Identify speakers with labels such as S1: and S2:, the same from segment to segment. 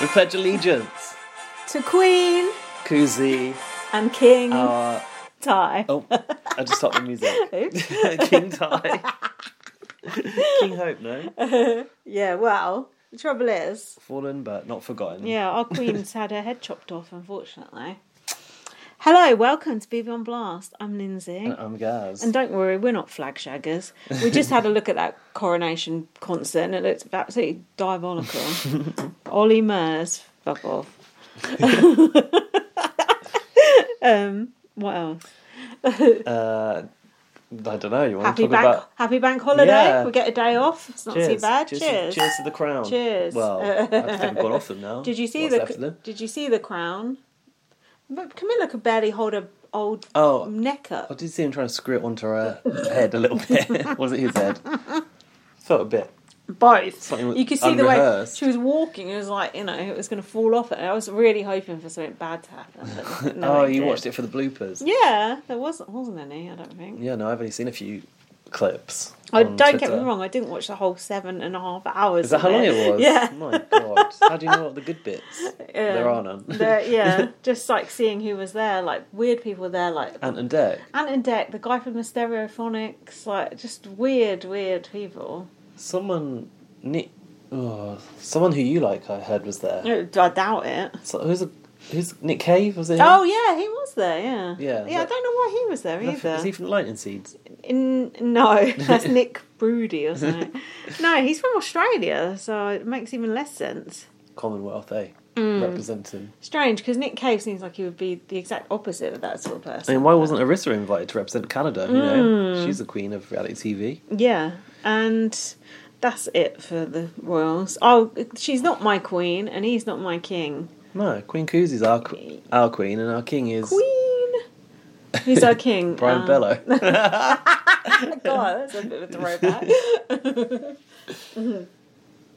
S1: We pledge allegiance.
S2: To Queen
S1: Koozie,
S2: and King
S1: our.
S2: Ty.
S1: Oh, I just stopped the music.
S2: Oops.
S1: King Ty. King Hope, no?
S2: Yeah, well, the trouble is,
S1: Fallen but not forgotten.
S2: yeah, our Queen's had her head chopped off, unfortunately. Hello, welcome to BB on Blast. I'm Lindsay.
S1: I'm Gaz.
S2: And don't worry, we're not flag shaggers. We just had a look at that coronation concert and it looks absolutely diabolical. Ollie Murs, fuck off. um, Um, what else?
S1: uh, I don't know. You want to
S2: Happy
S1: talk
S2: bank,
S1: about.
S2: happy bank holiday.
S1: Yeah.
S2: We get a day off. It's not too bad.
S1: Cheers.
S2: Cheers.
S1: Cheers to the crown.
S2: Cheers.
S1: Well, I think we've gone off them now.
S2: Did you see
S1: What's left of
S2: the
S1: them?
S2: Did you see the crown? But Camilla could barely hold her old
S1: Oh.
S2: neck
S1: I
S2: up.
S1: did see him trying to screw it onto her head a little bit. was it his head? Felt a bit.
S2: Both.
S1: Something
S2: You could see the way
S1: unrehearsed.
S2: she was walking. It was like you know it was going to fall off. Her. I was really hoping for something bad to happen. But no,
S1: oh, you watched it for the bloopers.
S2: Yeah, there wasn't wasn't any. I don't think.
S1: Yeah, no, I've only seen a few clips.
S2: I
S1: on
S2: don't get me
S1: Twitter.
S2: wrong. I didn't watch the whole seven and a half hours.
S1: Is that
S2: of
S1: how long it was?
S2: Yeah.
S1: My God. How do you know what the good bits? There are none.
S2: The- yeah, just like seeing who was there, like weird people there, like
S1: Ant and Deck.
S2: Ant and Deck, the guy from the Stereophonics, like just weird, weird people.
S1: Someone. Ni- oh, someone who you like, I heard, was there.
S2: I doubt it.
S1: So, who's a, who's Nick Cave? Was it? him?
S2: Oh yeah, he was there. Yeah,
S1: Yeah,
S2: yeah. I
S1: that-
S2: don't know why he was there
S1: Is that-
S2: either.
S1: Is he from Lightning Seeds?
S2: In, no, that's Nick Broody or something. no, he's from Australia, so it makes even less sense.
S1: Commonwealth, eh? Representing.
S2: Strange, because Nick Cave seems like he would be the exact opposite of that sort of
S1: I
S2: person.
S1: mean, why wasn't Arissa invited to represent Canada? You know, she's the queen of reality TV.
S2: Yeah, and that's it for the royals. Oh, she's not my queen, and he's not my king.
S1: No, Queen Koozie's our qu- our queen, Ah. and our king is
S2: Queen. Who's our king?
S1: Brian
S2: Uh,
S1: Bello.
S2: God, that's a bit of a throwback.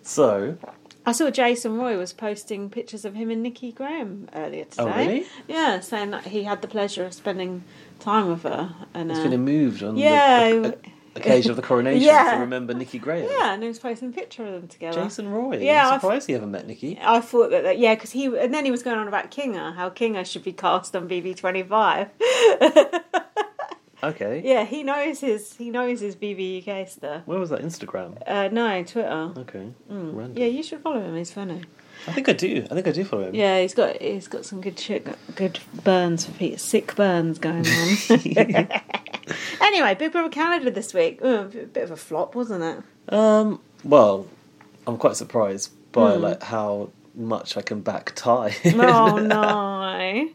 S1: so,
S2: I saw Jason Roy was posting pictures of him and Nikki Graham earlier today.
S1: Oh, really?
S2: Yeah, saying that he had the pleasure of spending time with her. And
S1: he's
S2: uh,
S1: feeling moved on
S2: Yeah.
S1: the o- occasion of the coronation
S2: Yeah.
S1: to remember Nikki Graham.
S2: yeah, and he was posting a picture of them together.
S1: Jason Roy.
S2: Yeah,
S1: I'm
S2: I've-
S1: surprised he ever met Nikki.
S2: I thought that, that yeah, because he and then he was going on about Kinga, how Kinga should be cast on BB twenty five.
S1: Okay.
S2: Yeah, he knows his he knows his BB UK stuff.
S1: Where was that Instagram?
S2: Uh, no, Twitter.
S1: Okay. Random.
S2: Mm. Yeah, you should follow him. He's funny.
S1: I think I do. I think I do follow him.
S2: Yeah, he's got he's got some good shit, good burns for Pete, sick burns going on. anyway, Big Brother Canada this week, oh, a bit of a flop, wasn't it?
S1: Um. Well, I'm quite surprised by
S2: Mm.
S1: like how much I can back Ty.
S2: Oh no!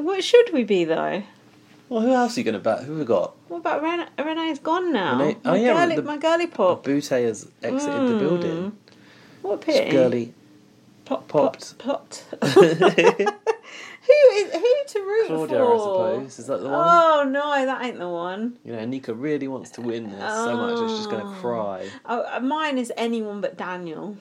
S2: What should we be though?
S1: well, who else are you going to back? Who we got?
S2: What about Ren- Renee's gone now?
S1: Renee- oh,
S2: my,
S1: yeah,
S2: girly,
S1: the-
S2: my girly pop.
S1: Oh, Butte has exited
S2: Mm.
S1: the building.
S2: What a pity.
S1: Girly
S2: pop,
S1: popped.
S2: Plot. who is who to root
S1: Claudia,
S2: for?
S1: I suppose. Is that the one?
S2: Oh no, that ain't the one.
S1: You know, Nika really wants to win this so much that she's going to cry.
S2: Oh, uh, mine is anyone but Daniel.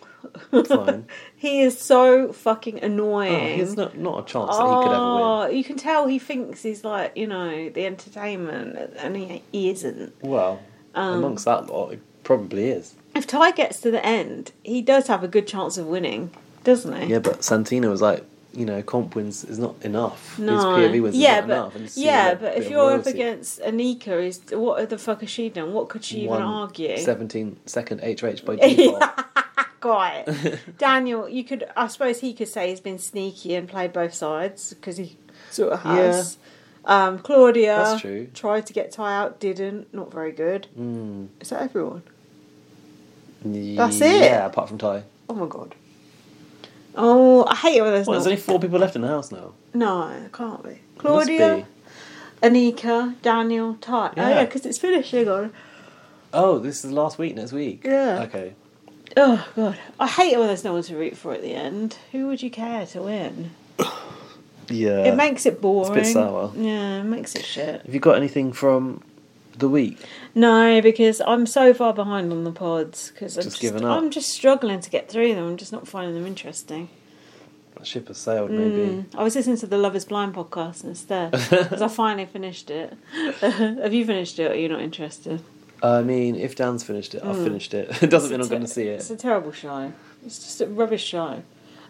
S1: Fine.
S2: He is so fucking
S1: Oh,
S2: annoying.
S1: he's not not a chance that he could ever win.
S2: Oh, you can tell he thinks he's like you know the entertainment, and he, he isn't.
S1: Well,
S2: Um.
S1: amongst that lot, it probably is.
S2: If Ty gets to the end, he does have a good chance of winning, doesn't he?
S1: Yeah, but Santino was like, you know, comp wins is not enough.
S2: No.
S1: His POV wins
S2: yeah,
S1: is not
S2: but,
S1: enough. And see
S2: yeah,
S1: that
S2: but
S1: bit
S2: if
S1: of
S2: you're up
S1: royalty.
S2: against Anika, is what the fuck has she done? What could she
S1: One
S2: even argue?
S1: 17 second HH by default.
S2: Got it. Daniel, you could, I suppose, he could say he's been sneaky and played both sides because he sort of has. Um, Claudia
S1: That's true. Hmm.
S2: tried to get Ty out, didn't. Not very good. Mm. Is that everyone? That's it.
S1: Yeah, apart from Ty.
S2: Oh my god. Oh, I hate it when there's
S1: Well,
S2: not.
S1: there's only four people left in the house now.
S2: No, it can't be.
S1: Must be.
S2: Claudia, Anika, Daniel, Ty. Oh, yeah,
S1: Yeah.
S2: because it's finished. Hang on.
S1: Oh, this is last week next week.
S2: Yeah.
S1: Okay.
S2: Oh, God. I hate it when there's no one to root for at the end. Who would you care to win?
S1: Yeah.
S2: it makes it boring.
S1: sour.
S2: Yeah, it makes it shit.
S1: Have you got anything from the week?
S2: No, because I'm so far behind on the pods because I'm
S1: Just
S2: just,
S1: given up.
S2: I'm just struggling to get through them. I'm just not finding them interesting.
S1: That ship has sailed, maybe.
S2: I was listening to the Love Is Blind podcast instead because I finally finished it. Have you finished it? or Are you not interested?
S1: I mean, if Dan's finished it, I've finished it. It doesn't mean I'm
S2: It's a
S1: going to see
S2: Hmm. It's
S1: it.
S2: a terrible show. It's just a rubbish show.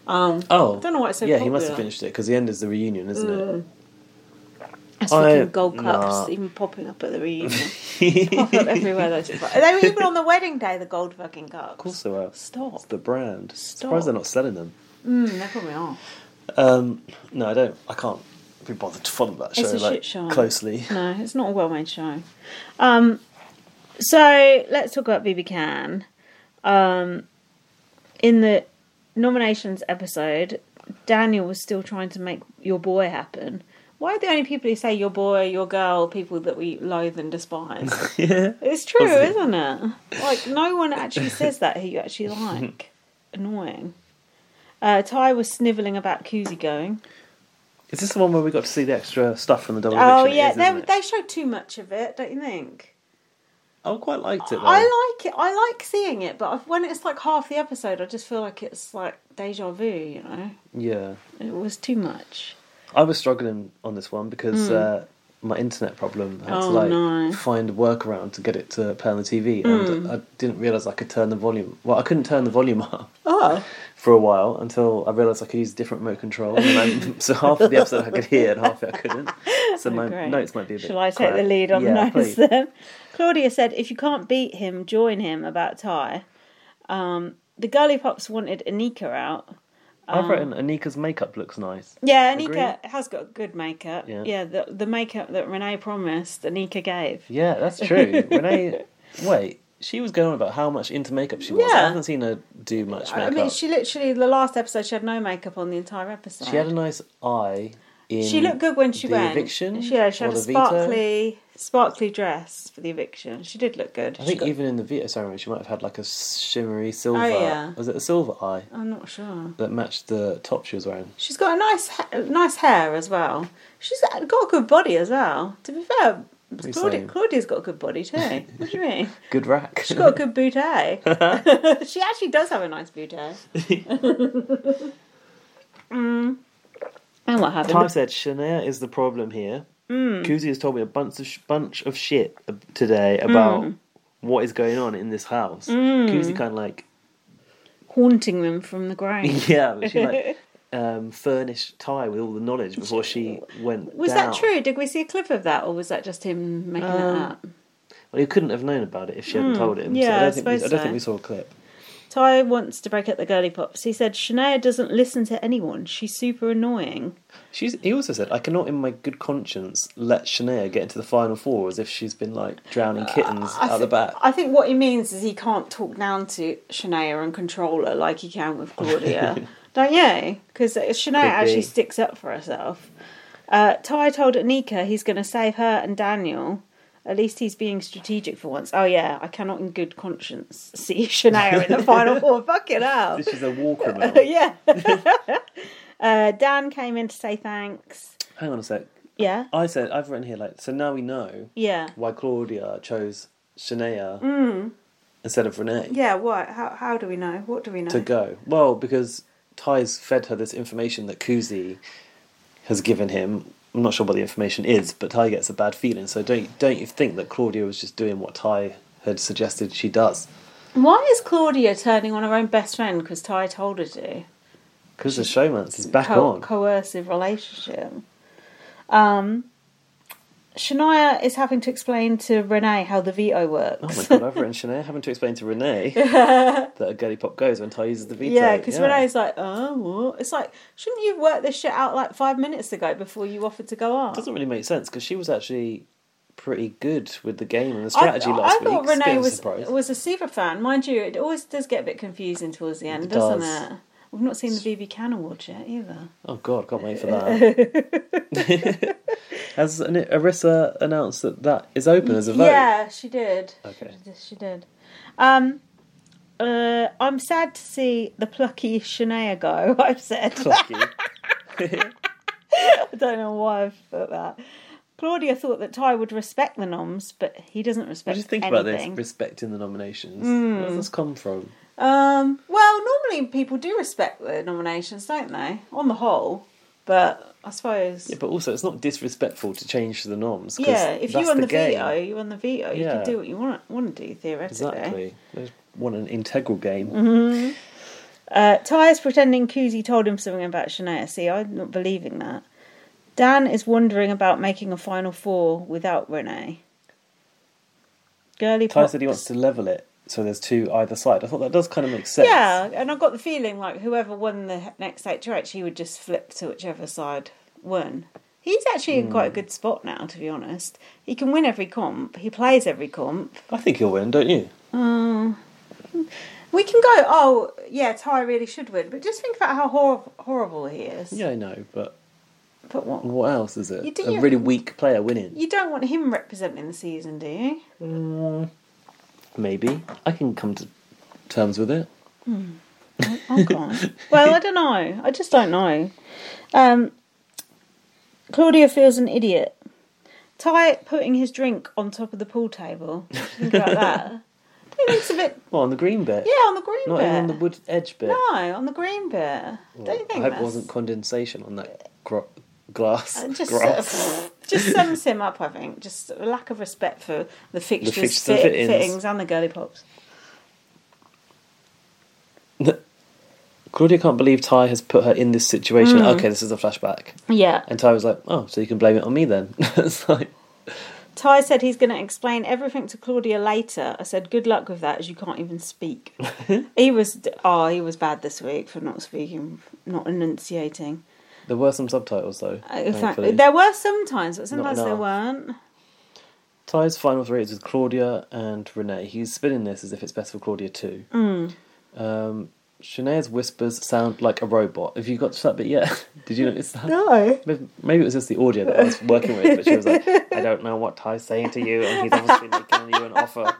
S1: Oh,
S2: I don't know why it's so
S1: yeah, he must have
S2: popular.
S1: finished it because the end is the reunion, isn't
S2: It's
S1: I-
S2: fucking gold
S1: nah.
S2: cups even popping up at the reunion.
S1: it?
S2: Pop up everywhere. Those fu- they were even on the wedding day. The gold fucking cups.
S1: Of course they were.
S2: Stop.
S1: It's the brand.
S2: Stop.
S1: Surprised they're not selling them.
S2: Mm, they probably are.
S1: Um, no, I don't. I can't be bothered to follow that show
S2: It's a
S1: like
S2: shit show.
S1: closely.
S2: No, it's not a well made show. Um, so let's talk about BB Can. Um, in the nominations episode, Daniel was still trying to make your boy happen. Why are the only people who say your boy, your girl, people that we loathe and despise?
S1: yeah.
S2: It's true,
S1: Wasn't it?
S2: isn't it? Like, no one actually says that who you actually like. Annoying. Uh, Ty was snivelling about Koozie going.
S1: Is this the one where we got to see the extra stuff from the double
S2: Oh,
S1: eviction? It
S2: yeah,
S1: is, isn't
S2: they,
S1: it?
S2: they show too much of it, don't you think?
S1: Oh, I quite liked it. Though.
S2: I like it. I like seeing it, but I've- when it's like half the episode, I just feel like it's like deja vu. You know,
S1: Yeah.
S2: it was too much.
S1: I was struggling on this one because uh, my internet problem I had to
S2: Hmm. Oh,
S1: like
S2: no. Hmm.
S1: find a workaround to get it to play on the TV, and I didn't realize I could turn the volume. Well, I couldn't turn the volume up
S2: Oh,
S1: for a while until I realized I could use a different remote control. And then, so half of the episode I could hear and half of it I couldn't. So my
S2: great.
S1: notes might be a bit.
S2: shall I take the
S1: crap.
S2: lead on
S1: yeah,
S2: the notes
S1: please.
S2: then? Claudia said, "If you can't beat him, join him." About Ty, um, the girly pops wanted Anika out.
S1: I've written
S2: Um.
S1: Anika's makeup looks nice.
S2: Yeah,
S1: Agree.
S2: Anika has got good makeup. Yeah,
S1: Yeah.
S2: the the makeup that Renee promised, Anika gave.
S1: Yeah, that's true. Renee, wait, she was going on about how much into makeup she was. I
S2: Yeah.
S1: haven't seen her do much makeup.
S2: I mean, she literally the last episode she had no makeup on the entire episode.
S1: She had a nice eye. In
S2: She looked good when she
S1: the
S2: went.
S1: Eviction.
S2: She, yeah, she
S1: or
S2: had a
S1: the Vita.
S2: sparkly, sparkly dress for the eviction. She did look good.
S1: I
S2: She
S1: think
S2: got- Oh,
S1: even in the Vita ceremony, she might have had like a shimmery silver.
S2: yeah.
S1: Was it a silver eye
S2: I'm not sure.
S1: that matched the top she was wearing?
S2: She's got a nice, ha- nice hair as well. She's got a good body as well. To be fair, Claudia,
S1: same.
S2: Claudia's got a good body too. what do you mean?
S1: Good rack.
S2: She's got a good booty. she actually does have a nice booty. mm. And what happened?
S1: Time said Shania is the problem here. Mm. Kuzi has told me a bunch of sh- bunch of shit ab- today about
S2: Mm.
S1: what is going on in this house. Mm. kind of like
S2: Haunting them from the grave.
S1: yeah, but she like um, furnished Ty with all the knowledge before she went.
S2: Was
S1: down.
S2: that true? Did we see a clip of that, or was that just him making
S1: Um,
S2: that up?
S1: Well, he couldn't have known about it if she hadn't told him.
S2: Hmm.
S1: so I
S2: yeah, I
S1: don't, think we, I
S2: suppose
S1: don't
S2: so.
S1: think we saw a clip.
S2: Ty wants to break up the girly pops. He said Shania doesn't listen to anyone. She's super annoying.
S1: She's, he also said, I cannot in my good conscience let Shania get into the final four as if she's been like drowning kittens
S2: Uh, I
S1: out the
S2: thi-
S1: back.
S2: I think what he means is he can't talk down to Shania and control her like he can with Claudia. Don't you? Because Shania actually
S1: be.
S2: sticks up for herself. Uh, Ty told Anika he's going to save her and Daniel. At least he's being strategic for once. Oh, yeah, I cannot in good conscience see Shania in the final four. Fucking hell.
S1: She's a war
S2: But
S1: criminal.
S2: Yeah. uh, Dan came in to say thanks.
S1: Hang on a sec.
S2: Yeah.
S1: I said, I've written here, like, so now we know
S2: Yeah. Hmm.
S1: why Claudia chose Shania instead of Renee
S2: Yeah, what? How, how do we know? What do we know?
S1: to go. Well, because Ty's fed her this information that Kuzi has given him. I'm not sure what the information is, but Ty gets a bad feeling. So don't don't you think that Claudia was just doing what Ty had suggested she does?
S2: Why is Claudia turning on her own best friend because Ty told her to?
S1: Because the showman's is back
S2: Co-
S1: on.
S2: coercive relationship. Um, Shania is having to explain to Renee how the veto works.
S1: Oh my god, I've written Shanae having to explain to Renee that a girly pop goes when Ty uses the veto.
S2: Yeah, because Renee's like, oh, what? It's like, shouldn't you work this shit out like five minutes ago before you offered to go on?
S1: doesn't really make sense because she was actually pretty good with the game and the
S2: I,
S1: strategy
S2: I
S1: last week.
S2: thought
S1: It's a bit
S2: Renee
S1: of a
S2: was
S1: surprise.
S2: was a super fan, mind you. It always does get a bit confusing towards the end,
S1: It
S2: doesn't
S1: does.
S2: it? We've not seen the BB Can Awards yet either.
S1: Oh God, can't wait for that. Has an- Arissa announced that that is open as a vote?
S2: Yeah, she did.
S1: Okay.
S2: She did. She did. Um, uh, I'm sad to see the plucky Shania go. I've said.
S1: Lucky.
S2: I don't know why I've put that. Claudia thought that Ty would respect the noms, but he doesn't
S1: What
S2: respect
S1: do you think about
S2: anything. Hmm.
S1: this? Respecting the nominations. Where does this come from?
S2: Um, well, normally people do respect the nominations, don't they? On the whole, but I suppose.
S1: Yeah, but also it's not disrespectful to change the norms. 'cause
S2: Yeah, if you
S1: that's
S2: won the,
S1: game.
S2: veto, you won the veto. You
S1: Yeah.
S2: can do what you want want to do theoretically.
S1: Exactly. They won an integral game.
S2: Mm-hmm. Uh, Ty is pretending Kuzi told him something about Shania. See, I'm not believing that. Dan is wondering about making a final four without Renee. Girly
S1: Ty
S2: Pop-
S1: said he wants to level it, so there's two either side. I thought that does kind of make sense.
S2: Yeah, and I got the feeling like whoever won the next HRH, he would just flip to whichever side won. He's actually in
S1: Hmm.
S2: quite a good spot now, to be honest. He can win every comp. He plays every comp.
S1: I think he'll win, don't you?
S2: We can go, oh, yeah, Ty really should win, but just think about how hor- horrible he is.
S1: Yeah, I know, but
S2: But what?
S1: what else is it?
S2: You do
S1: a
S2: your-
S1: really weak player winning.
S2: You don't want him representing the season, do you?
S1: Maybe. I can come to terms with it.
S2: I can't. well, I don't know. I just don't know. Um, Claudia feels an idiot. Ty putting his drink on top of the pool table. Think about that. Do you think it's a bit?
S1: Well, on the green bit.
S2: Yeah, on the green
S1: Not
S2: bit.
S1: even on the wood edge bit.
S2: No, on the green bit. don't you
S1: I
S2: think?
S1: hope
S2: that's...
S1: it wasn't condensation on that gro- glass.
S2: It just sort
S1: grass.
S2: of- just sums him up, I think. Just a lack of respect for the fixtures,
S1: fixtures and
S2: fit-
S1: fittings.
S2: fittings, and the girly pops.
S1: Claudia can't believe Ty has put her in this situation.
S2: Hmm.
S1: Okay, this is a flashback.
S2: Yeah.
S1: And Ty was like, "Oh, so you can blame it on me then?" it's like,
S2: Ty said he's going to explain everything to Claudia later. I said, "Good luck with that, as you can't even speak." he was oh, he was bad this week for not speaking, not enunciating.
S1: there were some subtitles though.
S2: Uh, in fact,
S1: thankfully.
S2: there were some times, but sometimes there
S1: enough.
S2: weren't.
S1: Ty's final three is with Claudia and Renee. He's spinning this as if it's best for Claudia too.
S2: Hmm.
S1: Um, Shanae's whispers sound like a robot. Have you got to that bit yet? Did you notice that?
S2: No.
S1: Maybe- Maybe it was just the audio that I was working with, but she was like, "I don't know what Ty's saying to you, and he's obviously making you an offer."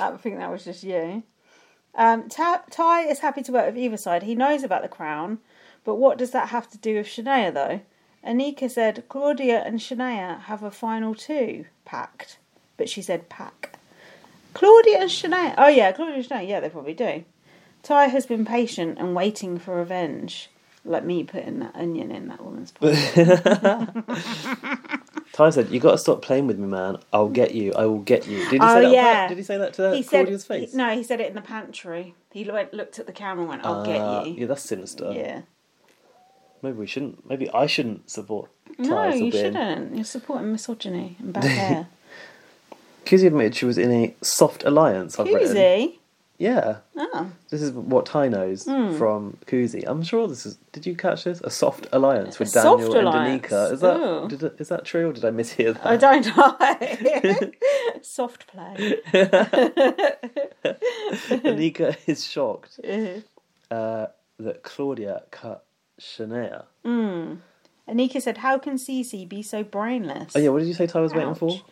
S2: I think that was just you. Um, Ta- Ty is happy to work with either side. He knows about the crown, but what does that have to do with Shania though? Anika said Claudia and Shania have a final two pact, but she said pack. Claudia and Shania. Oh yeah, Claudia and Shania. Yeah, they probably do. Ty has been patient and waiting for revenge. Like me putting that onion in that woman's pot.
S1: Ty said, "You got to stop playing with me, man. I'll get you. I will get you." Did he say
S2: Oh,
S1: that? on
S2: yeah.
S1: purpose? Did he say that to
S2: he
S1: Claudia's
S2: said,
S1: face?
S2: No, he said it in the pantry. He lo- looked at the camera and went, I'll
S1: Uh,
S2: get you.
S1: Yeah, that's sinister.
S2: yeah.
S1: Maybe we shouldn't. Maybe I shouldn't support.
S2: No,
S1: Ty
S2: you
S1: Sabin.
S2: shouldn't. You're supporting misogyny and bad hair.
S1: Kuzi admitted she was in a soft alliance. I've written.
S2: Koozie?
S1: Yeah,
S2: Oh.
S1: this is what Ty knows
S2: Hmm.
S1: from Kuzi. I'm sure this is. Did you catch this? A soft alliance with
S2: A
S1: Daniel
S2: soft
S1: and
S2: alliance.
S1: Danica. Is that
S2: Ooh.
S1: did, is that true or did I mishear that?
S2: I don't know. Soft play.
S1: Danica is shocked uh, that Claudia cut Shania.
S2: Anika said, How can Cece be so brainless?
S1: Oh yeah, what did you say Ty was waiting
S2: Ouch.
S1: for? He's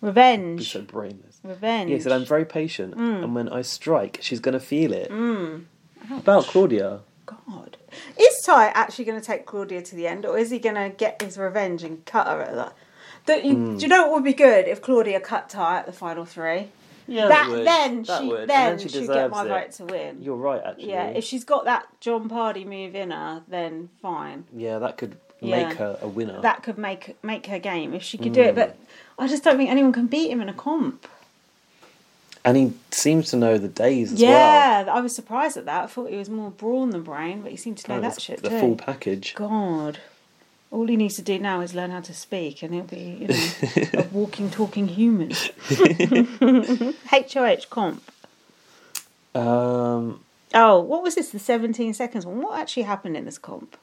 S2: Revenge.
S1: so brainless.
S2: Revenge.
S1: Yeah, he said, I'm very patient,
S2: Mm.
S1: and when I strike, she's going to feel it. About Claudia.
S2: God. Is Ty actually going to take Claudia to the end, or is he going to get his revenge and cut her at that? That you,
S1: Hmm.
S2: Do you know what would be good if Claudia cut Ty at the final three?
S1: Yeah,
S2: that, then she then,
S1: And
S2: she would get
S1: deserves
S2: my
S1: it.
S2: right to win.
S1: You're right, actually.
S2: yeah, if she's got that John Pardy move in her, then fine.
S1: Yeah, that could
S2: Yeah.
S1: make her a winner.
S2: that could make make her game if she could do
S1: Hmm.
S2: it. But I just don't think anyone can beat him in a comp.
S1: And he seems to know the days as well.
S2: yeah, I was surprised at that. I thought he was more brawn than brain, but he seemed to know
S1: Kind of
S2: that shit
S1: Oh, the
S2: too.
S1: full package.
S2: God, all he needs to do now is learn how to speak, and he'll be you know a walking, talking human. HOH comp.
S1: Um,
S2: Oh, what was this? The seventeen seconds one. What actually happened in this comp?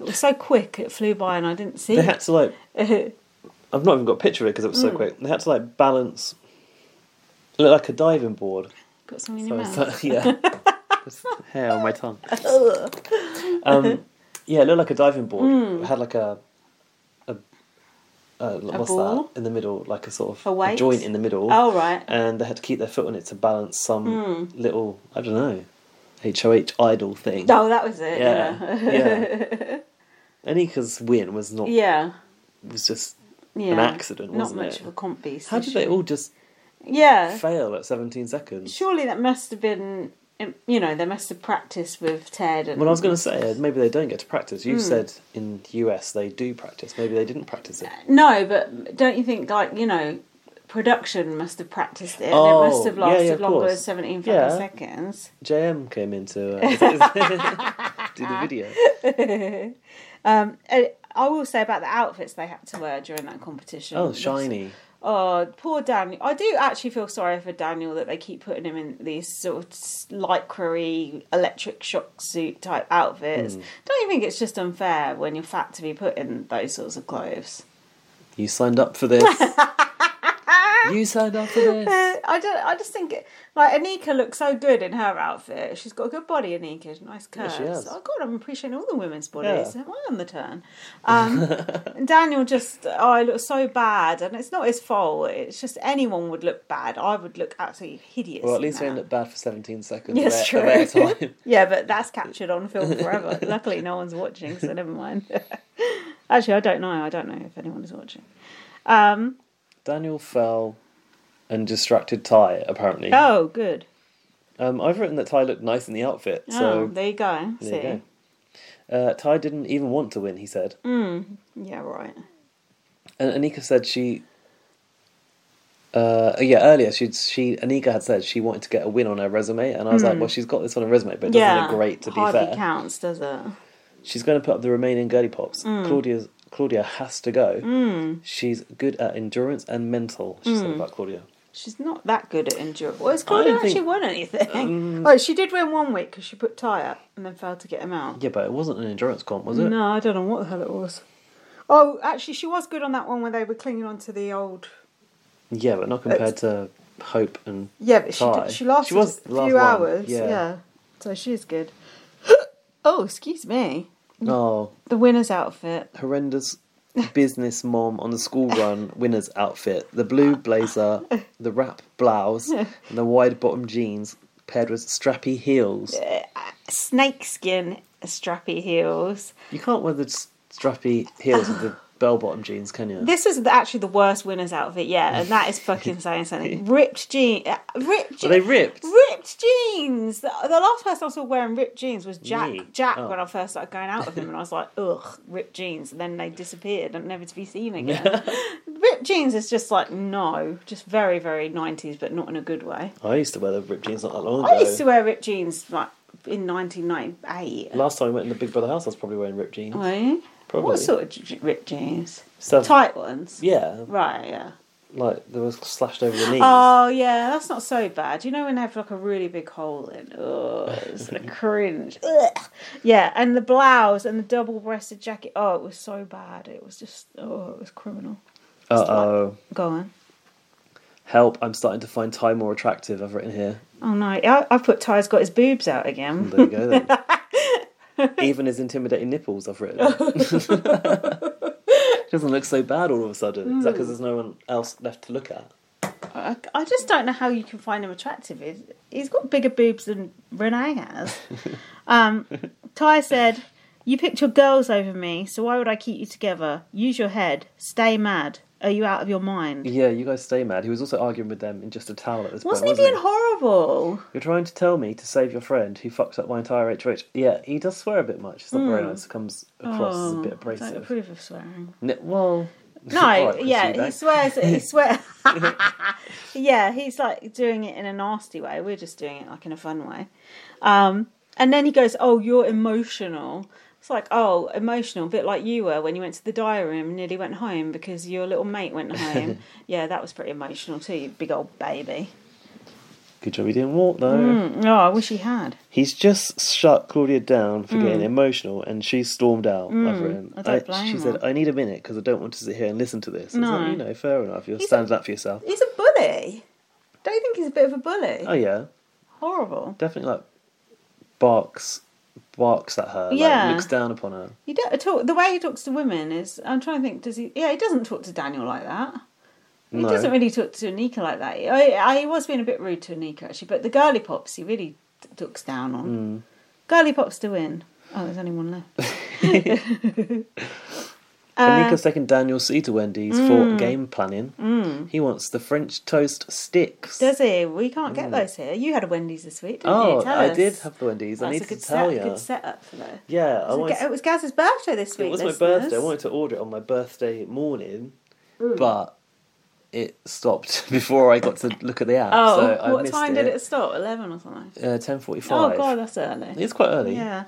S2: It was so quick, it flew by, and I didn't see
S1: they
S2: it.
S1: had to like. I've not even got a picture of it because it was
S2: Mm.
S1: so quick. They had to like balance. Look like a diving board.
S2: Got something in
S1: So
S2: your
S1: it's
S2: mouth.
S1: like, yeah. hair on my tongue. um, yeah, it looked like a diving board.
S2: Hmm.
S1: It had like a a, a what's
S2: ball?
S1: that in the middle, like a sort of
S2: A weight?
S1: joint in the middle.
S2: Oh, right. Hmm.
S1: And they had to keep their foot on it to balance some little I don't know HOH idol thing.
S2: Oh, that was it. Yeah.
S1: Yeah, yeah. Anika's win was not
S2: Yeah.
S1: was just
S2: yeah.
S1: accident,
S2: Not
S1: wasn't
S2: much
S1: it?
S2: of a comp beast.
S1: how did they all just
S2: Yeah.
S1: fail at 17 seconds?
S2: Surely that must have been, um, you know, they must have practiced with Ted. And
S1: Well, I was going to
S2: Mm-hmm.
S1: say uh, maybe they don't get to practice.
S2: Hmm.
S1: You said in US they do practice. Maybe they didn't practice it.
S2: No, but don't you think like you know, production must have practiced it.
S1: Oh,
S2: and it must have
S1: yeah, yeah,
S2: lasted
S1: of
S2: longer than
S1: course.
S2: seventeen fucking
S1: Yeah.
S2: seconds.
S1: JM came in to uh, do the video.
S2: Uh, I will say about the outfits they had to wear during that competition.
S1: Oh, shiny.
S2: Oh, poor Daniel. I do actually feel sorry for Daniel that they keep putting him in these sort of lycra electric shock suit type outfits.
S1: Hmm.
S2: Don't you think it's just unfair when you're fat to be put in those sorts of clothes?
S1: You signed up for this. you signed up for this.
S2: Uh, I don't. I just think it, like Anika looks so good in her outfit. She's got a good body, Anika. Nice curves.
S1: she has.
S2: Oh God, I'm appreciating all the women's bodies.
S1: Yeah.
S2: Am I on the turn? Um, Daniel just. Oh, I look so bad, and it's not his fault. It's just anyone would look bad. I would look absolutely hideous.
S1: Well, at
S2: in
S1: least they
S2: that.
S1: end up bad for 17 seconds
S2: Yes,
S1: of their, of their
S2: true.
S1: time.
S2: Yeah, but that's captured on film forever. Luckily, no one's watching, so never mind. Actually, I don't know. I don't know if anyone is watching. Um,
S1: Daniel fell and distracted Ty, apparently.
S2: oh, good.
S1: Um, I've written that Ty looked nice in the outfit,
S2: oh,
S1: so
S2: there you go. See,
S1: there you go. Uh, Ty didn't even want to win, he said.
S2: yeah, right.
S1: And Anika said she. Uh, yeah, earlier she she Anika had said she wanted to get a win on her resume, and I was like, well, she's got this on her resume, but it doesn't look great. To be
S2: Hmm. hardly
S1: fair,
S2: counts, does it?
S1: she's going to put up the remaining girly pops.
S2: Hmm.
S1: Claudia's Claudia has to go. She's good at endurance and mental. She
S2: Hmm.
S1: said about Claudia.
S2: She's not that good at endurance. Well, has Claudia
S1: don't
S2: actually
S1: think- um,
S2: won anything? oh, she did win one week because she put Ty up and then failed to get him out.
S1: Yeah, but it wasn't an endurance comp, was it?
S2: No, I don't know what the hell it was. Oh, actually, she was good on that one where they were clinging onto the old.
S1: Yeah, but not compared to Hope and
S2: Yeah, but she
S1: Ty.
S2: did, she lasted
S1: She was the
S2: a
S1: last
S2: few
S1: one,
S2: hours. Yeah.
S1: yeah.
S2: so she is good. oh, excuse me.
S1: oh
S2: The winner's outfit.
S1: horrendous business mom on the school run winner's outfit. The blue blazer, the wrap blouse, and the wide bottom jeans paired with strappy heels.
S2: Snakeskin strappy heels.
S1: You can't wear the s- strappy heels with the bell bottom jeans, can you?
S2: This is the, actually the worst winner's outfit yet, and that is fucking saying something. Ripped jeans. uh, Ripped
S1: Are they
S2: jeans.
S1: ripped?
S2: Ripped jeans. The, the last person I saw wearing ripped jeans was Jack.
S1: Me?
S2: Jack,
S1: Oh.
S2: when I first started going out with him, and I was like, ugh, ripped jeans. And then they disappeared and never to be seen again. ripped jeans is just like no, just very very nineties, but not in a good way.
S1: I used to wear the ripped jeans not that long ago.
S2: I used to wear ripped jeans like in nineteen ninety eight.
S1: Last time I went in the Big Brother house, I was probably wearing ripped jeans. Probably.
S2: What sort of j- ripped jeans?
S1: Stuff-
S2: Tight ones.
S1: Yeah,
S2: Right. Yeah.
S1: like they were slashed over the knees.
S2: Oh yeah, that's not so bad. You know when they have like a really big hole in. Oh, it's the cringe. Ugh. Yeah, and the blouse and the double-breasted jacket. Oh, it was so bad. It was just oh, it was criminal.
S1: Uh oh.
S2: Go on.
S1: Help, I'm starting to find Ty more attractive, I've written here.
S2: Oh no, I, I put Ty's got his boobs out again.
S1: There you go then. Even his intimidating nipples, I've written. Doesn't look so bad all of a sudden. Is that because there's no one else left to look at?
S2: I, I just don't know how you can find him attractive. He's, he's got bigger boobs than Renee has. um, Ty said, You picked your girls over me, so why would I keep you together? Use your head. Stay mad. Are you out of your mind?
S1: Yeah, you guys stay mad. He was also arguing with them in just a towel at this
S2: Wasn't he
S1: point.
S2: being
S1: wasn't
S2: horrible?
S1: You're trying to tell me to save your friend who fucked up my entire HOH. Yeah, he does swear a bit much. It's not very nice. It comes across as a bit
S2: I Hmm. Oh, don't
S1: abrasive.
S2: approve of swearing.
S1: N- well,
S2: No,
S1: All right,
S2: yeah, he
S1: Chrissy,
S2: swears. He swears. yeah, he's like doing it in a nasty way. We're just doing it like in a fun way. Um, and then he goes, "Oh, you're emotional." It's like, "Oh, emotional," a bit like you were when you went to the diary room and nearly went home because your little mate went home. yeah, that was pretty emotional too, you big old baby.
S1: good job he didn't walk though.
S2: Oh, I wish he had.
S1: He's just shut Claudia down for getting emotional, and she stormed out. I've written.
S2: Mm. I don't blame
S1: she
S2: her.
S1: said, "I need a minute because I don't want to sit here and listen to this." It's
S2: No.
S1: like, you know, fair enough. You're standing up for yourself.
S2: He's a bully. Don't you think he's a bit of a bully?
S1: Oh yeah,
S2: Horrible.
S1: definitely like barks barks at her,
S2: Yeah.
S1: like looks down upon her.
S2: You don't at all. The way he talks to women is. I'm trying to think. Does he? Yeah, he doesn't talk to Daniel like that. He
S1: No.
S2: doesn't really talk to Anika like that. I, I he was being a bit rude to Anika actually, but the girly pops he really t- looks down
S1: Hmm.
S2: on. Girly pops to win. Oh, there's only one left. Uh,
S1: Anika's taking Daniel C to Wendy's
S2: Mm.
S1: for game planning. He wants the French toast sticks.
S2: Does he? We can't get those here. You had a Wendy's this week, didn't you?
S1: Hmm. oh,
S2: Tell
S1: I
S2: us.
S1: did have the Wendy's. I
S2: That's
S1: need
S2: a
S1: to
S2: good
S1: tell
S2: set,
S1: you.
S2: Good setup for that.
S1: Yeah, I
S2: It was,
S1: wanted
S2: Ga- it was Gaz's birthday this week.
S1: It was my
S2: listeners. Mm.
S1: birthday. I wanted to order it on my birthday morning, but it stopped before I got to look at the app.
S2: Oh,
S1: so I
S2: what
S1: missed
S2: time did it start? Eleven or something.
S1: Uh, Ten forty-five.
S2: Oh god, that's early.
S1: it's quite early.
S2: Yeah.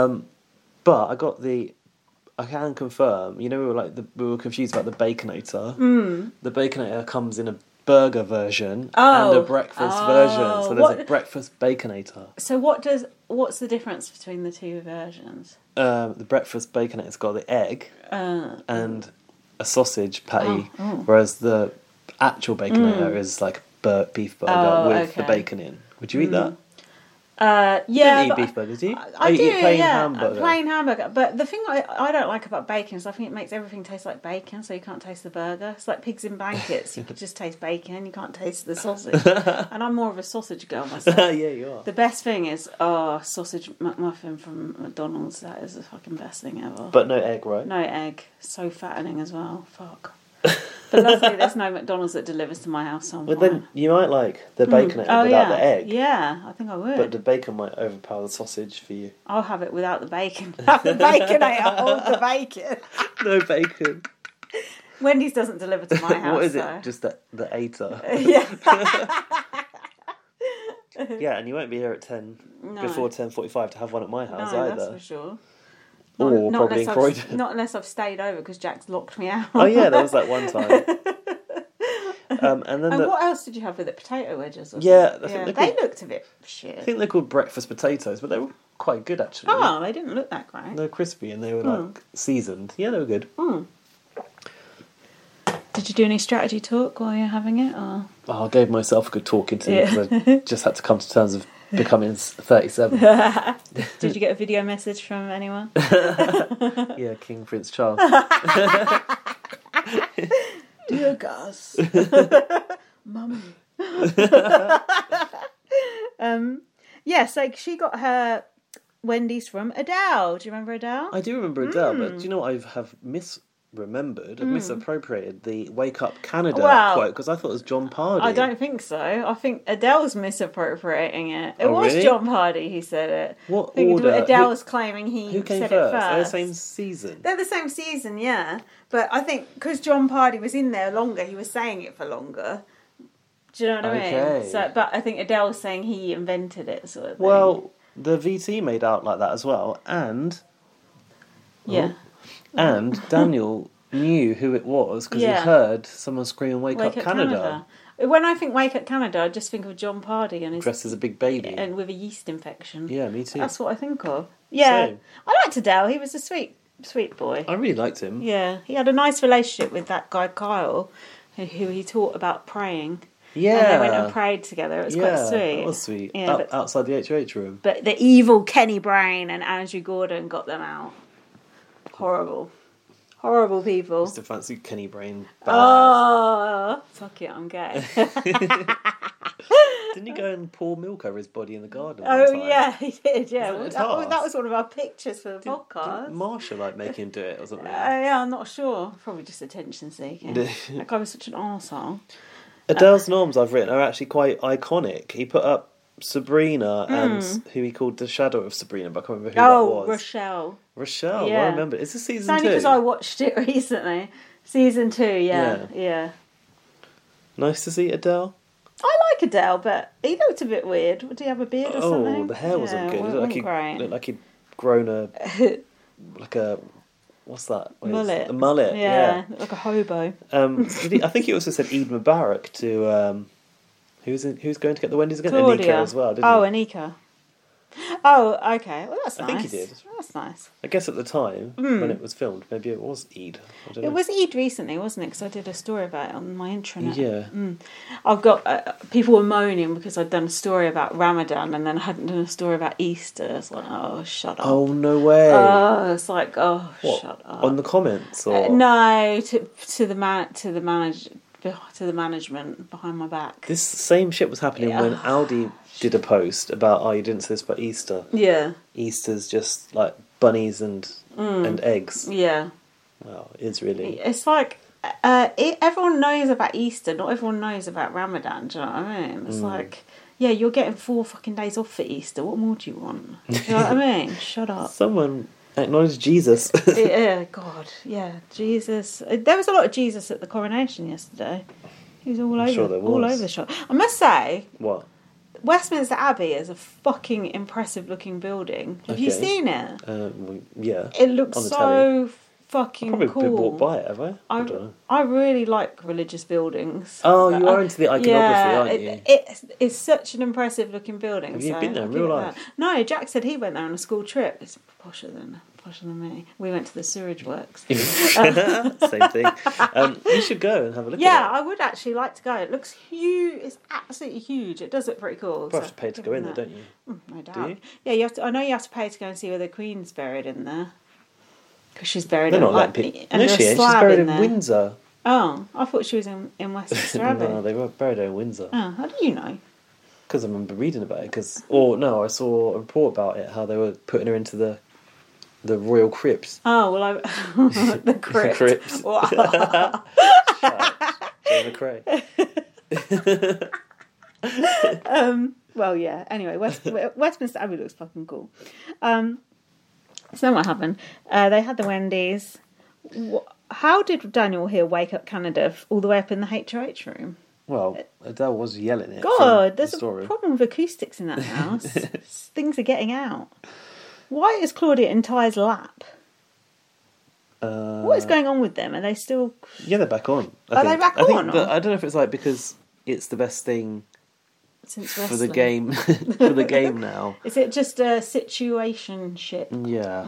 S1: But I got the. I can confirm. You know, we were like the, we were confused about the baconator.
S2: Mm.
S1: The baconator comes in a burger version and
S2: Oh.
S1: a breakfast
S2: Oh,
S1: version. So there's a
S2: what-
S1: breakfast baconator.
S2: So what does what's the difference between the two versions?
S1: Um, the breakfast baconator's got the egg
S2: Uh.
S1: and a sausage
S2: Oh,
S1: patty, whereas the actual baconator is like bur- beef burger
S2: Mm. Oh,
S1: with the
S2: okay.
S1: bacon in. Would you eat that?
S2: Uh,
S1: You
S2: yeah,
S1: don't
S2: but
S1: eat beef burgers, do you?
S2: I,
S1: Oh,
S2: I
S1: you
S2: do.
S1: eat plain
S2: yeah,
S1: hamburger.
S2: plain hamburger. But the thing I, I don't like about bacon is I think it makes everything taste like bacon, so you can't taste the burger. It's like pigs in blankets. you could just taste bacon. You can't taste the sausage. and I'm more of a sausage girl myself.
S1: yeah, you are.
S2: The best thing is, oh, sausage McMuffin from McDonald's. That is the fucking best thing ever.
S1: But no egg, right?
S2: No egg. So fattening as well. Fuck. But luckily, there's no McDonald's that delivers to my house. So I'm
S1: But
S2: fine.
S1: then you might like the baconator
S2: oh
S1: without
S2: yeah,
S1: the egg.
S2: yeah. I think I would.
S1: But the bacon might overpower the sausage for you.
S2: I'll have it without the bacon. Have the bacon, I hold the bacon.
S1: No bacon.
S2: Wendy's doesn't deliver to my house.
S1: what is
S2: though.
S1: it? Just the the aider.
S2: yeah.
S1: yeah, and you won't be here at ten
S2: No.
S1: before ten forty five to have one at my
S2: No,
S1: house
S2: that's
S1: either.
S2: for sure.
S1: Or probably in
S2: unless I've,
S1: Croydon.
S2: not unless I've stayed over because Jack's locked me out.
S1: Oh yeah, there was that one time. um, and then
S2: And
S1: the,
S2: what else did you have with it? Potato wedges? Or
S1: Yeah,
S2: something?
S1: I think
S2: yeah.
S1: they're
S2: they
S1: called-
S2: looked a bit shit.
S1: I think they're called breakfast potatoes, but they were quite good actually.
S2: Oh, they didn't look that great.
S1: They were crispy and they were like
S2: Hmm.
S1: seasoned. Yeah, they were good.
S2: Did you do any strategy talk while you're having it? Or
S1: Oh, I gave myself a good talking to
S2: Yeah.
S1: because I just had to come to terms of becoming thirty seven.
S2: did you get a video message from anyone?
S1: yeah, King Prince Charles.
S2: Dear Gus, mummy. um,
S1: Um,
S2: yeah, so she got her Wendy's from Adele. Do you remember Adele?
S1: I do remember Adele, but do
S2: Hmm.
S1: you know what I have misremembered and misappropriated the Wake Up Canada
S2: Wow.
S1: quote because I thought it was John Pardy.
S2: I don't think so. I think Adele's misappropriating it. It
S1: Oh,
S2: was
S1: really?
S2: John Hardy who said it.
S1: What
S2: I think
S1: order?
S2: Adele
S1: Who-
S2: was claiming he
S1: Who came
S2: said
S1: first?
S2: it
S1: They're the
S2: first.
S1: same season.
S2: They're the same season, yeah. But I think because John Pardy was in there longer, he was saying it for longer. Do you know what I
S1: Okay.
S2: mean? So, but I think Adele was saying he invented it, sort of. Thing.
S1: Well, the VT made out like that as well, and
S2: yeah.
S1: and Daniel knew who it was because
S2: Hmm. Yeah.
S1: he heard someone screaming "Wake, Up, Canada,
S2: When I think Wake Up Canada, I just think of John Pardy and his
S1: dressed as a big baby.
S2: and with a yeast infection.
S1: yeah, me too.
S2: that's what I think of. Yeah,
S1: Same. Oh.
S2: I liked Adele. He was a sweet, sweet boy.
S1: I really liked him. Yeah,
S2: Yeah, he had a nice relationship with that guy Kyle, who who he taught about praying. and they went and prayed together. It was quite sweet.
S1: That was sweet.
S2: Yeah,
S1: Out-
S2: but,
S1: outside the HH room.
S2: but the evil Kenny Brain and Andrew Gordon got them out. Horrible, horrible people.
S1: Mr. Fancy Kenny Brain.
S2: Oh, fuck it, I'm gay.
S1: Didn't he go and pour milk over his body in the garden? one
S2: Oh
S1: time?
S2: yeah, he did. Yeah,
S1: Isn't it
S2: that, oh,
S1: tough?
S2: that was one of our pictures for the
S1: Did-
S2: podcast.
S1: didn't Marsha like make him do it or something.
S2: Uh, yeah, I'm not sure. Probably just attention seeking. that guy was such an arsehole.
S1: Adele's norms I've written are actually quite iconic. He put up Sabrina and s- who he called the shadow of Sabrina, but I can't remember who
S2: Hmm. Oh,
S1: that was.
S2: Rochelle.
S1: Rochelle, I
S2: Yeah.
S1: remember. Is this
S2: It's
S1: season
S2: only
S1: two?
S2: because I watched it recently. Season two, yeah,
S1: Yeah.
S2: yeah,
S1: Nice to see Adele.
S2: I like Adele, but he looked a bit weird. Did he have a beard or
S1: Oh,
S2: something?
S1: the hair wasn't
S2: Yeah,
S1: good. It
S2: wa-
S1: looked like he
S2: wasn't great.
S1: looked like he'd grown a like a what's that? What is-
S2: mullet.
S1: A mullet.
S2: Yeah,
S1: Yeah.
S2: looked like a hobo.
S1: Um, did he- I think he also said Eid Mubarak to um, who's in, who's going to get the Wendy's again? Anika
S2: Claudia
S1: as well, didn't
S2: oh,
S1: he?
S2: Anika. Oh, okay. Well, that's
S1: I
S2: nice.
S1: think he did.
S2: That's nice.
S1: I guess at the time when it was filmed, maybe it was Eid. I don't
S2: Hmm. It
S1: know.
S2: was Eid recently, wasn't it? Because I did a story about it Mm. on my intranet.
S1: Yeah.
S2: I've got uh, people were moaning because I'd done a story about Ramadan and then I hadn't done a story about Easter. It's like, oh, shut up.
S1: Oh no way!
S2: Oh, it's like, oh,
S1: What, Oh,
S2: shut up.
S1: on the comments or
S2: Uh, no, to to the man to the manage to the management behind my back.
S1: This same shit was happening
S2: Yeah.
S1: when Aldi did a post about oh you didn't say this about Easter.
S2: Yeah,
S1: Easter's just like bunnies and and eggs.
S2: Mm. yeah.
S1: Well, it is really.
S2: It's like uh, it, everyone knows about Easter, not everyone knows about Ramadan. Do you know what I mean? It's
S1: Mm.
S2: like, yeah, you're getting four fucking days off for Easter. What more do you want? Do you know what I mean? Shut up.
S1: Someone acknowledged Jesus.
S2: yeah, God, yeah, Jesus. Uh, There was a lot of Jesus at the coronation yesterday. He was all over,
S1: sure there
S2: all
S1: was.
S2: over the shop. I must say,
S1: what?
S2: Westminster Abbey is a fucking impressive looking building. Have you
S1: Okay.
S2: seen it?
S1: Um, well, yeah.
S2: It looks
S1: On the telly.
S2: so fucking
S1: Probably
S2: cool.
S1: been walked by it, have I? I, don't
S2: I,
S1: know.
S2: I really like religious buildings.
S1: Oh, you
S2: I-
S1: are into the iconography, aren't
S2: it-
S1: you?
S2: It's, it's such an impressive looking building.
S1: Have you
S2: so
S1: been there in
S2: I'll give
S1: real
S2: it that.
S1: life?
S2: No, Jack said he went there on a school trip. It's posher than posher than me. We went to the sewage works.
S1: Same thing. Um, you should go and have a look. at
S2: Yeah,
S1: it.
S2: I would actually like to go. It looks huge. It's absolutely huge. It does look pretty cool.
S1: You have to pay to go in there, don't you?
S2: you? Mm, No doubt.
S1: you?
S2: Yeah, you have to. I know you have to pay to go and see where the Queen's buried in there. Because she's buried
S1: They're
S2: in
S1: not
S2: like,
S1: letting people.
S2: under
S1: No,
S2: a
S1: she ain't. She's
S2: slab
S1: buried
S2: in
S1: in
S2: there.
S1: Windsor.
S2: Oh, I thought she was in, in Westminster Abbey.
S1: no, they were buried in Windsor.
S2: Oh, how do you know?
S1: Because I remember reading about it. Because or no, I saw a report about it. How they were putting her into the the royal crypts.
S2: Oh, well, I. the crypt.
S1: crypt.
S2: Wow.
S1: Jane McCrae.
S2: well, yeah. Anyway, West, Westminster Abbey looks fucking cool. Um, so then what happened? Uh, they had the Wendy's. Wha how did Daniel here wake up Canada f- all the way up in the HRH room?
S1: Well, Adele was yelling it. from
S2: God,
S1: the
S2: there's a
S1: story.
S2: problem with acoustics in that house. Things are getting out. Why is Claudia in Ty's lap?
S1: Uh,
S2: What is going on with them? Are they still?
S1: yeah, they're back on. I
S2: Are they
S1: think.
S2: back
S1: I think
S2: on,
S1: that-
S2: or-
S1: I don't know if it's like because it's the best thing
S2: Since
S1: for the
S2: wrestling?
S1: game for the game now.
S2: Is it just a situation ship?
S1: Yeah.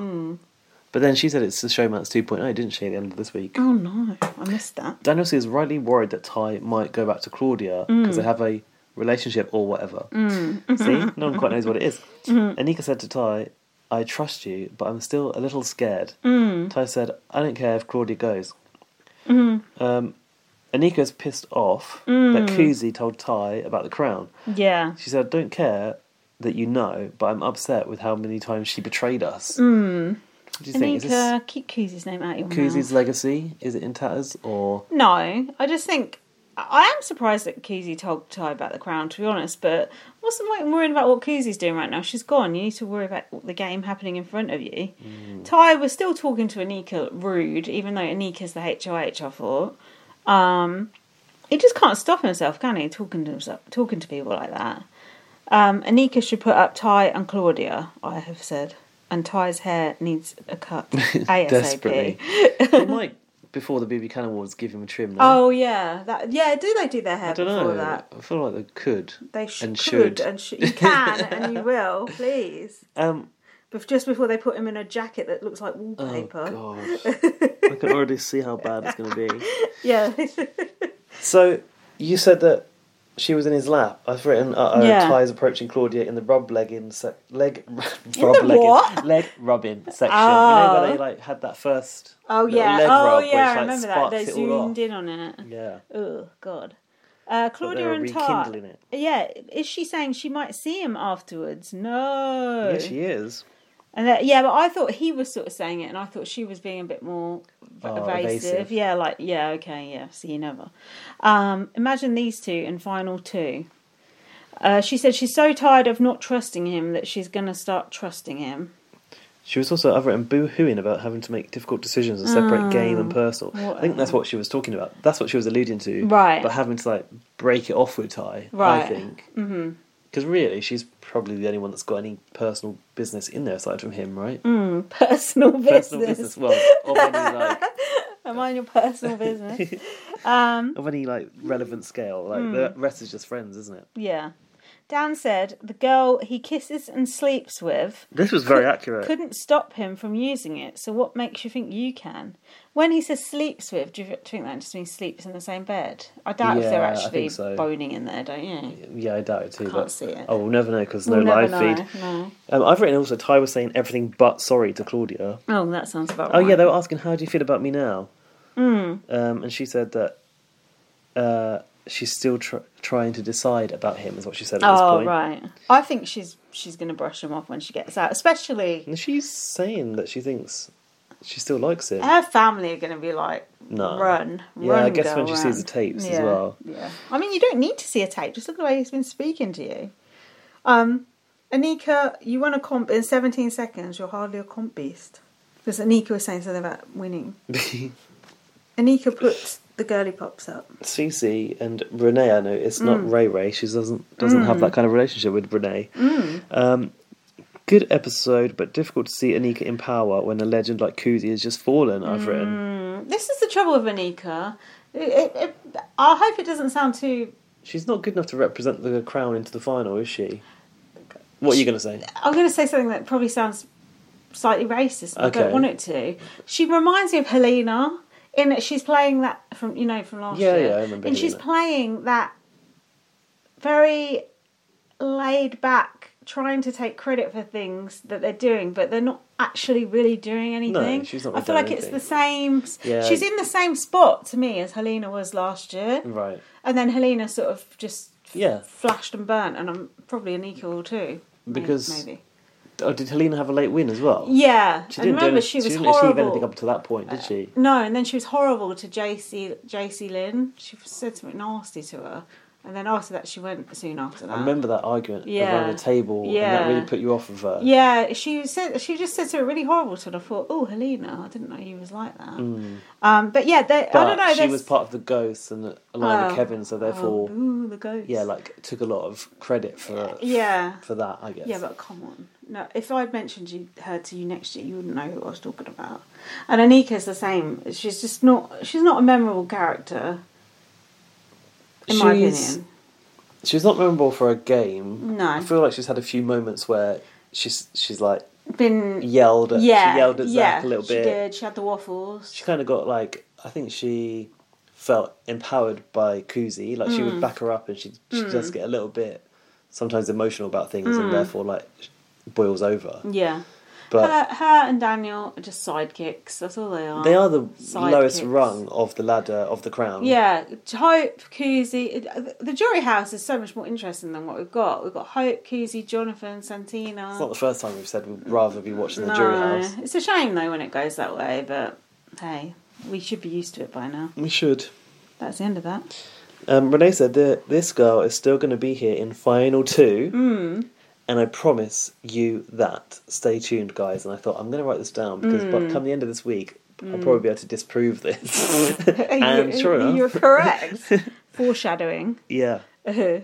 S1: But then she said it's the Showman's 2.0, didn't she? At the end of this week.
S2: Oh no, I missed that.
S1: Daniel C is rightly worried that Ty might go back to Claudia because they have a relationship or whatever. See, no one quite knows what it is. Anika said to Ty, "I trust you, but I'm still a little scared." Ty said, "I don't care if Claudia goes." Um, Anika's pissed off that Kuzi told Ty about the crown.
S2: Yeah.
S1: She said, "I don't care that you know, but I'm upset with how many times she betrayed us." What do you think? Is this
S2: Hmm. Anika, keep Koozie's uh, name out of your mouth.
S1: Kuzi's legacy? Is it in tatters or?
S2: No, I just think I am surprised that Koozie told Ty about the crown, to be honest. But what's the point in worrying about what Koozie's doing right now? She's gone. You need to worry about the game happening in front of you. Ty was still talking to Anika rude, even though Anika's the HOH. I thought. Um, he just can't stop himself, can he? Talking to himself, talking to people like that. Um, Anika should put up Ty and Claudia. I have said, and Ty's hair needs a cut ASAP.
S1: Desperately. they might before the BB Cannon Awards give him a trim. No?
S2: Oh yeah, that yeah. Do they do their hair
S1: I don't
S2: before
S1: know.
S2: that?
S1: I feel like they could.
S2: They sh-
S1: And
S2: could
S1: should.
S2: and sh- you can and you will, please.
S1: Um,
S2: But just before they put him in a jacket that looks like
S1: oh
S2: wallpaper.
S1: god, I can already see how bad it's going to be.
S2: yeah,
S1: So you said that she was in his lap. I've written, uh oh,
S2: Yeah.
S1: Ty's approaching Claudia in the rub legging sec- leg rub
S2: the
S1: legging-
S2: what? Ah.
S1: leg rubbing section. You know where they like had that first.
S2: oh
S1: little
S2: yeah,
S1: leg
S2: oh
S1: rub where
S2: yeah.
S1: she,
S2: I
S1: like,
S2: remember that
S1: sparks
S2: they
S1: it all
S2: zoomed
S1: off.
S2: in on it.
S1: Yeah.
S2: Oh god. Uh, Claudia
S1: were
S2: and Tart.
S1: rekindling it.
S2: Yeah, is she saying she might see him afterwards? No.
S1: Yeah, she is.
S2: And that, yeah, but I thought he was sort of saying it, and I thought she was being a bit more v-
S1: Oh,
S2: evasive.
S1: evasive.
S2: Yeah, like yeah, okay, yeah, see you never. Um, imagine these two in final two. Uh, she said she's so tired of not trusting him that she's gonna start trusting him.
S1: She was also, I've written boo-hooing about having to make difficult decisions and separate game
S2: Mm,
S1: and personal. I think that's what she was talking about. That's what she was alluding to.
S2: Right.
S1: But having to like break it off with Ty, I
S2: Right. Mm-hmm.
S1: think. Because really, she's probably the only one that's got any personal business in there aside from him, right?
S2: Personal Mm. business.
S1: Personal business. Well, of any like,
S2: Am I in your personal business? Mm.
S1: of any like relevant scale. Like the rest is just friends, isn't it?
S2: yeah. Dan said the girl he kisses and sleeps with
S3: This was very accurate.
S2: couldn't stop him from using it. So what makes you think you can? When he says sleeps with, do you think that just means sleeps in the same bed? I doubt if they're
S1: Yeah, I
S2: actually
S1: think so.
S2: boning in there, don't you?
S1: Yeah, I doubt it too.
S2: Can't
S1: but
S2: see it.
S1: Oh, we'll never know because no
S2: We'll never
S1: live
S2: know,
S1: feed.
S2: no.
S1: Um, I've written also. Ty was saying everything but sorry to Claudia.
S2: Oh, that sounds about
S1: Oh
S2: right.
S1: yeah, they were asking how do you feel about me now,
S2: Hmm.
S1: um, and she said that uh, she's still tr- trying to decide about him. Is what she said at this
S2: Oh
S1: point.
S2: right. I think she's she's going to brush him off when she gets out, especially
S1: And she's saying that she thinks she still likes him.
S2: her family are going to be like,
S1: No.
S2: run,
S1: Yeah,
S2: run,
S1: I guess
S2: girl,
S1: when she sees
S2: run.
S1: the tapes as
S2: Yeah,
S1: well.
S2: Yeah, I mean, you don't need to see a tape. Just look at the way he's been speaking to you. Um, Anika, you won a comp in 17 seconds. You're hardly a comp beast because Anika was saying something about winning. Anika puts the girly pops up.
S1: Cece and Renee, I know it's
S2: Hmm.
S1: not Ray Ray. She doesn't doesn't have that kind of relationship with Renee.
S2: Hmm.
S1: Um, good episode, but difficult to see Anika in power when a legend like Kuzi has just fallen. I've
S2: Hmm.
S1: written.
S2: This is the trouble with Anika. It, it, it, I hope it doesn't sound too
S1: She's not good enough to represent the crown into the final, is she? What are you going to say?
S2: I'm going to say something that probably sounds slightly racist. but I
S1: Okay.
S2: don't want it to. She reminds me of Helena in that she's playing that from you know from last
S1: Yeah,
S2: year.
S1: yeah, I remember
S2: And she's
S1: Helena.
S2: playing that very laid back, trying to take credit for things that they're doing, but they're not actually really doing anything.
S1: she's not
S2: I
S1: really
S2: feel
S1: doing
S2: like it's the
S1: anything.
S2: same.
S1: Yeah.
S2: She's in the same spot to me as Helena was last year,
S1: Right.
S2: and then Helena sort of just
S1: Yeah.
S2: flashed and burnt, and I'm probably an equal too. May-
S1: Because-
S2: maybe.
S1: Oh, did Helena have a late win as well?
S2: Yeah,
S1: She didn't
S2: and remember
S1: do any-
S2: she was
S1: didn't achieve anything
S2: horrible.
S1: up to that point, did she?
S2: No, and then she was horrible to JC JC Lynn. She said something nasty to her, and then after that she went soon after that.
S1: I remember that argument
S2: Yeah.
S1: around the table, and
S2: Yeah.
S1: that really put you off of her.
S2: Yeah, she said she just said something really horrible to her. I thought, oh Helena, I didn't know you was like that. Um, but yeah, they,
S1: Mm. But
S2: I don't know.
S1: she
S2: there's-
S1: was part of the ghosts and aligned
S2: Oh.
S1: with Kevin, so therefore,
S2: Oh, ooh, the ghost.
S1: yeah, like took a lot of credit for
S2: yeah.
S1: for that, I guess.
S2: Yeah, but come on. No, if I'd mentioned you, her to you next year, you wouldn't know who I was talking about. And Anika's the same. She's just not. She's not a memorable character. In my
S1: She's-
S2: opinion,
S1: she's not memorable for a game.
S2: No.
S1: I feel like she's had a few moments where she's she's like
S2: been
S1: yelled at,
S2: yeah,
S1: she yelled at
S2: yeah,
S1: Zach a little
S2: she
S1: bit.
S2: Did. She had the waffles.
S1: She kind of got like I think she felt empowered by Kuzi. Like she
S2: Hmm.
S1: would back her up, and she she does get a little bit sometimes emotional about things,
S2: Hmm.
S1: and therefore like boils over.
S2: Yeah,
S1: But
S2: her, her and Daniel are just sidekicks. That's all they are.
S1: they are the
S2: Sidekicks.
S1: lowest rung of the ladder of the crown.
S2: Yeah, Hope, Kuzi. The jury house is so much more interesting than what we've got. We've got Hope, Kuzi, Jonathan, Santina.
S1: It's not the first time we've said
S2: Mm.
S1: we'd rather be watching the jury house.
S2: It's a shame though when it goes that way, but hey, we should be used to it by now.
S1: We should.
S2: That's the end of that.
S1: Um, Renee said that this girl is still going to be here in final two,
S2: Hmm.
S1: and I promise you that. Stay tuned, guys. And I thought I'm going to write this down because
S2: Hmm.
S1: by, come the end of this week, I'll probably be able to disprove this. and sure enough,
S2: you're correct. Foreshadowing.
S1: yeah.
S2: Uh,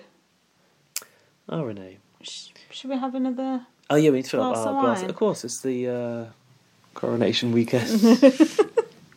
S1: Oh, Renee.
S2: sh- should we have another?
S1: Oh yeah, we need to fill up
S2: Glass
S1: our
S2: of
S1: glass.
S2: wine.
S1: Of course, it's the uh, coronation weekend.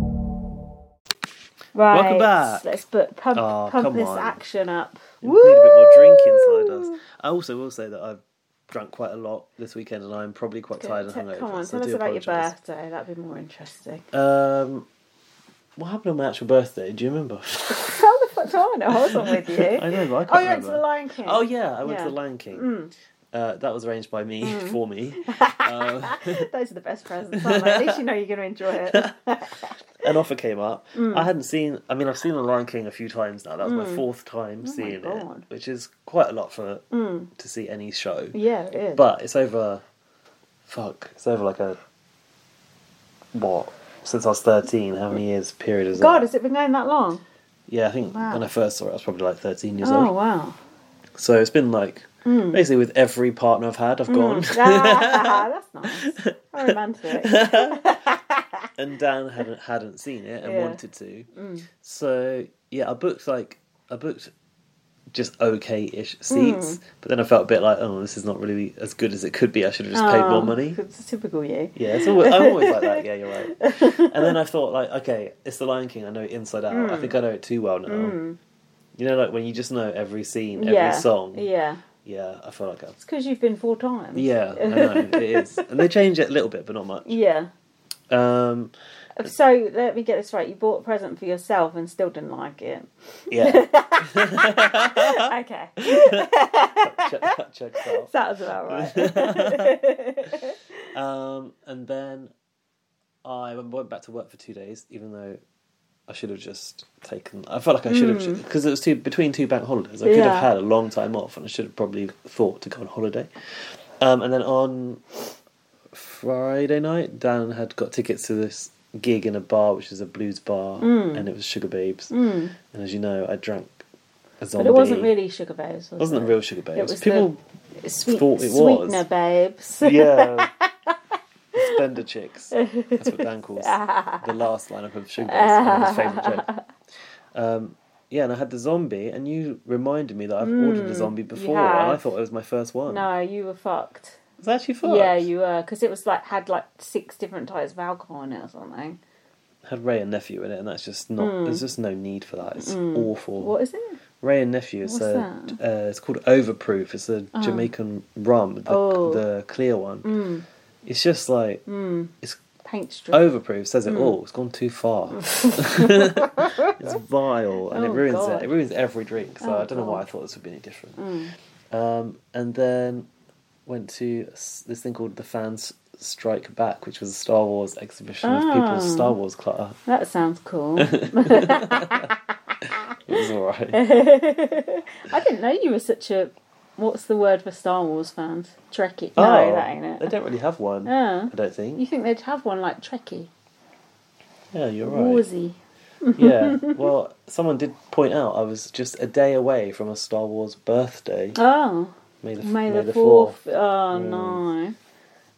S2: Right.
S1: Welcome back.
S2: Let's put, pump,
S1: Oh,
S2: pump
S1: come
S2: this
S1: on.
S2: action up.
S1: need a bit more drink inside us. I also will say that I've drunk quite a lot this weekend, and I'm probably quite tired and
S2: Come
S1: hungover.
S2: on,
S1: so I
S2: tell us
S1: do
S2: about your
S1: apologise.
S2: birthday. That'd be more interesting.
S1: Um, what happened on my actual birthday? Do you remember?
S2: How the fuck do I know? I wasn't with you.
S1: I know, but I can't
S2: oh, you went to
S1: remember.
S2: the Lion King.
S1: Oh yeah, I went
S2: Yeah. Mm.
S1: to the Lion King. Uh, that was arranged by me for me,
S2: Those are the best presents, aren't they? At least you know you're going to enjoy it.
S1: an offer came up.
S2: Mm.
S1: I hadn't seen. I mean, I've seen the Lion King a few times now. That was my fourth time seeing
S2: Oh God. Mm.
S1: it, which is quite a lot for to see any show.
S2: Yeah, it is.
S1: But it's over. Fuck, it's over like a what? Since I was thirteen, how many years period is
S2: God,
S1: that?
S2: has it been going that long?
S1: Yeah, I think
S2: Wow.
S1: when I first saw it, I was probably like thirteen years
S2: Oh
S1: old.
S2: wow!
S1: So it's been like
S2: Hmm.
S1: Basically, with every partner I've had, I've gone.
S2: Ah, that's nice. How romantic.
S1: and Dan hadn't hadn't seen it and
S2: Yeah. Hmm.
S1: wanted to. So yeah, I booked like I booked just okay-ish seats,
S2: Hmm.
S1: but then I felt a bit like, oh, this is not really as good as it could be. I should have just paid more
S2: Oh,
S1: money.
S2: It's typical you.
S1: Yeah, it's always, I'm always like that. Yeah, you're right. And then I thought, like, okay, it's The Lion King. I know it inside out.
S2: Hmm.
S1: I think I know it too well now. You know, like when you just know every scene, every
S2: yeah.
S1: song. Yeah.
S2: Yeah.
S1: I feel like I.
S2: It's because you've been four times.
S1: Yeah, I know it is, and they change it a little bit, but not much.
S2: Yeah.
S1: Um,
S2: So let me get this right. You bought a present for yourself and still didn't like it.
S1: yeah,
S2: okay.
S1: check, that checks out.
S2: Sounds about right.
S1: Um, and then I went back to work for two days, even though I should have just taken. I felt like I should have because it was two between two bank holidays. I could
S2: Hmm. Yeah.
S1: have had a long time off, and I should have probably thought to go on holiday. Um, and then on Friday night, Dan had got tickets to this gig in a bar, which is a blues bar,
S2: Hmm.
S1: and it was Sugar Babes. And as you know, I drank a zombie.
S2: But it wasn't really sugar babes. Was
S1: It wasn't a
S2: it?
S1: real Sugar Babes.
S2: was the-
S1: People,
S2: Sweet,
S1: thought it was.
S2: sweetener babes.
S1: yeah. Spender chicks. That's what Dan calls the last lineup of Sugar Babes. one of his favourite joke. Um, yeah, and I had the zombie, and you reminded me that I've ordered a zombie before, and I
S2: Mm, have.
S1: thought it was my first one.
S2: No, you were fucked.
S1: It's actually fun.
S2: Yeah, you were because it was like had like six different types of alcohol in it or something.
S1: had Ray and nephew in it, and that's just not. There's just no need for that. It's awful.
S2: Mm. What is it?
S1: Ray and nephew. It's
S2: What's
S1: a, uh, It's called Overproof. It's a Jamaican rum, the,
S2: Oh. Mm.
S1: the clear one. It's just like it's
S2: Paint strip.
S1: overproof says
S2: Hmm.
S1: it all. It's gone too far. it's vile and it
S2: Oh,
S1: ruins
S2: God.
S1: it. It ruins every drink. So
S2: Oh,
S1: I don't know why I
S2: God. Hmm.
S1: thought this would be any different. Um, and then went to s- this thing called the Fans Strike Back, which was a Star Wars exhibition of
S2: Ah.
S1: people's Star Wars clutter.
S2: That sounds cool. I
S1: It was alright.
S2: didn't know you were such a. What's the word for Star Wars fans? Trekkie. No, that ain't
S1: Oh, They
S2: it.
S1: don't really have one.
S2: Yeah.
S1: I don't think.
S2: You think they'd have one like Trekkie,
S1: Yeah, you're right.
S2: Warsy?
S1: yeah. Well, someone did point out I was just a day away from a Star Wars birthday.
S2: Oh,
S1: May the,
S2: May the Fourth. Oh no,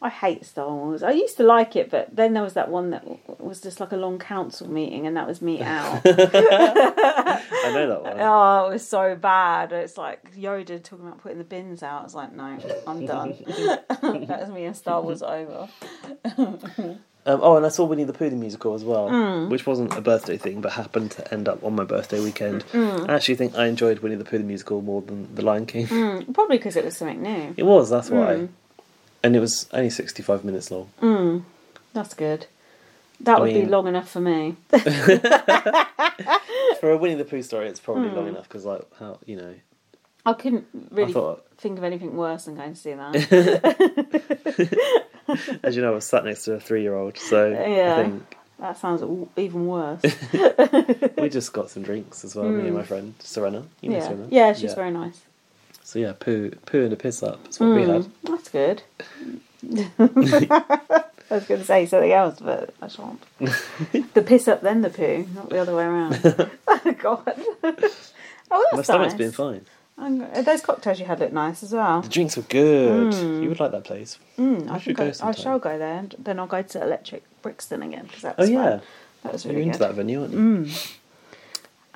S2: I hate Star Wars. I used to like it, but then there was that one that w- was just like a long council meeting, and that was me out.
S1: I know that one.
S2: Oh, it was so bad. It's like Yoda talking about putting the bins out. I was like, no, I'm done. that was me and Star Wars over.
S1: Um, oh, and I saw Winnie the Pooh the musical as well,
S2: Mm.
S1: which wasn't a birthday thing, but happened to end up on my birthday weekend.
S2: Mm.
S1: I actually think I enjoyed Winnie the Pooh the musical more than The Lion King.
S2: Probably because it was something new.
S1: It was that's why,
S2: Mm.
S1: and it was only sixty-five minutes long.
S2: That's good. That would be
S1: mean-
S2: long enough for me.
S1: For a Winnie the Pooh story, it's probably long enough because, like, how you know,
S2: I couldn't Mm. really
S1: I thought,
S2: think of anything worse than going to see that.
S1: as you know, I was sat next to a three-year-old, so
S2: Uh, Yeah.
S1: I think
S2: that sounds w- even worse.
S1: we just got some drinks as well. Me and my friend Serena. You know
S2: Mm. yeah,
S1: Serena?
S2: yeah, she's very nice. Hmm,
S1: So yeah, poo, poo and a piss up. That's what we had.
S2: Mm. That's good. I was going to say something else, but I shan't. the piss up, then the poo, not the other way around. oh, God. oh, that's
S1: My stomach's
S2: nice.
S1: been fine.
S2: I'm go- uh, Those cocktails you had look nice as well.
S1: The drinks were good. You would like that place.
S2: Mm, I,
S1: should
S2: should
S1: go
S2: go, I
S1: sometime.
S2: shall go there. and Then I'll go to Electric Brixton again because that's
S1: Oh yeah,
S2: that was
S1: you're
S2: really
S1: into
S2: good.
S1: that venue, aren't you?
S2: Mm.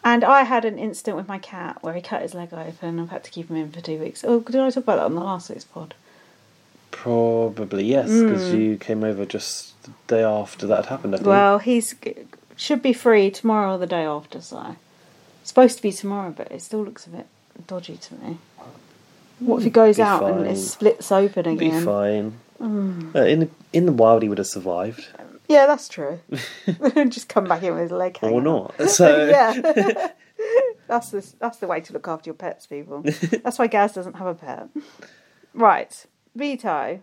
S2: And I had an incident with my cat where he cut his leg open. I've had to keep him in for two weeks. Oh, did I talk about that on the last week's pod?
S1: Probably yes, because you came over just the day after that had happened. I think.
S2: Mm. Well, he's should be free tomorrow or the day after, so it's supposed to be tomorrow, but it still looks a bit dodgy to me. What if he goes
S1: Mm, Be
S2: out
S1: fine.
S2: and it splits open
S1: be
S2: again?
S1: fine.
S2: Mm.
S1: Uh, in the, in the wild, he would have survived
S2: Yeah, that's true. Just come back in with his leg hanging.
S1: or
S2: out.
S1: not. So
S2: Oh, Yeah. that's the that's the way to look after your pets, people. That's why Gaz doesn't have a pet. Right, veto.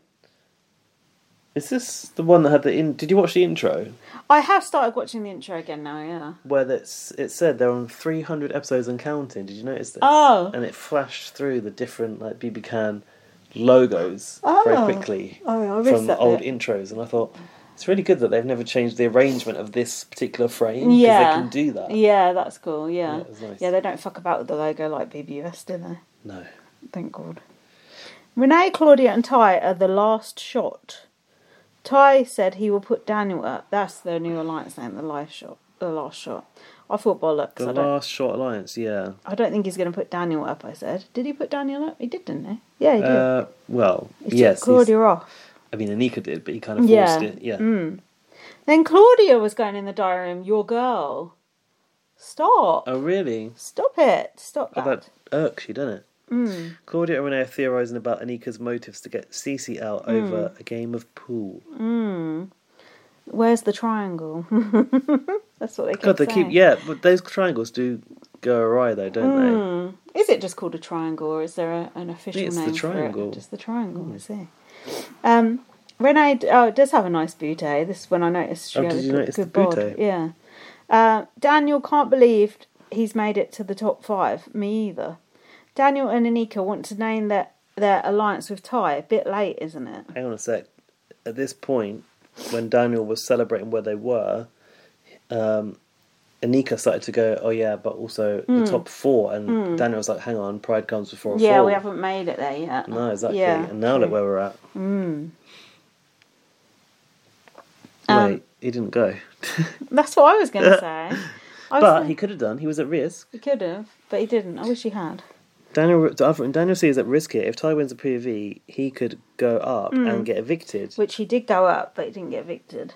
S1: is this the one that had the in? Did you watch the intro
S2: I have started watching the intro again now. Yeah.
S1: where that's it said they're on three hundred episodes and counting? Did you notice this?
S2: Oh.
S1: and it flashed through the different like BB Can logos
S2: Oh.
S1: very quickly
S2: Oh, I missed
S1: from
S2: that
S1: old
S2: bit.
S1: intros, and I thought. It's really good that they've never changed the arrangement of this particular frame because
S2: Yeah.
S1: they can do that.
S2: Yeah, that's cool. Yeah.
S1: Yeah, it was nice.
S2: yeah, they don't fuck about with the logo like BBUS, do they?
S1: No.
S2: Thank God. Renee, Claudia, and Ty are the last shot. Ty said he will put Daniel up. That's the new alliance name, the last shot. The last shot. I thought bollocks.
S1: The
S2: I don't,
S1: last shot alliance, yeah.
S2: I don't think he's going to put Daniel up. I said, did he put Daniel up? He did, didn't he? Yeah, he did.
S1: Uh, well,
S2: he took
S1: yes. he's-
S2: Claudia off.
S1: I mean, Anika did, but he kind of forced
S2: Yeah. Mm.
S1: it. Yeah.
S2: Then Claudia was going in the diary room. Your girl. Stop.
S1: Oh, really?
S2: Stop it. Stop
S1: Oh,
S2: that.
S1: that irks you, doesn't it? Mm. Claudia and Renee are theorising about Anika's motives to get Cece
S2: Hmm.
S1: out over a game of pool.
S2: Where's the triangle? That's what they keep
S1: God, they
S2: saying.
S1: keep yeah, but those triangles do go awry though, don't
S2: Hmm. Is it just called a triangle, or is there a, an official
S1: It's the
S2: name for
S1: triangle. Hmm.
S2: it? Just the triangle. I see. Um, Renee, d- oh, it does have a nice bootay. This is when I noticed she
S1: Oh,
S2: had
S1: did
S2: a
S1: you
S2: good,
S1: notice
S2: good
S1: the
S2: bod.
S1: bootay?
S2: Yeah. Uh, Daniel can't believe he's made it to the top five. Me either. Daniel and Anika want to name their their alliance with Ty. A bit late, isn't it?
S1: they? Hang on a sec. At this point, when Daniel was celebrating where they were, um, Anika started to go, "Oh yeah," but also the top four, and Daniel was like, "Hang on, pride comes before a
S2: Hmm. Yeah,
S1: fall."
S2: we haven't made it there yet.
S1: No, exactly.
S2: Yeah. Hmm.
S1: and now look where we're at.
S2: Um,
S1: Wait, he didn't go,
S2: That's what I was going to say. I was
S1: but
S2: gonna-
S1: he could have done. He was at risk.
S2: he could have, but he didn't. I wish he had.
S1: Daniel, I've written, Daniel C is at risk here. If Ty wins the POV, he could go up
S2: Mm.
S1: and get evicted.
S2: which he did go up, but he didn't get evicted.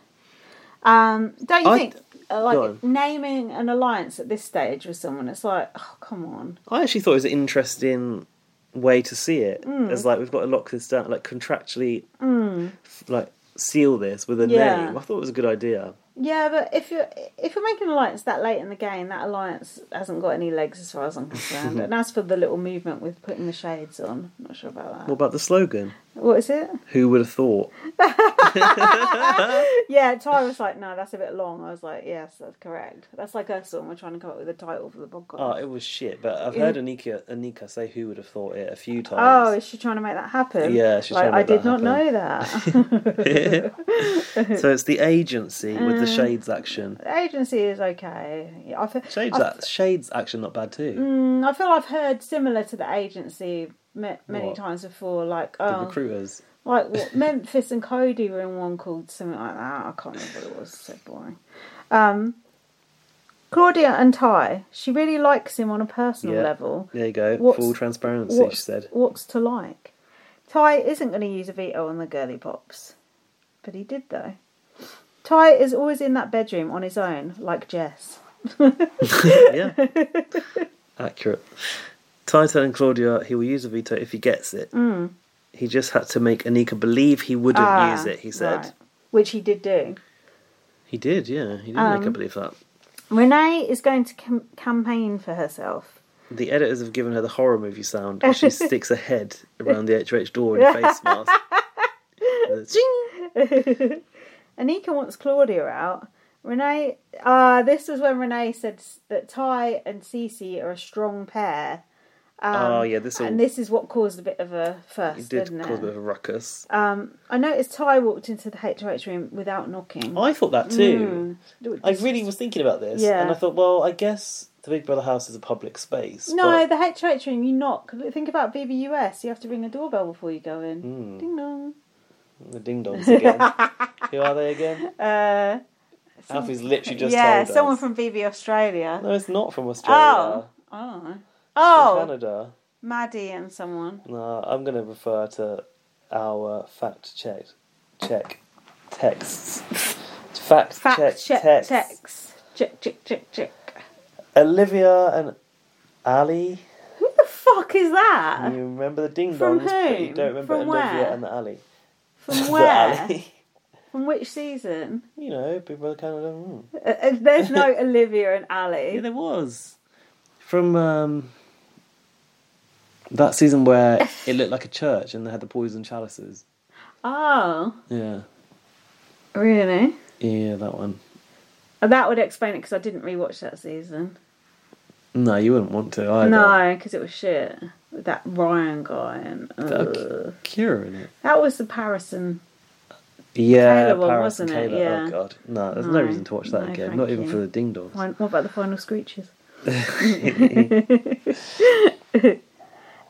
S2: Um, don't you
S1: I-
S2: think uh,
S1: go
S2: like
S1: on.
S2: naming an alliance at this stage with someone? It's like, oh come on,
S1: I actually thought it was an interesting way to see it.
S2: Mm.
S1: As like we've got to lock this down, like contractually, f- like seal this with a
S2: Yeah.
S1: name. I thought it was a good idea.
S2: yeah. But if you're if you're making an alliance that late in the game, that alliance hasn't got any legs as far as I'm concerned. and as for the little movement with putting the shades on, I'm not sure about that.
S1: What about the slogan?
S2: What is it?
S1: Who would have thought?
S2: Yeah, Ty was like, no, that's a bit long. I was like, yes, that's correct. That's like us when we're trying to come up with a title for the podcast.
S1: Oh, it was shit. But I've heard Anika Anika say "Who would have thought it" a few
S2: Oh,
S1: times.
S2: is she trying to make that happen?
S1: Yeah, she's
S2: like,
S1: trying to make
S2: I
S1: that
S2: did not
S1: happen.
S2: know that.
S1: so it's the agency with the
S2: Mm.
S1: shades action.
S2: agency is okay. Yeah, I've,
S1: Shades,
S2: I've-
S1: act- shades action, not bad too.
S2: mm, I feel I've heard similar to the agency ma- many
S1: What?
S2: times before. Like
S1: The
S2: oh,
S1: recruiters.
S2: like what, Memphis and Cody were in one called something like that. I can't remember what it was. So boring. Um, Claudia and Ty. She really likes him on a personal
S1: Yeah.
S2: level.
S1: There you go.
S2: What's-
S1: Full transparency. She
S2: What's,
S1: said.
S2: what's to like? Ty isn't going to use a veto on the girly pops, but he did though. Ty is always in that bedroom on his own, like Jess.
S1: yeah. Accurate. Ty telling Claudia he will use a veto if he gets it. He just had to make Anika believe he wouldn't
S2: Hmm. Ah,
S1: use it, he said.
S2: right. Which he did do.
S1: He did, yeah. He did make
S2: Um,
S1: her believe that.
S2: Renee is going to cam- campaign for herself.
S1: The editors have given her the horror movie sound as she sticks her head around the HH door in a face mask. And it's-
S2: Anika wants Claudia out. Renee, uh, this was when Renee said s- that Ty and Cece are a strong pair,
S1: oh, yeah, this all
S2: Um, and this is what caused a bit of a fuss,
S1: did
S2: didn't
S1: cause a bit
S2: it? Um,
S1: of a ruckus.
S2: I noticed Ty walked into the HOH room without knocking.
S1: I thought that too.
S2: Which
S1: I
S2: is-
S1: really was thinking about this,
S2: Mm. Yeah.
S1: and I thought, well, I guess the Big Brother house is a public space.
S2: no,
S1: but-
S2: the HOH room, you knock. Think about BBUS, you have to ring a doorbell before you go in.
S1: Hmm.
S2: Ding dong.
S1: The ding dongs again. Who are they again?
S2: Uh,
S1: Alfie's literally just
S2: yeah,
S1: told
S2: someone
S1: us.
S2: from BB Australia.
S1: No, it's not from Australia.
S2: Oh.
S1: Oh.
S2: Oh,
S1: Canada.
S2: Maddie and someone.
S1: No, I'm going to refer to our fact check check texts. Fact,
S2: Fact
S1: check,
S2: check
S1: texts.
S2: text. Check, check, check, check.
S1: Olivia and Ali.
S2: Who the fuck is that?
S1: You remember the ding
S2: From
S1: dongs, but you
S2: whom?
S1: don't remember
S2: From
S1: Olivia
S2: where?
S1: and the Ali.
S2: From
S1: The
S2: where?
S1: Ali.
S2: From which season?
S1: You know, Big Brother Canada. mm.
S2: Uh, uh, There's no Olivia and
S1: Yeah,
S2: Ali.
S1: there was. From um, that season where it looked like a church and they had the poison chalices.
S2: Oh,
S1: Yeah.
S2: really?
S1: Yeah, that one.
S2: Uh, That would explain it because I didn't rewatch that season.
S1: No, you wouldn't want to either.
S2: No, because it was shit. With that Ryan guy and ugh.
S1: That Cure in it.
S2: that was the Parison.
S1: Yeah,
S2: Taylor one,
S1: Paris and
S2: wasn't it?
S1: Taylor.
S2: Yeah.
S1: Oh god, no, there's no,
S2: No,
S1: reason to watch that
S2: no,
S1: again.
S2: thank
S1: Not even
S2: you.
S1: for the ding dongs.
S2: What about the final screeches?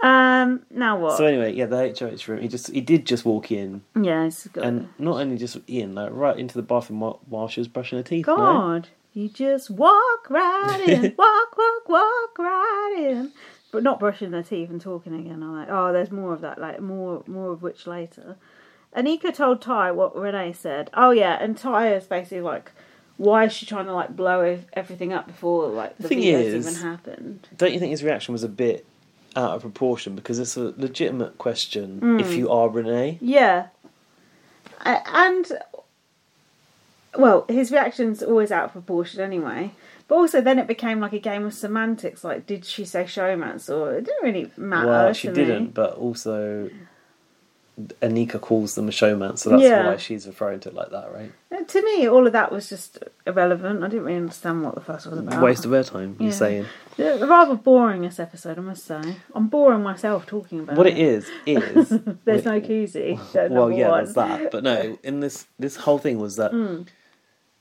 S2: Um, now what?
S1: So anyway, yeah, the HOH room. He just he did just walk in,
S2: yeah, it's good.
S1: and not only just in, like right into the bathroom while, while she was brushing her teeth. no?
S2: God, you just walk right in, walk, walk, walk right in. But not brushing their teeth and talking again. I'm like, oh, there's more of that. Like more, more of which later. Anika told Ty what Renee said. Oh yeah, and Ty is basically like, why is she trying to like blow ev- everything up before like the,
S1: thing
S2: video's
S1: is-
S2: even happened?
S1: Don't you think his reaction was a bit out of proportion because it's a legitimate question
S2: Hmm.
S1: if you are Renee?
S2: Yeah, A- and well, his reaction's always out of proportion anyway. But also, then it became like a game of semantics. Like, did she say showmance or it didn't really matter.
S1: Well,
S2: to
S1: she
S2: me.
S1: didn't, but also Anika calls them a showman, so that's
S2: Yeah.
S1: why she's referring to it like that, right?
S2: Uh, To me, all of that was just irrelevant. I didn't really understand what the fuss was about.
S1: Waste of air time, you're
S2: Yeah.
S1: saying.
S2: Yeah, Rather boring this episode, I must say. I'm boring myself talking about
S1: What
S2: it.
S1: it is, is
S2: There's no koozie. so
S1: well,
S2: number
S1: yeah,
S2: one.
S1: there's that. But no, in this this whole thing was that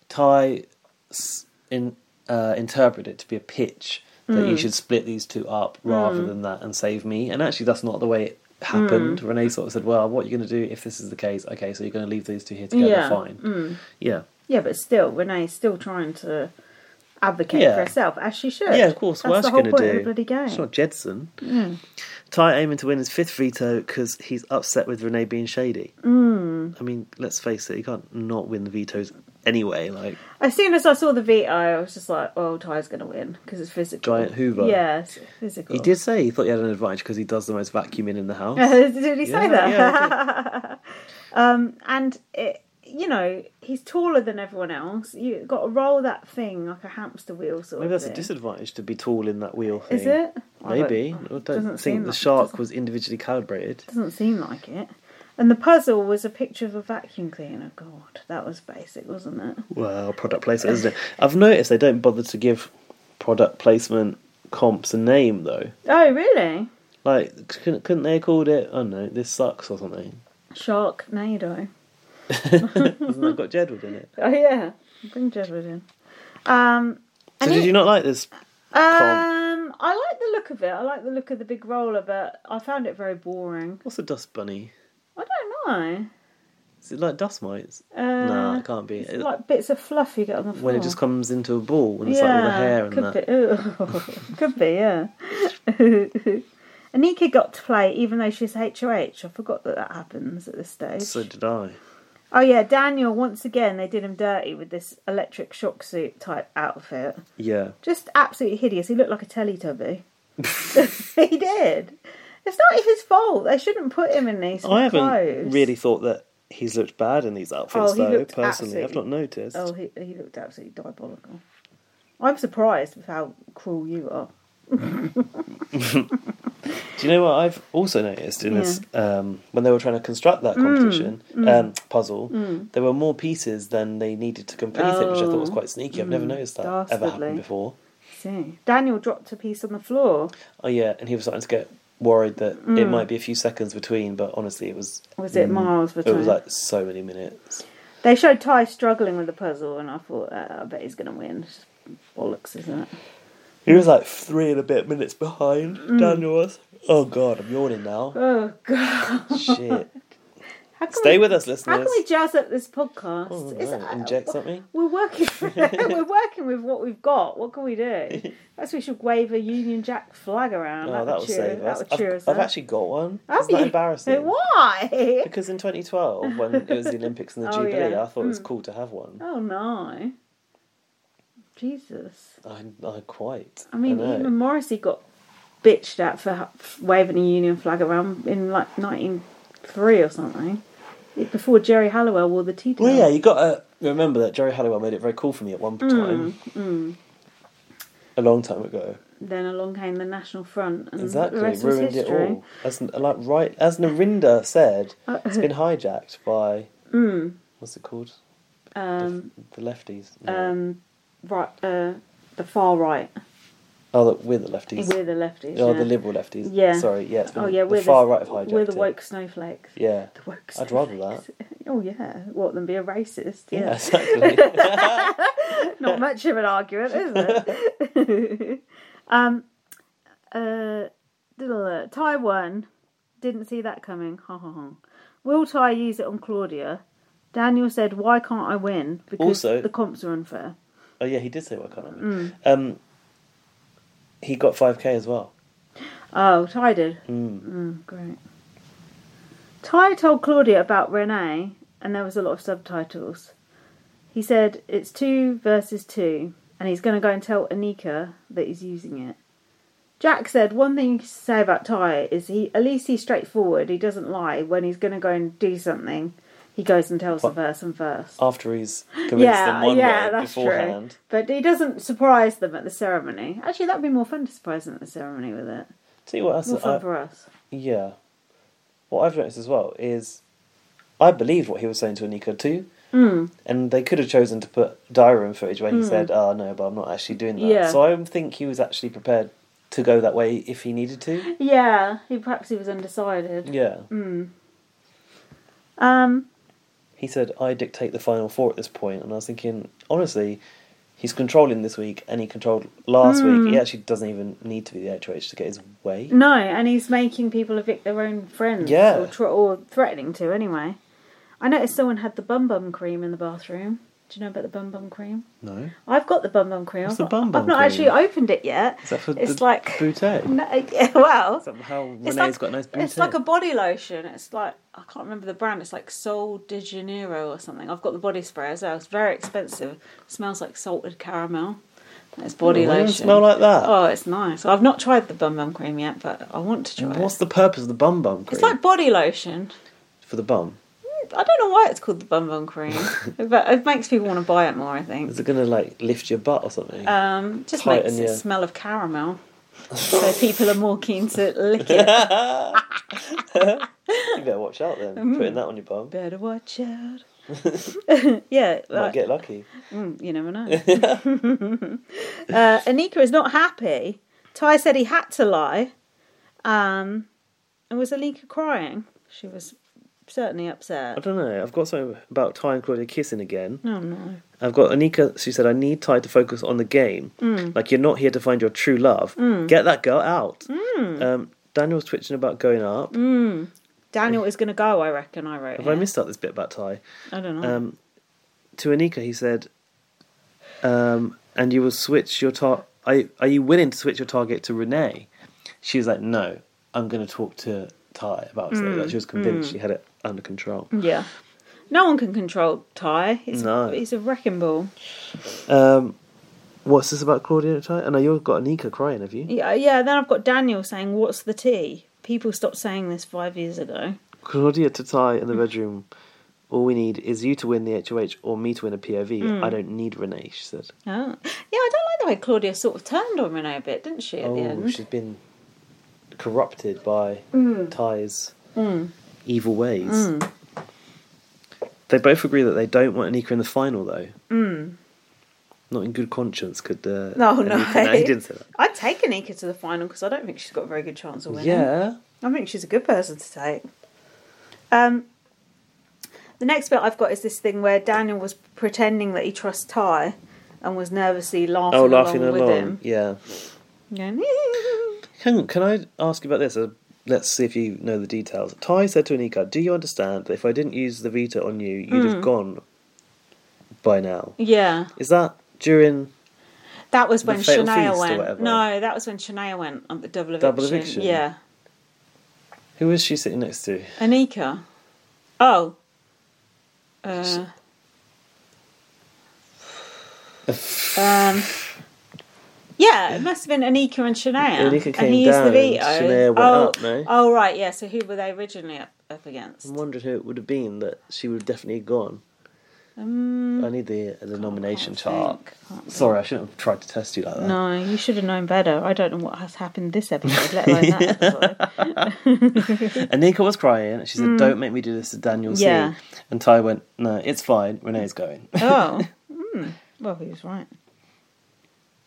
S1: Ty s- in, uh, interpreted it to be a pitch that you should split these two up rather than that and save me. And actually, that's not the way it happened. Renee sort of said, "Well, what are you going to do if this is the case? Okay, so you're going to leave these two here together.
S2: Yeah.
S1: Fine. Yeah,
S2: Yeah, but still, Renee's still trying to advocate
S1: Yeah.
S2: for herself, as she should.
S1: yeah. Of course,
S2: That's
S1: what else
S2: the
S1: you
S2: whole
S1: going to
S2: point
S1: do?
S2: of the bloody game. Mm.
S1: It's not Jedson. Ty aiming to win his fifth veto because he's upset with Renee being shady.
S2: Mm.
S1: I mean, let's face it, he can't not win the vetoes anyway. Like.
S2: As soon as I saw the veto, I was just like, "Oh, Ty's going to win because it's physical."
S1: Giant Hoover.
S2: Yeah, it's physical.
S1: He did say he thought he had an advantage because he does the most vacuuming in the house.
S2: did he
S1: Yeah,
S2: say that?
S1: yeah,
S2: and it, you know, he's taller than everyone else. You got to roll that thing like a hamster wheel sort
S1: Maybe
S2: of
S1: that's a
S2: thing.
S1: disadvantage to be tall in that wheel thing.
S2: Is it? I don't-
S1: Maybe. I don't,
S2: doesn't seem
S1: think the
S2: like-
S1: shark was individually calibrated.
S2: Doesn't seem like it. And the puzzle was a picture of a vacuum cleaner. God, that was basic, wasn't it?
S1: Well, product placement, isn't it? I've noticed they don't bother to give product placement comps a name though.
S2: Oh, really?
S1: Like, couldn't, couldn't they have called it? I don't know. This sucks or something.
S2: Sharknado.
S1: Hasn't that got Jedward in it?
S2: Oh yeah, bring Jedward in.
S1: So did
S2: it-
S1: you not like this?
S2: Um, I like the look of it. I like the look of the big roller, but I found it very boring.
S1: What's a dust bunny?
S2: I don't know.
S1: Is it like dust mites?
S2: Uh,
S1: nah, it can't be.
S2: It's
S1: It-
S2: like bits of fluff you get on the floor.
S1: Uh, when it just comes into a ball and it's like all the hair and
S2: could
S1: that.
S2: Be, ooh, could be, yeah. Anika got to play even though she's HOH. I forgot that that happens at this stage.
S1: So did I.
S2: oh, yeah, Daniel, once again, they did him dirty with this electric shock suit type outfit.
S1: Yeah.
S2: Just absolutely hideous. He looked like a Teletubby. he did. It's not his fault. They shouldn't put him in these
S1: I haven't
S2: clothes.
S1: really thought that he's looked bad in these outfits,
S2: Oh, he
S1: though.
S2: looked
S1: Personally, I've
S2: absolutely-
S1: not noticed.
S2: Oh, he, he looked absolutely diabolical. I'm surprised with how cruel you are.
S1: Do you know what I've also noticed in this? Um, when they were trying to construct
S2: Mm,
S1: that competition Um, puzzle, there were more pieces than they needed to complete it, which I thought was quite sneaky. I've never noticed that ever
S2: Oh, Dastardly.
S1: happened before.
S2: See. Daniel dropped a piece on the floor.
S1: Oh yeah, and he was starting to get worried that
S2: Mm.
S1: it might be a few seconds between, but honestly, it was
S2: Was it miles
S1: Mm. it
S2: between?
S1: was like so many minutes.
S2: They showed Ty struggling with the puzzle, and I thought, uh, I bet he's going to win. It's bollocks, isn't it?
S1: He was like three and a bit minutes behind.
S2: Mm.
S1: Daniel was. Oh god, I'm yawning now.
S2: Oh God!
S1: Shit.
S2: How can
S1: Stay
S2: we,
S1: with us, listeners.
S2: How can we jazz up this podcast?
S1: Oh,
S2: It's- uh,
S1: right. Inject something?
S2: We're working. we're working with what we've got. What can we do? Perhaps we should wave a Union Jack flag around.
S1: Oh, that
S2: that
S1: will
S2: would cheer,
S1: save us.
S2: That would cheer
S1: I've,
S2: us
S1: I've
S2: up.
S1: actually got one.
S2: Have
S1: Isn't that
S2: you?
S1: embarrassing?
S2: Why?
S1: Because in 2012, when it was the Olympics and the
S2: Oh,
S1: Jubilee,
S2: yeah.
S1: I thought it was cool to have one.
S2: Oh no! Jesus.
S1: I, I quite.
S2: I mean,
S1: know.
S2: even Morrissey got bitched at for ha- waving a Union flag around in like 1903 or something. Before Jerry Halliwell wore the tea
S1: well,
S2: towel.
S1: yeah, you got to remember that Jerry Halliwell made it very cool for me at one
S2: Hmm,
S1: time, a long time ago.
S2: Then along came the National Front, and
S1: Exactly,
S2: the Hmm, rest was
S1: ruined it
S2: history.
S1: all. As like right as Narinda said,
S2: Uh,
S1: it's been hijacked by
S2: Hmm.
S1: what's it called? Um, the, lefties. No.
S2: Um, right, uh, the far right.
S1: oh, the, we're the lefties.
S2: We're the lefties.
S1: Oh,
S2: yeah.
S1: the liberal lefties.
S2: Yeah.
S1: Sorry, yeah, it's been
S2: Oh yeah, we're
S1: the far right have hijacked
S2: We're the
S1: it.
S2: woke snowflakes.
S1: Yeah.
S2: The woke
S1: I'd rather that.
S2: snowflakes. Oh yeah, what than be a racist?
S1: Yeah,
S2: Yeah,
S1: exactly.
S2: not much of an argument, is it? um, uh, Ty won. Didn't see that coming. Ha ha ha. Will Ty use it on Claudia? Daniel said, "Why can't I win? Because
S1: Also-
S2: the comps are unfair."
S1: Oh yeah, he did say why can't I
S2: Mm.
S1: win? Um, he got five k as well.
S2: Oh, Ty did. Mm, great. Ty told Claudia about Renee, and there was a lot of subtitles. He said it's two versus two, and he's going to go and tell Anika that he's using it. Jack said one thing you can say about Ty is he at least he's straightforward. He doesn't lie when he's going to go and do something. He goes and tells the person first.
S1: After he's convinced them
S2: Yeah,
S1: one
S2: yeah,
S1: way
S2: that's
S1: beforehand.
S2: true. But he doesn't surprise them at the ceremony. Actually, that'd be more fun to surprise them at the ceremony with it.
S1: Tell you what else,
S2: More fun
S1: I-
S2: for us.
S1: yeah. What I've noticed as well is, I believed what he was saying to Anika too, mm. and they could have chosen to put diary room footage where he said, "Oh no, but I'm not actually doing that."
S2: Mm. Yeah.
S1: So I think he was actually prepared to go that way if he needed to.
S2: Yeah, he perhaps he was undecided.
S1: Yeah.
S2: Um,
S1: he said, I dictate the final four at this point. And I was thinking, honestly, he's controlling this week and he controlled last week.
S2: Hmm.
S1: He actually doesn't even need to be the HOH to get his way.
S2: no, and he's making people evict their own friends.
S1: Yeah.
S2: or, tr- or threatening to anyway. I noticed someone had the bum bum cream in the bathroom. Do you know about the bum bum cream?
S1: No.
S2: I've got the bum bum cream.
S1: What's
S2: I've
S1: the
S2: not-
S1: bum bum
S2: I've not actually
S1: cream?
S2: opened it yet.
S1: Is that for
S2: it's
S1: the
S2: like
S1: bootay?
S2: No, yeah, well,
S1: that how Renee's
S2: it's like,
S1: got a nice
S2: it's
S1: bootay?
S2: like a body lotion. It's like I can't remember the brand. It's like Sol de Janeiro or something. I've got the body spray as well. It's very expensive. smells like salted caramel. It's body
S1: Why does it
S2: lotion.
S1: smell like that?
S2: Oh, it's nice. I've not tried the bum bum cream yet, but I want to try
S1: What's
S2: it.
S1: the purpose of the bum bum cream?
S2: It's like body lotion.
S1: For the bum.
S2: I don't know why it's called the bum bum cream, but it makes people want to buy it more. I think.
S1: Is it going to like lift your butt or something?
S2: Um, just
S1: Tighten
S2: makes it
S1: your-
S2: smell of caramel, so people are more keen to lick it.
S1: you better watch out then.
S2: mm-hmm.
S1: Putting that on your bum.
S2: Better watch out. yeah,
S1: Might
S2: like-
S1: get lucky.
S2: Mm, you never know. uh, Anika is not happy. Ty said he had to lie. Um, and was Anika crying? She was certainly
S1: I
S2: upset.
S1: don't know. I've got something about Ty and Claudia kissing again.
S2: Oh no.
S1: I've got Anika. She said, "I need Ty to focus on the game.
S2: Mm.
S1: Like you're not here to find your true love. Get that girl out."
S2: Mm.
S1: Um, Daniel's twitching about going up.
S2: Daniel is going to go, I reckon, I wrote.
S1: Have
S2: here.
S1: I missed out this bit about Ty?
S2: I don't know.
S1: Um, to Anika, he said, um, "And you will switch your tar. Are, are you willing to switch your target to Renee?" She was like, "No, I'm going to talk to Ty about it."
S2: Mm.
S1: Like she was convinced she had it under control.
S2: yeah. No one can control Ty. He's,
S1: No.
S2: he's a wrecking ball.
S1: Um, what's this about Claudia and Ty? I know you've got Anika crying. Have you?
S2: Yeah, yeah. Then I've got Daniel saying, What's the tea? People stopped saying this five years ago.
S1: Claudia to tie in the bedroom. All we need is you to win the HOH or me to win a POV.
S2: Hmm.
S1: I don't need Renee, she said.
S2: Oh. Yeah, I don't like the way Claudia sort of turned on Renee a bit, didn't she, at the
S1: Oh,
S2: end? Hmm.
S1: she's been corrupted by Ty's evil ways. They both agree that they don't want Anika in the final, though. Not in good conscience could. Uh,
S2: Hmm. No, no.
S1: Anika- he didn't say that.
S2: I'd take Anika to the final because I don't think she's got a very good chance of winning.
S1: Yeah.
S2: I think she's a good person to take. Um, the next bit I've got is this thing where Daniel was pretending that he trusts Ty and was nervously laughing,
S1: Oh, laughing
S2: along,
S1: along.
S2: with him.
S1: Yeah.
S2: Going,
S1: Can can I ask you about this? Uh, let's see if you know the details. Ty said to Anika, "Do you understand that if I didn't use the Vita on you, you'd
S2: Hmm.
S1: have gone by now?"
S2: yeah,
S1: Is that during?
S2: that was
S1: The
S2: when
S1: Fatal Feast
S2: Shania
S1: or
S2: went.
S1: whatever.
S2: No, that was when Shania went on the double eviction.
S1: Double eviction.
S2: Yeah,
S1: Who is she sitting next to?
S2: Anika. Oh. Uh, um. Yeah, it must have been Anika and Shania.
S1: Anika
S2: and
S1: came
S2: he used the
S1: down and
S2: veto.
S1: Shania went
S2: oh,
S1: up, no?
S2: oh, right, yeah. So who were they originally up, up
S1: I
S2: against?
S1: wondered who it would have been that she would have definitely gone. I need the the nomination
S2: Um, can't
S1: chart.
S2: think, can't think.
S1: Sorry, I shouldn't have tried to test you like that.
S2: No, you should have known better. I don't know what has happened this episode, let alone that episode.
S1: Anika was crying. and She said, "Don't make me do this to Daniel C."
S2: Hmm. Yeah.
S1: And Ty went, "No, it's fine. Renee's going."
S2: Oh. hmm, Well, he was right.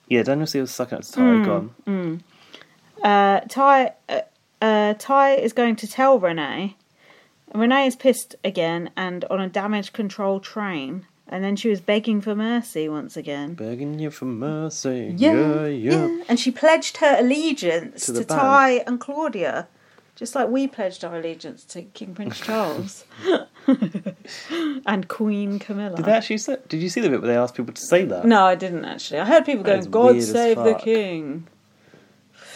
S1: yeah, Daniel C was sucking up to Ty.
S2: Hmm.
S1: Gone.
S2: uh, Ty, uh, uh, Ty is going to tell Renee. Renee is pissed again and on a damage control train. And then she was begging for mercy once again.
S1: Begging you for mercy. yeah.
S2: Yeah, yeah. And she pledged her allegiance
S1: To
S2: to,
S1: the band.
S2: Ty and Claudia, just like we pledged our allegiance to King Prince Charles and Queen Camilla.
S1: Did they actually say, did you see the bit where they asked people to say that?
S2: No, I didn't actually. I heard people
S1: That is
S2: going, "God
S1: weird as
S2: save the
S1: fuck.
S2: king."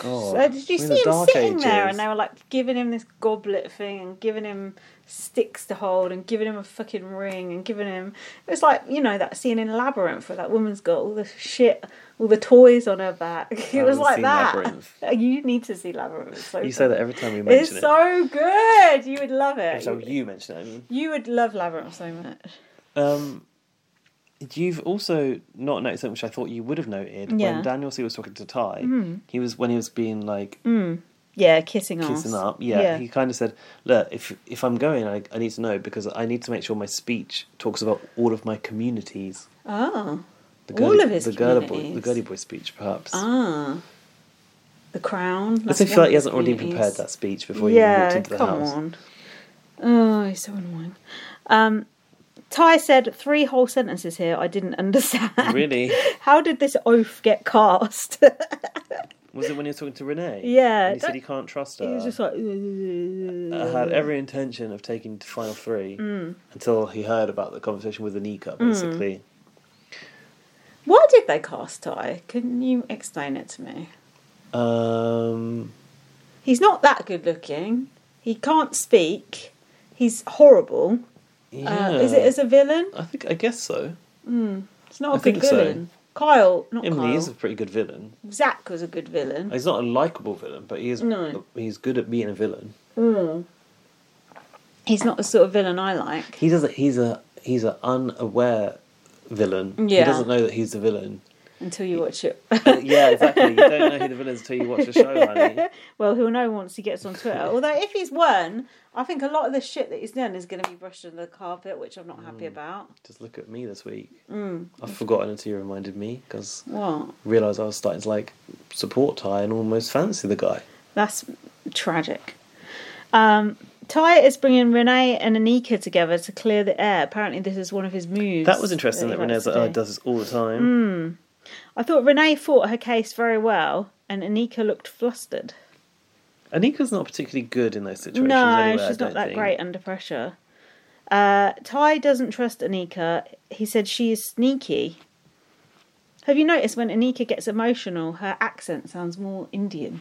S1: God,
S2: So Uh, did you
S1: Oh, we're in
S2: see
S1: the
S2: him
S1: Dark
S2: sitting there
S1: Ages.
S2: and they were like giving him this goblet thing and giving him sticks to hold and giving him a fucking ring and giving him it was like you know that scene in Labyrinth where that woman's got all the shit all the toys on her back it
S1: haven't
S2: was like
S1: seen
S2: that
S1: Labyrinth.
S2: you need to see Labyrinth it's so
S1: You
S2: good.
S1: say that every time we mention
S2: it's
S1: it.
S2: so good you would love
S1: Every
S2: it
S1: time
S2: you,
S1: you mention it, I mean.
S2: you would love Labyrinth so much
S1: Um, you've also not noticed something which I thought you would have noted
S2: Yeah. Mm-hmm.
S1: when Daniel C was talking to Ty. He was when he was being like
S2: Mm. yeah kissing ass
S1: kissing up. Yeah, he kind of said, "Look, if if I'm going, I, I need to know because I need to make sure my speech talks about all of my communities."
S2: oh
S1: The
S2: All
S1: girly-
S2: of his
S1: the girly boy,
S2: communities.
S1: the girly boy speech, perhaps.
S2: ah the crown
S1: I
S2: that's
S1: just feel
S2: one
S1: like he
S2: of his
S1: hasn't already
S2: beauties.
S1: prepared that speech before he walked
S2: yeah,
S1: into the
S2: come
S1: house.
S2: on. Oh, he's so annoying. Um, Ty said three whole sentences here I didn't understand.
S1: Really?
S2: How did this oath get cast?
S1: Was it when he was talking to Renee?
S2: Yeah,
S1: And he said
S2: that-
S1: he can't trust her.
S2: he was just "Mm." like.
S1: I had every intention of taking to final three
S2: Mm.
S1: until he heard about the conversation with Anika, basically.
S2: Why did they cast Ty? Can you explain it to me?
S1: Um,
S2: He's not that good looking. He can't speak. He's horrible.
S1: yeah.
S2: Uh, is it as a villain?
S1: I think, I guess so.
S2: It's not a
S1: I
S2: good
S1: think so.
S2: villain. Kyle, not
S1: I mean, he is a
S2: Kyle.
S1: pretty good villain.
S2: Zach was a good villain.
S1: He's not a likable villain, but he is.
S2: No.
S1: He's good at being a villain.
S2: He's not the sort of villain I like.
S1: He doesn't. He's a. He's an unaware villain. He
S2: Yeah.
S1: doesn't know that he's the villain.
S2: Until you watch it.
S1: yeah, exactly. You don't know who the villain is until you watch the show, honey.
S2: Well, he'll know once he gets on Twitter. Although, if he's won, I think a lot of the shit that he's done is going to be brushed under the carpet, which I'm not
S1: Mm.
S2: happy about.
S1: Just look at me this week.
S2: Mm.
S1: I've forgotten until you reminded me because
S2: What?
S1: realised I was starting to like support Ty and almost fancy the guy.
S2: That's tragic. Um, Ty is bringing Renee and Anika together to clear the air. Apparently, this is one of his moves.
S1: That was interesting
S2: he
S1: that,
S2: likes
S1: Renee's
S2: to
S1: like, oh,
S2: do. Mm.
S1: does this all the time.
S2: I thought Renee fought her case very well, and Anika looked flustered.
S1: Anika's not particularly good in those situations.
S2: No,
S1: anyway, I
S2: she's
S1: don't
S2: not that
S1: think.
S2: great under pressure. Uh, Ty doesn't trust Anika. He said she is sneaky. Have you noticed when Anika gets emotional, her accent sounds more Indian?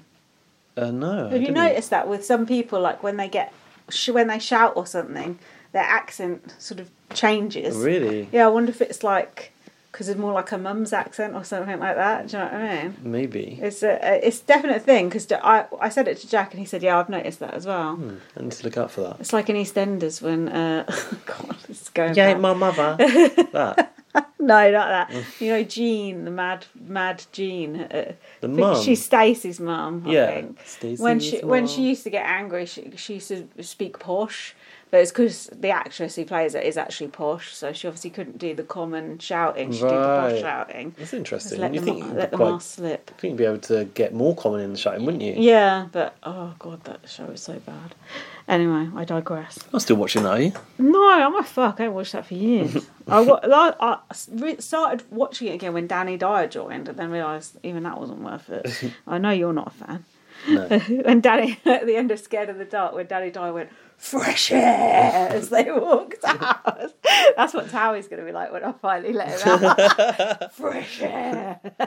S1: Uh, no. I
S2: Have you
S1: didn't.
S2: noticed that with some people, like when they get sh- when they shout or something, their accent sort of changes.
S1: Really?
S2: Yeah, I wonder if it's like because it's more like a mum's accent or something like that. Do you know what I mean?
S1: Maybe.
S2: It's a it's a definite thing because I I said it to Jack and he said yeah I've noticed that as well.
S1: I need to look out for that.
S2: It's like in EastEnders when, uh, God, it's going.
S1: Yeah,
S2: back.
S1: my mother. that.
S2: No, not that. you know, Jean, the mad, mad Jean. Uh,
S1: Mm. The
S2: I think
S1: mum.
S2: She's Stacey's mum. I
S1: Yeah,
S2: think.
S1: Stacey's
S2: when she when
S1: mum.
S2: she used to get angry, she she used to speak posh, but it's because the actress who plays it is actually posh, so she obviously couldn't do the common shouting. She did the posh
S1: Right.
S2: shouting.
S1: That's
S2: Just
S1: interesting.
S2: let
S1: you
S2: them
S1: think
S2: ma-
S1: you'd be
S2: let the
S1: quite,
S2: mask slip.
S1: I think you'd be able to get more common in the shouting, wouldn't you?
S2: Yeah, but oh god, that show is so bad. Anyway, I digress.
S1: I'm still watching that, are you?
S2: No, I'm a fuck. I ain't watched that for years. I, wa- like, I s- re- started watching it again when Danny Dyer joined, and then realised even that wasn't worth it. I know you're not a fan.
S1: No.
S2: when Danny at the end of Scared of the Dark, when Danny Dyer went fresh air as they walked out. That's what Towie's going to be like when I finally let him out. fresh air.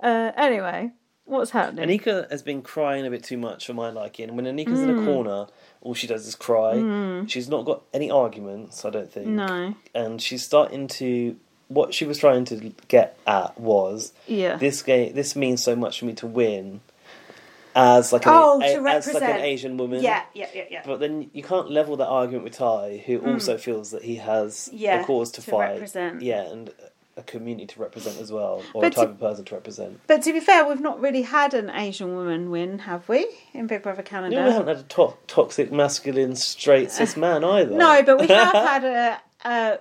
S2: uh, anyway, what's happening?
S1: Anika has been crying a bit too much for my liking. When Anika's
S2: Mm.
S1: in a corner, all she does is cry. She's not got any arguments, I don't think.
S2: No.
S1: And she's starting to. What she was trying to get at was
S2: Yeah.
S1: this game. This means so much for me to win, as like an,
S2: Oh,
S1: a-
S2: to
S1: as like an
S2: represent.
S1: Asian woman.
S2: yeah, yeah, yeah, yeah.
S1: But then you can't level that argument with Ty, who also feels that he has
S2: Mm. Yeah,
S1: a cause to,
S2: to
S1: fight.
S2: represent.
S1: Yeah, and a community to represent as well, or a
S2: But
S1: type
S2: to-
S1: of person to represent.
S2: But to be fair, we've not really had an Asian woman win, have we, in Big Brother Canada?
S1: No, we haven't had a to- toxic, masculine, straight cis man either.
S2: No, but we have had a, a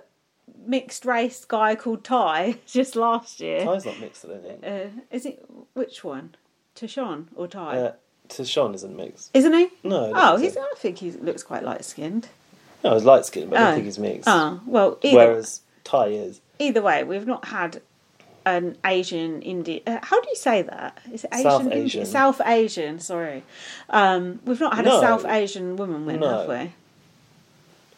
S2: mixed race guy called Ty just last year.
S1: Ty's not mixed, I don't think.
S2: Uh, is it which one? Tashawn or Ty?
S1: Uh, Tashawn Uh, isn't mixed.
S2: Isn't he?
S1: No, I don't
S2: Oh,
S1: think
S2: he's.
S1: so.
S2: I think he looks quite light skinned.
S1: No, I was light skinned, but I don't
S2: Oh.
S1: think he's mixed.
S2: Ah, well, either,
S1: Whereas Thai is
S2: either way, we've not had an Asian Indian. Uh, how do you say that? Is it Asian?
S1: South
S2: Indi-
S1: Asian.
S2: South Asian. Sorry, um, we've not had
S1: No.
S2: a South Asian woman win,
S1: No.
S2: have we?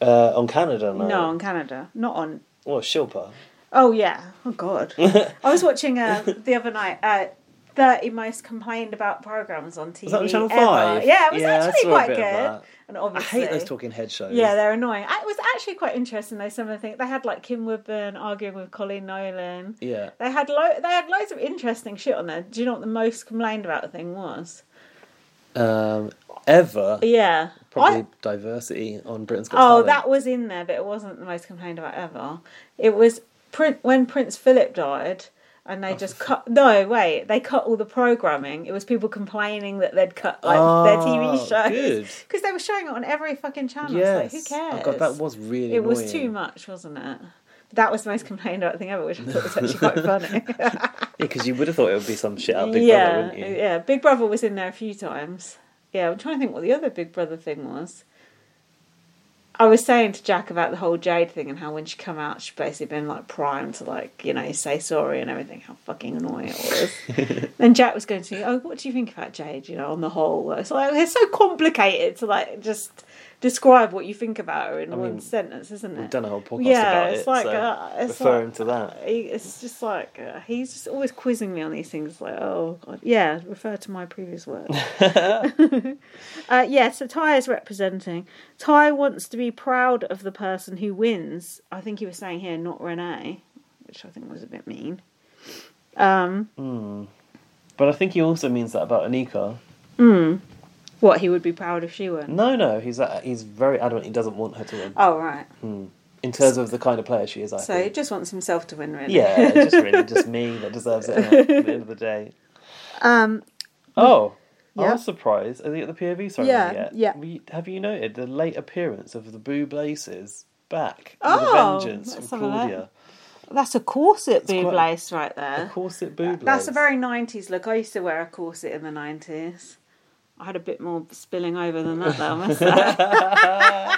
S1: uh, on Canada now.
S2: No, on Canada, not on
S1: Well, Shilpa.
S2: Oh yeah. Oh god. I was watching uh, the other night. Uh, Thirty most complained about programs on TV.
S1: that on Channel
S2: ever.
S1: 5?
S2: Yeah, it was
S1: Yeah, I
S2: actually
S1: saw a
S2: quite
S1: bit
S2: good.
S1: of that.
S2: And
S1: I
S2: obviously,
S1: hate those talking head shows.
S2: Yeah, they're annoying. I- It was actually quite interesting though. Some of the things they had, like Kim Woodburn arguing with Colin Nolan.
S1: Yeah.
S2: They had lo- they had loads of interesting shit on there. Do you know what the most complained about thing was?
S1: Um, ever.
S2: Yeah,
S1: Probably
S2: I-
S1: diversity on Britain's Got
S2: Oh,
S1: Talent.
S2: that was in there, but it wasn't the most complained about ever. It was print when Prince Philip died, and
S1: Oh,
S2: they just cut. No, wait, they cut all the programming. It was people complaining that they'd cut like their
S1: Oh,
S2: TV
S1: good.
S2: shows because they were showing it on every fucking channel. I was like, who cares?
S1: Oh god, that was really.
S2: it was
S1: annoying.
S2: too much, wasn't it? But that was the most complained about thing ever, which I thought was actually quite funny.
S1: Yeah, because you would have thought it would be some shit out Big
S2: yeah,
S1: Brother, wouldn't you?
S2: yeah. Big Brother was in there a few times. Yeah, I'm trying to think what the other Big Brother thing was. I was saying to Jack about the whole Jade thing and how when she come out, she basically been like primed to like you know say sorry and everything. How fucking annoying it was. then Jack was going to, me, oh, what do you think about Jade? You know, on the whole, it's like it's so complicated to like just describe what you think about her in one sentence, isn't it?
S1: We've done a whole podcast
S2: yeah,
S1: about
S2: it's
S1: it.
S2: like
S1: so
S2: uh, it's like-
S1: referring to that.
S2: he, it's just like uh, he's just always quizzing me on these things. Like, oh god, yeah, refer to my previous work. uh, yeah, so Ty is representing. Ty wants to be proud of the person who wins. I think he was saying here, not Renee, which I think was a bit mean. Um,
S1: But I think he also means that about Anika.
S2: what he would be proud if she won.
S1: No, no, he's uh, he's very adamant he doesn't want her to win.
S2: Oh right,
S1: In terms of the kind of player she is, I
S2: so he
S1: think.
S2: just wants himself to win, really.
S1: Yeah, just really just me that deserves it innit, at the end of the day.
S2: Um,
S1: Oh, I
S2: Yeah.
S1: was surprised. Are they at the POV sorry
S2: Yeah,
S1: yet?
S2: yeah.
S1: We, have you noted the late appearance of the Boo Blazers back
S2: Oh,
S1: with a vengeance from
S2: let's have a look.
S1: Claudia?
S2: that's a corset boob
S1: quite-
S2: lace right there.
S1: A corset Boo Blaze.
S2: That's a very 90s look. I used to wear a corset in the 90s. I had a bit more spilling over than that, though, I must say.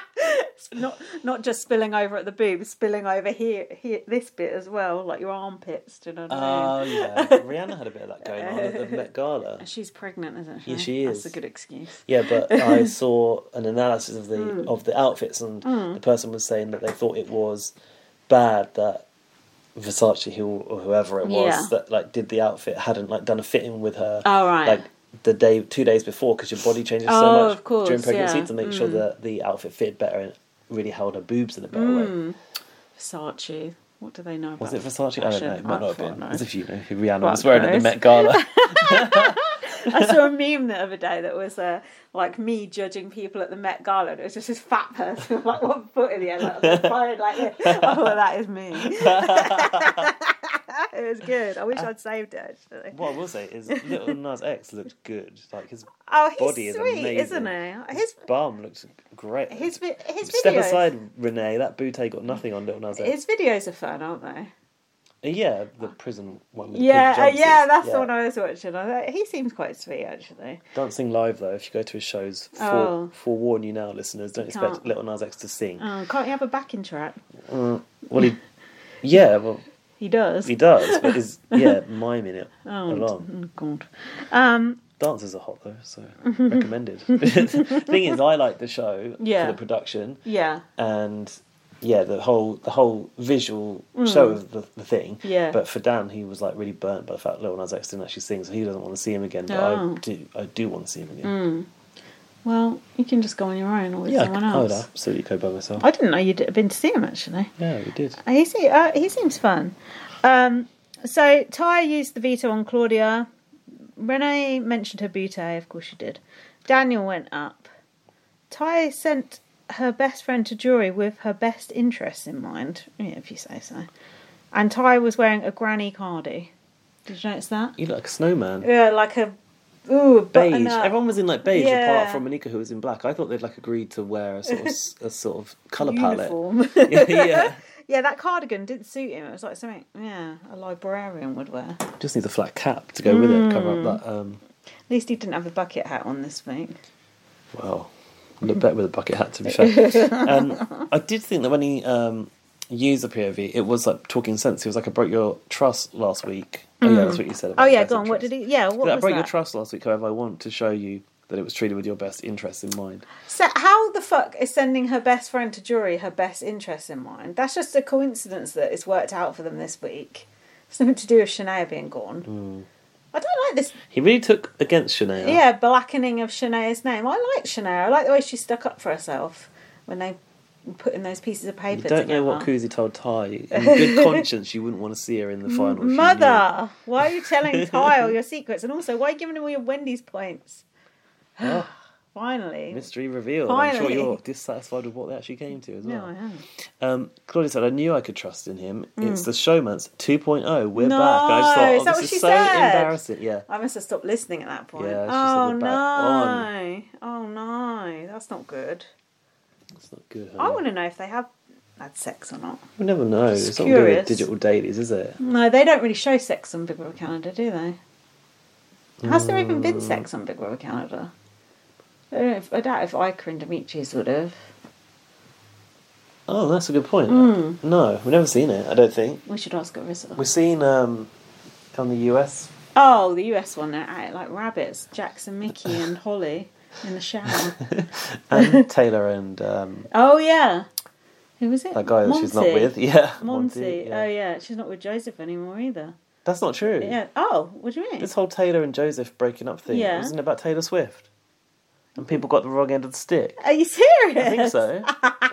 S2: not, not just spilling over at the boob, spilling over here, here, this bit as well, like your armpits. Do you know what I mean?
S1: Oh yeah, Rihanna had a bit of that going on at the Met Gala.
S2: She's pregnant, isn't she?
S1: Yeah, she is.
S2: That's a good excuse.
S1: Yeah, but I saw an analysis of the
S2: Hmm.
S1: of the outfits, and the person was saying that they thought it was bad that Versace, who or whoever it was
S2: Yeah.
S1: that like did the outfit, hadn't like done a fitting with her.
S2: Oh, right.
S1: Like the day, two days before, because your body changes so
S2: Oh,
S1: much
S2: of course,
S1: during pregnancy
S2: yeah. Hmm.
S1: to make sure that the outfit fitted better and really held her boobs in a better
S2: Hmm.
S1: way.
S2: Versace. What do they know about
S1: Was it Versace? I don't know. It might not have been.
S2: No.
S1: As if you know who Rihanna
S2: Fuck
S1: was wearing at the
S2: knows.
S1: Met Gala.
S2: I saw a meme the other day that was uh, like me judging people at the Met Gala. And it was just this fat person with like one foot in the air, like, with their forehead like this. I thought that is me. it was good. I wish I'd saved it actually.
S1: what I will say is, Little Nas X looked good. Like his
S2: Oh, he's
S1: body is
S2: sweet,
S1: amazing.
S2: isn't he? His
S1: bum looks great.
S2: his vi- his
S1: Step
S2: videos.
S1: aside, Renee. That bootay got nothing on Little Nas X.
S2: His videos are fun, aren't they?
S1: Yeah, the prison one. With the
S2: Yeah,
S1: pink
S2: uh, yeah,
S1: jumpsuits.
S2: that's the one I was watching. I thought, he seems quite sweet actually.
S1: Dancing live though. If you go to his shows, for,
S2: Oh.
S1: forewarn you now, listeners. Don't expect
S2: Can't.
S1: Little Nas X to sing.
S2: Oh, can't you have a backing track?
S1: Well, he, yeah, well
S2: He does.
S1: he does, but is yeah miming it along.
S2: Oh, God. Um,
S1: Dancers are hot though, so recommended. Thing is, I like the show
S2: Yeah.
S1: for the production.
S2: yeah.
S1: and yeah, the whole the whole visual show of the, the thing.
S2: Mm. Yeah.
S1: But for Dan, he was like really burnt by the fact Lil Nas X didn't actually sing, so he doesn't want to see him again. But
S2: Oh.
S1: I do, I do want to see him again.
S2: Well, you can just go on your own or with
S1: yeah, I,
S2: someone
S1: c- I would
S2: else.
S1: absolutely go by myself.
S2: I didn't know you'd been to see him actually.
S1: yeah, we did.
S2: He se- uh, he seems fun. Um, so Ty used the veto on Claudia. Renee mentioned her beauty, of course she did. Daniel went up. Ty sent her best friend to jury with her best interests in mind. Yeah, if you say so. And Ty was wearing a granny cardi. Did you notice that?
S1: You look like a snowman.
S2: Yeah, like a ooh a
S1: Beige.
S2: butternut-
S1: Everyone was in like beige, apart
S2: uh, Yeah.
S1: from Monika, who was in black. I thought they'd like agreed to wear a sort of s- a sort of color palette.
S2: uniform.
S1: yeah,
S2: Yeah, that cardigan didn't suit him. It was like something, yeah, a librarian would wear. At
S1: just needs a flat cap to go
S2: Mm.
S1: with it, cover up that. Um,
S2: least he didn't have a bucket hat on this week.
S1: well, look better with a bucket hat, to be fair. um, I did think that when he um, used the POV, it was like talking sense. He was like, I broke your trust last week. Oh, yeah, that's what you said.
S2: Oh
S1: about
S2: yeah,
S1: best
S2: go on. What
S1: interest.
S2: did he? Yeah, what
S1: I
S2: was
S1: broke your
S2: that?
S1: trust last week, however, I want to show you that it was treated with your best interests in mind.
S2: So how the fuck is sending her best friend to jury her best interests in mind? That's just a coincidence that it's worked out for them this week. It's nothing to do with Shania being gone.
S1: Hmm.
S2: I don't like this.
S1: He really took against Shania.
S2: Yeah, blackening of Shania's name. I like Shania. I like the way she stuck up for herself when they put in those pieces of paper.
S1: You don't know what
S2: together.
S1: Kuzi told Ty. In good conscience, you wouldn't want to see her in the final. if you knew.
S2: Mother, why are you telling Ty all your secrets? And also, why are you giving him all your Wendy's points?
S1: Oh.
S2: Finally.
S1: Mystery revealed. I'm
S2: Finally.
S1: sure you're dissatisfied with what they actually came to as well.
S2: No, I haven't.
S1: Um, Claudia said, I knew I could trust in him. It's the showman's 2.0. We're back. I just thought,
S2: Hmm. No,
S1: oh,
S2: is that
S1: this
S2: what
S1: is
S2: she
S1: so
S2: said?
S1: embarrassing. Yeah.
S2: I must have stopped listening at that point.
S1: Yeah, she said
S2: oh
S1: we're
S2: no!
S1: back on.
S2: Oh no! That's not good.
S1: It's not good.
S2: I
S1: huh?
S2: want to know if they have had sex or not.
S1: We never know. It's not really
S2: curious.
S1: digital dailies, is it?
S2: No, they don't really show sex on Big Brother Canada, do they? Has there even been sex on Big Brother Canada? I, don't know if, I doubt if Iker and Demetrius would have.
S1: Oh, that's a good point.
S2: Hmm.
S1: No, we've never seen it, I don't think.
S2: We should ask Arissa.
S1: We've seen um, on the US.
S2: Oh, the US one, they're at it like rabbits. Jackson, Mickey, and Holly in the shower.
S1: And Taylor and um,
S2: oh, yeah. Who was it?
S1: that guy that she's not
S2: Monty.
S1: with. Yeah.
S2: Monty.
S1: yeah.
S2: Oh, yeah. She's not with Joseph anymore either.
S1: That's not true.
S2: Yeah. Oh, what do you mean?
S1: This whole Taylor and Joseph breaking up thing
S2: Yeah.
S1: wasn't about Taylor Swift. And people got the wrong end of the stick.
S2: Are you serious?
S1: I think so.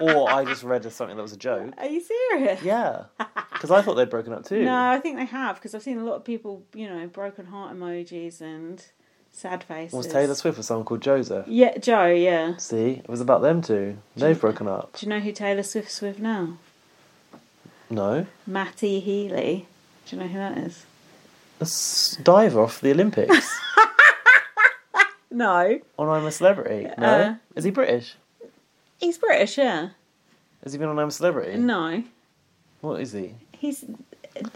S1: or I just read as something that was a joke.
S2: Are you serious?
S1: Yeah. Because I thought they'd broken up too.
S2: No, I think they have because I've seen a lot of people, you know, broken heart emojis and sad faces.
S1: Was Taylor Swift with someone called Joseph?
S2: Yeah, Joe. Yeah.
S1: See, it was about them two. They've broken up.
S2: Do you know who Taylor Swift's with now?
S1: No.
S2: Matty Healy. Do you know who that is?
S1: A s- diver off the Olympics
S2: No,
S1: on I'm a Celebrity. No.
S2: Uh.
S1: Is he British?
S2: he's British. Yeah.
S1: Has he been on I'm a Celebrity?
S2: No,
S1: What is he?
S2: he's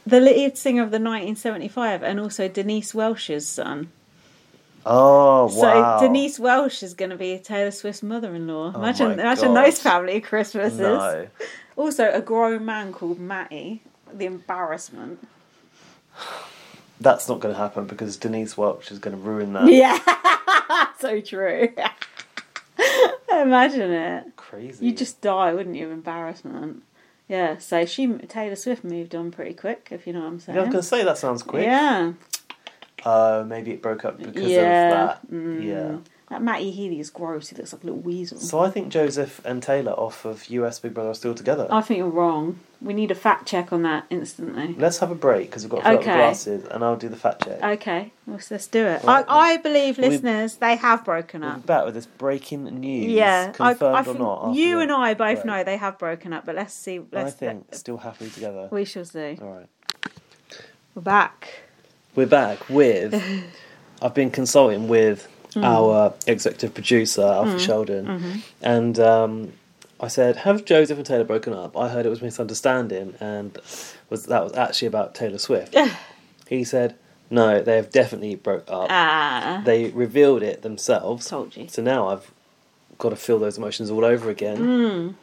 S2: the lead singer of the 1975 and also Denise Welsh's son.
S1: Oh, wow. Oh
S2: So Denise Welsh is going to be Taylor Swift's mother-in-law. Imagine,
S1: my
S2: imagine
S1: God.
S2: those family Christmases.
S1: No.
S2: Also, a grown man called Matty. The embarrassment.
S1: That's not going to happen because Denise Welch is going to ruin that.
S2: Yeah, so true. Imagine it.
S1: Crazy.
S2: You'd just die, wouldn't you? of Embarrassment. Yeah. So she, Taylor Swift, moved on pretty quick, if you know what I'm saying.
S1: Yeah, I was going to say that sounds quick.
S2: Yeah.
S1: Uh, maybe it broke up because
S2: Yeah, Mm.
S1: of that. Yeah.
S2: That Matty Healy is gross. He looks like a little weasel.
S1: So I think Joseph and Taylor off of US Big Brother are still together.
S2: I think you're wrong. We need a fact check on that instantly.
S1: Let's have a break because we've got to fill up
S2: Okay. Uh,
S1: the glasses, and I'll do the fact check.
S2: Okay, well, so let's do it. I, I believe
S1: we-
S2: listeners, they have broken
S1: We'll
S2: up.
S1: be back with this breaking news.
S2: Yeah, I- I
S1: confirmed or
S2: think
S1: not. after
S2: You
S1: the
S2: and I both
S1: break.
S2: know they have broken up, but let's see.
S1: I
S2: Let's
S1: think still happily together.
S2: we shall see.
S1: All right,
S2: We're back.
S1: we're back with. I've been consulting with
S2: Hmm.
S1: our executive producer Alfie Sheldon,
S2: Mm-hmm.
S1: and um, I said, "Have Joseph and Taylor broken up?" I heard it was misunderstanding, and was that was actually about Taylor Swift. he said, "No, they have definitely broke up."
S2: Ah.
S1: they revealed it themselves.
S2: Told you.
S1: So now I've got to feel those emotions all over again.
S2: Mm.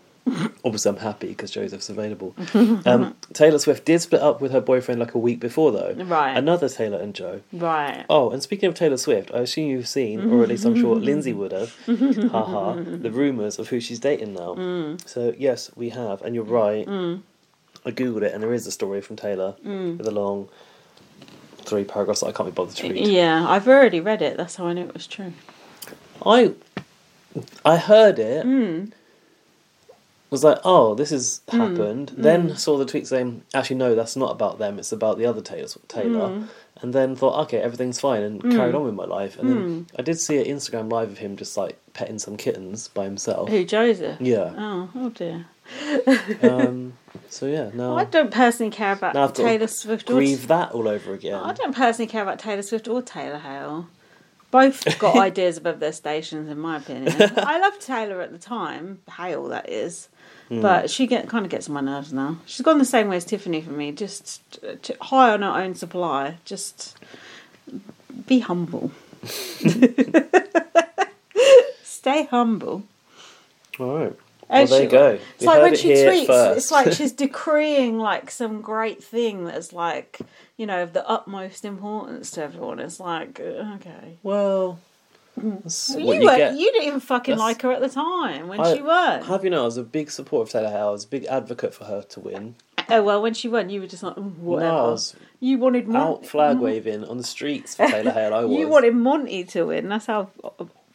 S1: Obviously, I'm happy because Joseph's available. um, Taylor Swift did split up with her boyfriend like a week before, though.
S2: Right.
S1: Another Taylor and Joe.
S2: Right.
S1: Oh, and speaking of Taylor Swift, I assume you've seen, or at least I'm sure Lindsay would have, haha, the rumours of who she's dating now.
S2: Mm.
S1: So, yes, we have, and you're right. I googled it, and there is a story from Taylor
S2: Mm.
S1: with a long three paragraphs that I can't be bothered to read.
S2: Yeah, I've already read it. That's how I knew it was true.
S1: I I heard it.
S2: Hmm.
S1: Was like, oh, this has happened.
S2: Hmm.
S1: Then saw the tweet saying, actually, no, that's not about them. It's about the other Taylor. Taylor.
S2: Hmm.
S1: And then thought, okay, everything's fine, and carried on with my life. And then
S2: Hmm.
S1: I did see an Instagram live of him just like petting some kittens by himself.
S2: Who, Joseph?
S1: Yeah.
S2: Oh, oh dear.
S1: um, so yeah, now,
S2: I don't personally care about
S1: now I've got to
S2: Taylor Swift or
S1: grieve that all over again.
S2: I don't personally care about Taylor Swift or Taylor Hale. Both got ideas above their stations, in my opinion. I loved Taylor at the time, Hale that is, but she get kind of gets on my nerves now. She's gone the same way as Tiffany for me, just uh, t- high on her own supply. Just be humble. Stay humble.
S1: All right.
S2: And
S1: Well, there
S2: she-
S1: you go.
S2: It's
S1: You
S2: like
S1: heard
S2: when
S1: it
S2: she
S1: here
S2: tweets,
S1: first.
S2: it's like she's decreeing like some great thing that's like you know of the utmost importance to everyone. It's like uh, okay,
S1: Well, that's
S2: Well,
S1: what
S2: you
S1: you
S2: were
S1: get.
S2: you didn't even fucking
S1: That's-
S2: like her at the time when
S1: I-
S2: she won.
S1: Have you know, I was a big supporter of Taylor Howe. I was a big advocate for her to win.
S2: Oh well, when she won, you were just like "Mm, whatever.
S1: No, I was
S2: you wanted Mon-
S1: out flag waving on the streets for Taylor Hale. I was.
S2: you wanted Monty to win. That's how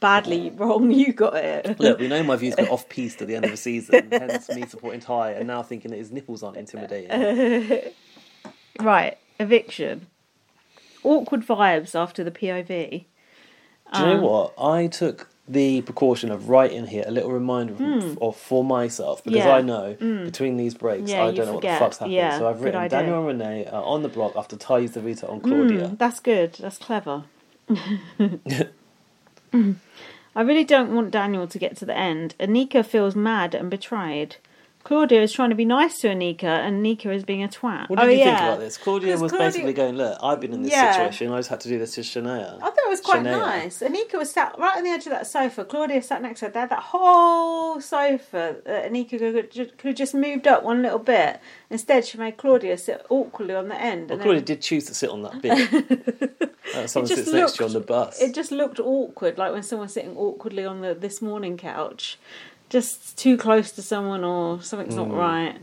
S2: badly wrong you got it.
S1: Look, we know my views got off piste at the end of the season, hence me supporting Ty and now thinking that his nipples aren't intimidating.
S2: Uh, Right, eviction. Awkward vibes after the POV.
S1: Do
S2: um,
S1: you know what? I took the precaution of writing here a little reminder of, of for myself because
S2: Hmm. Yeah. Hmm.
S1: I know between these breaks
S2: Yeah,
S1: I
S2: you
S1: don't know
S2: forget.
S1: what the fuck's happening.
S2: Yeah,
S1: so I've
S2: good
S1: written
S2: idea. Hmm.
S1: Daniel and Renee are on the block after Ty used the veto on Claudia.
S2: That's good. That's clever. I really don't want Daniel to get to the end. Anika feels mad and betrayed. Claudia is trying to be nice to Anika, and Anika is being a twat.
S1: What did
S2: oh,
S1: you
S2: yeah.
S1: think about this? Claudia
S2: 'Cause
S1: was
S2: Claudia-
S1: basically going, "Look, I've been in this
S2: Yeah.
S1: situation. I just had to do this to Shania."
S2: I thought it was quite
S1: Shania.
S2: nice. Anika was sat right on the edge of that sofa. Claudia sat next to her. They had that whole sofa that Anika could, could have just moved up one little bit. Instead, she made Claudia sit awkwardly on the end.
S1: Well,
S2: and
S1: Claudia
S2: then
S1: did choose to sit on that bit. Uh, someone
S2: just
S1: sits next to you on
S2: looked-
S1: the bus.
S2: It just looked awkward, like when someone's sitting awkwardly on the this morning couch, just too close to someone or something's not right.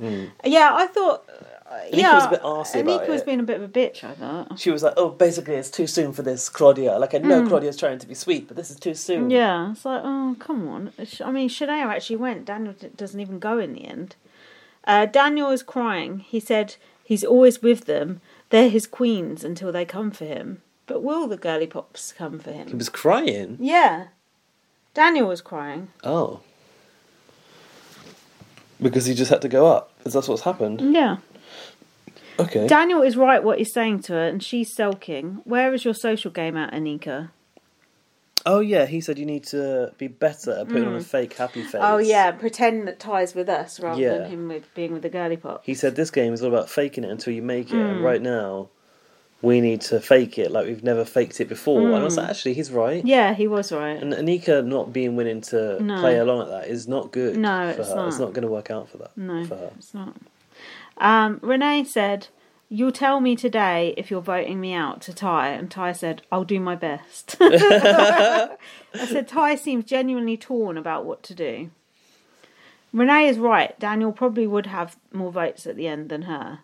S2: Yeah, I thought. uh, yeah,
S1: Mm, was a bit arsey about
S2: Anika was
S1: it.
S2: being a bit of a bitch. I thought.
S1: she was like, "Oh, basically, it's too soon for this, Claudia. Like, I know Claudia's trying to be sweet, but this is too soon."
S2: Mm. Yeah, it's like, oh, come on. Sh- I mean, Shania actually went. Daniel d- doesn't even go in the end. Uh, Daniel is crying. He said he's always with them. They're his queens until they come for him. But will the girly pops come for
S1: He
S2: him?
S1: was crying.
S2: Yeah. Daniel was crying.
S1: Oh, because he just had to go up. Is that what's happened?
S2: Yeah. Mm.
S1: Okay.
S2: Daniel is right what he's saying to her, and she's sulking. Where is your social game at, Anika?
S1: oh yeah, he said you need to be better at putting on a fake happy face.
S2: Mm. Oh yeah, pretend that Ty's with us rather
S1: Yeah.
S2: than him with being with the girly pop.
S1: He said this game is all about faking it until you make it,
S2: Hmm.
S1: and right now, we need to fake it like we've never faked it before. And I was like, actually, he's right.
S2: Hmm. Yeah, he was right.
S1: And Anika not being willing to
S2: No.
S1: play along like that is not good.
S2: No,
S1: for
S2: it's
S1: her. It's
S2: not.
S1: not going to work out for that.
S2: No,
S1: for her.
S2: it's not. Um, Renee said, "You'll tell me today if you're voting me out to Ty." And Ty said, "I'll do my best." I said, "Ty seems genuinely torn about what to do." Renee is right. Daniel probably would have more votes at the end than her.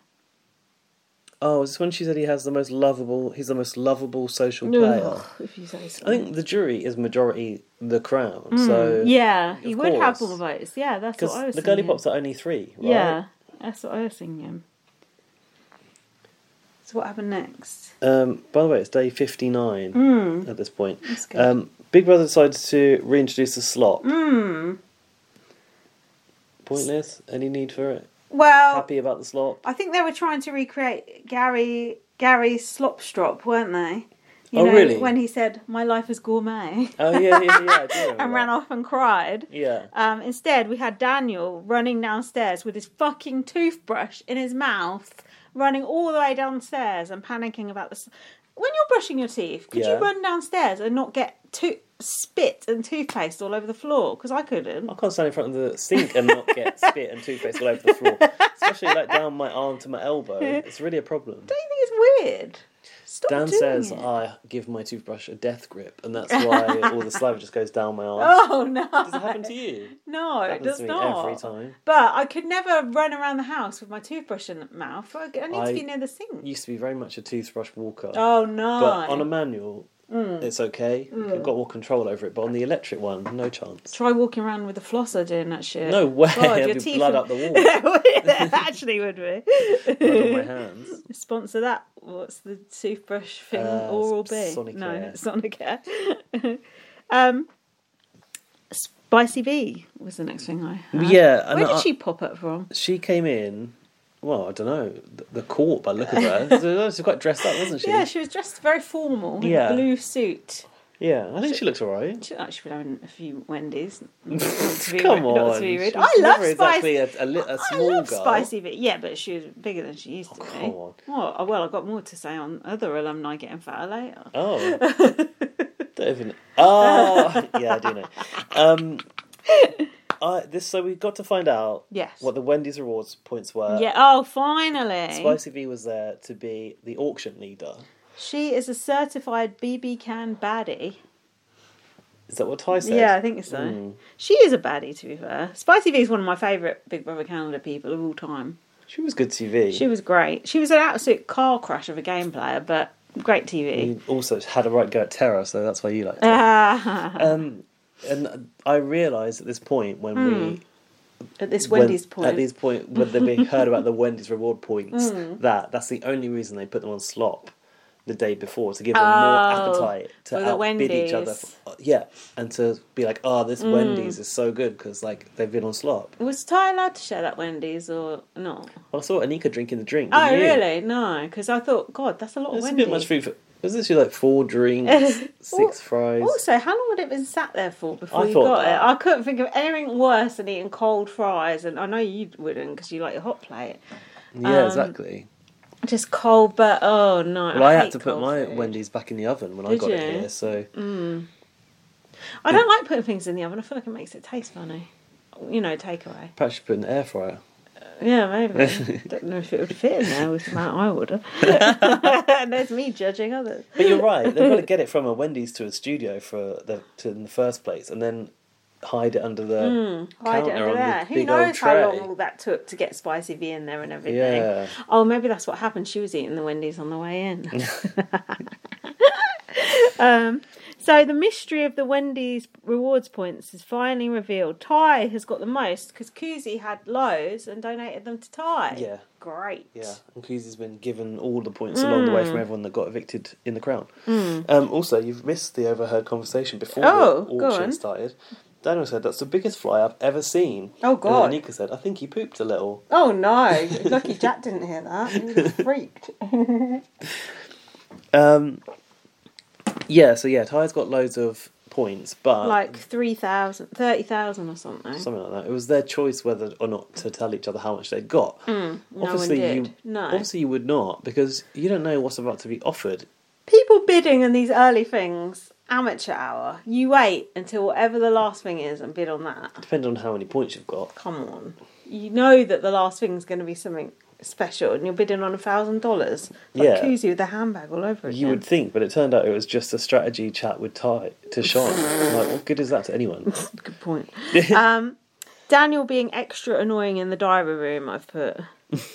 S1: Oh, is this when she said he has the most lovable? He's the most lovable social player.
S2: Ugh, if you say so.
S1: I think the jury is majority the crown. so
S2: Hmm. Yeah, he
S1: of
S2: would have
S1: course.
S2: more votes. Yeah, that's what I
S1: because
S2: was
S1: the girly
S2: thinking.
S1: pops are only three. Right?
S2: Yeah, that's what I was thinking. So what happened next?
S1: Um, by the way, it's day fifty nine at this point.
S2: Hmm. good.
S1: Um, Big Brother decides to reintroduce the slop.
S2: Hmm.
S1: Pointless. Any need for it?
S2: Well,
S1: Happy about the slop?
S2: I think they were trying to recreate Gary Gary Slopstrop, weren't they? You
S1: Oh, really?
S2: When he said, "My life is gourmet,"
S1: Oh yeah, yeah, yeah. I do remember
S2: and
S1: that.
S2: ran off and cried.
S1: Yeah.
S2: Um, instead, we had Daniel running downstairs with his fucking toothbrush in his mouth, running all the way downstairs and panicking about this. When you're brushing your teeth, could
S1: Yeah.
S2: you run downstairs and not get to- spit and toothpaste all over the floor? Because I couldn't.
S1: I can't stand in front of the sink and not get spit and toothpaste all over the floor, especially like down my arm to my elbow. It's really a problem.
S2: Don't you think it's weird? Stop
S1: Dan
S2: doing
S1: says
S2: it.
S1: I give my toothbrush a death grip, and that's why all the saliva just goes down my arm.
S2: Oh no!
S1: Does it happen to you?
S2: No, it
S1: happens
S2: does
S1: to me
S2: not.
S1: every time.
S2: But I could never run around the house with my toothbrush in the mouth. I I need to
S1: I-
S2: be near the sink.
S1: Used to be very much a toothbrush walker,
S2: oh no!
S1: but on a manual,
S2: Mm.
S1: it's okay. You've got more control over it. But on the electric one, no chance.
S2: Try walking around with a flosser doing that shit.
S1: No way.
S2: God,
S1: I'd
S2: your
S1: be
S2: teeth
S1: blood
S2: would-
S1: up the wall.
S2: that actually would be.
S1: blood on my hands.
S2: Sponsor that. What's the toothbrush thing?
S1: Uh,
S2: Oral B.
S1: Sonicare.
S2: No, Sonicare. um, Spicy B was the next thing I. Had.
S1: Yeah, and
S2: Where did
S1: I-
S2: she pop up from?
S1: she came in. Well, I don't know the, the court by the look of her. She's quite dressed up, wasn't she?
S2: Yeah, she was dressed very formal. in
S1: Yeah.
S2: a blue suit.
S1: Yeah, I think she looks alright.
S2: She actually been having a few Wendy's. Not to be
S1: Come
S2: rude- not
S1: on,
S2: to be rude.
S1: she
S2: I
S1: was
S2: love
S1: never exactly
S2: spicy.
S1: a, a, li- a
S2: I
S1: small
S2: love
S1: girl. Oh,
S2: spicy, but yeah, but she was bigger than she used to be.
S1: come on.
S2: Well, oh, well, I've got more to say on other alumni getting fatter later.
S1: Oh, don't even. Oh, yeah, I do know. Um, I this so we got to find out
S2: Yes.
S1: what the Wendy's rewards points were.
S2: yeah. Oh, finally.
S1: Spicy V was there to be the auction leader.
S2: She is a certified BB can baddie.
S1: Is that what Ty said?
S2: Yeah, I think so.
S1: Mm.
S2: She is a baddie, to be fair. Spicy V is one of my favourite Big Brother Canada people of all time.
S1: She was good TV.
S2: She was great. She was an absolute car crash of a game player, but great TV.
S1: You also had a right go at Terra, so that's why you liked her.
S2: Ah,
S1: Um, and I realised at this point when we
S2: at this
S1: when-
S2: Hmm, Wendy's point.
S1: at this point when they being heard about the Wendy's reward points
S2: Hmm.
S1: that that's the only reason they put them on slop the day before to give them
S2: Oh,
S1: more appetite to
S2: for the
S1: outbid each other. uh,
S2: Wendy's. Hmm.
S1: yeah, and to be like, oh, this Wendy's is so good because like they've been on slop.
S2: Was Ty allowed to share that Wendy's or not?
S1: I saw Anika drinking the drink.
S2: Oh,
S1: didn't you?
S2: really? No, because I thought, God, that's a lot of
S1: There's a
S2: Wendy's.
S1: bit much food. For, was this like four drinks,
S2: Al-
S1: six fries?
S2: Also, how long had it been sat there for before
S1: I
S2: you
S1: thought
S2: got
S1: that.
S2: it? I couldn't think of anything worse than eating cold fries, and I know you wouldn't because you like your hot plate. um,
S1: yeah, exactly.
S2: Just cold, but oh no!
S1: Well, I, had
S2: hate
S1: to put
S2: cold
S1: my
S2: food.
S1: Wendy's back in the oven when I
S2: Did
S1: got it
S2: you? Mm.
S1: here, so
S2: I don't like putting things in the oven. I feel like it makes it taste funny. You know, takeaway.
S1: perhaps you put it in the air fryer.
S2: Yeah, maybe. don't know if it would fit in there with the amount I order. and there's me judging others.
S1: But you're right; they've got to get it from a Wendy's to a studio for the to in the first place, and then hide it under the
S2: Mm, Hide
S1: counter
S2: it under
S1: on
S2: there.
S1: the
S2: Who
S1: big old
S2: knows
S1: tray.
S2: how long all that took to get Spicy V in there and everything?
S1: Yeah.
S2: Oh, maybe that's what happened. She was eating the Wendy's on the way in. um, so the mystery of the Wendy's rewards points is finally revealed. Ty has got the most because Koozie had loads and donated them to Ty.
S1: Yeah.
S2: Great.
S1: Yeah, and Cousy's been given all the points along the way
S2: Mm.
S1: from everyone that got evicted in the crown. Um, also, you've missed the overheard conversation before
S2: Oh,
S1: the
S2: go
S1: auction
S2: on.
S1: started. Daniel said, "That's the biggest fly I've ever seen."
S2: Oh, God.
S1: And then Anika said, "I think he pooped a little."
S2: Oh no! Lucky Jack didn't hear that. He was freaked.
S1: Uh, Um, yeah, so yeah, Ty's got loads of points, but
S2: Like 3,000, 30,000 or something.
S1: something like that. It was their choice whether or not to tell each other how much they'd got.
S2: Mm, no one did.
S1: you
S2: No.
S1: obviously you would not because you don't know what's about to be offered.
S2: people bidding on these early things amateur hour you wait until whatever the last thing is and bid on that
S1: Depending on how many points you've got.
S2: come on you know that the last thing's going to be something special and you're bidding on a thousand dollars like
S1: Yeah.
S2: koozie with a handbag all over again
S1: You would think, but it turned out it was just a strategy chat with Ty to Sean. like, what good is that to anyone?
S2: good point um daniel being extra annoying in the diary room i've put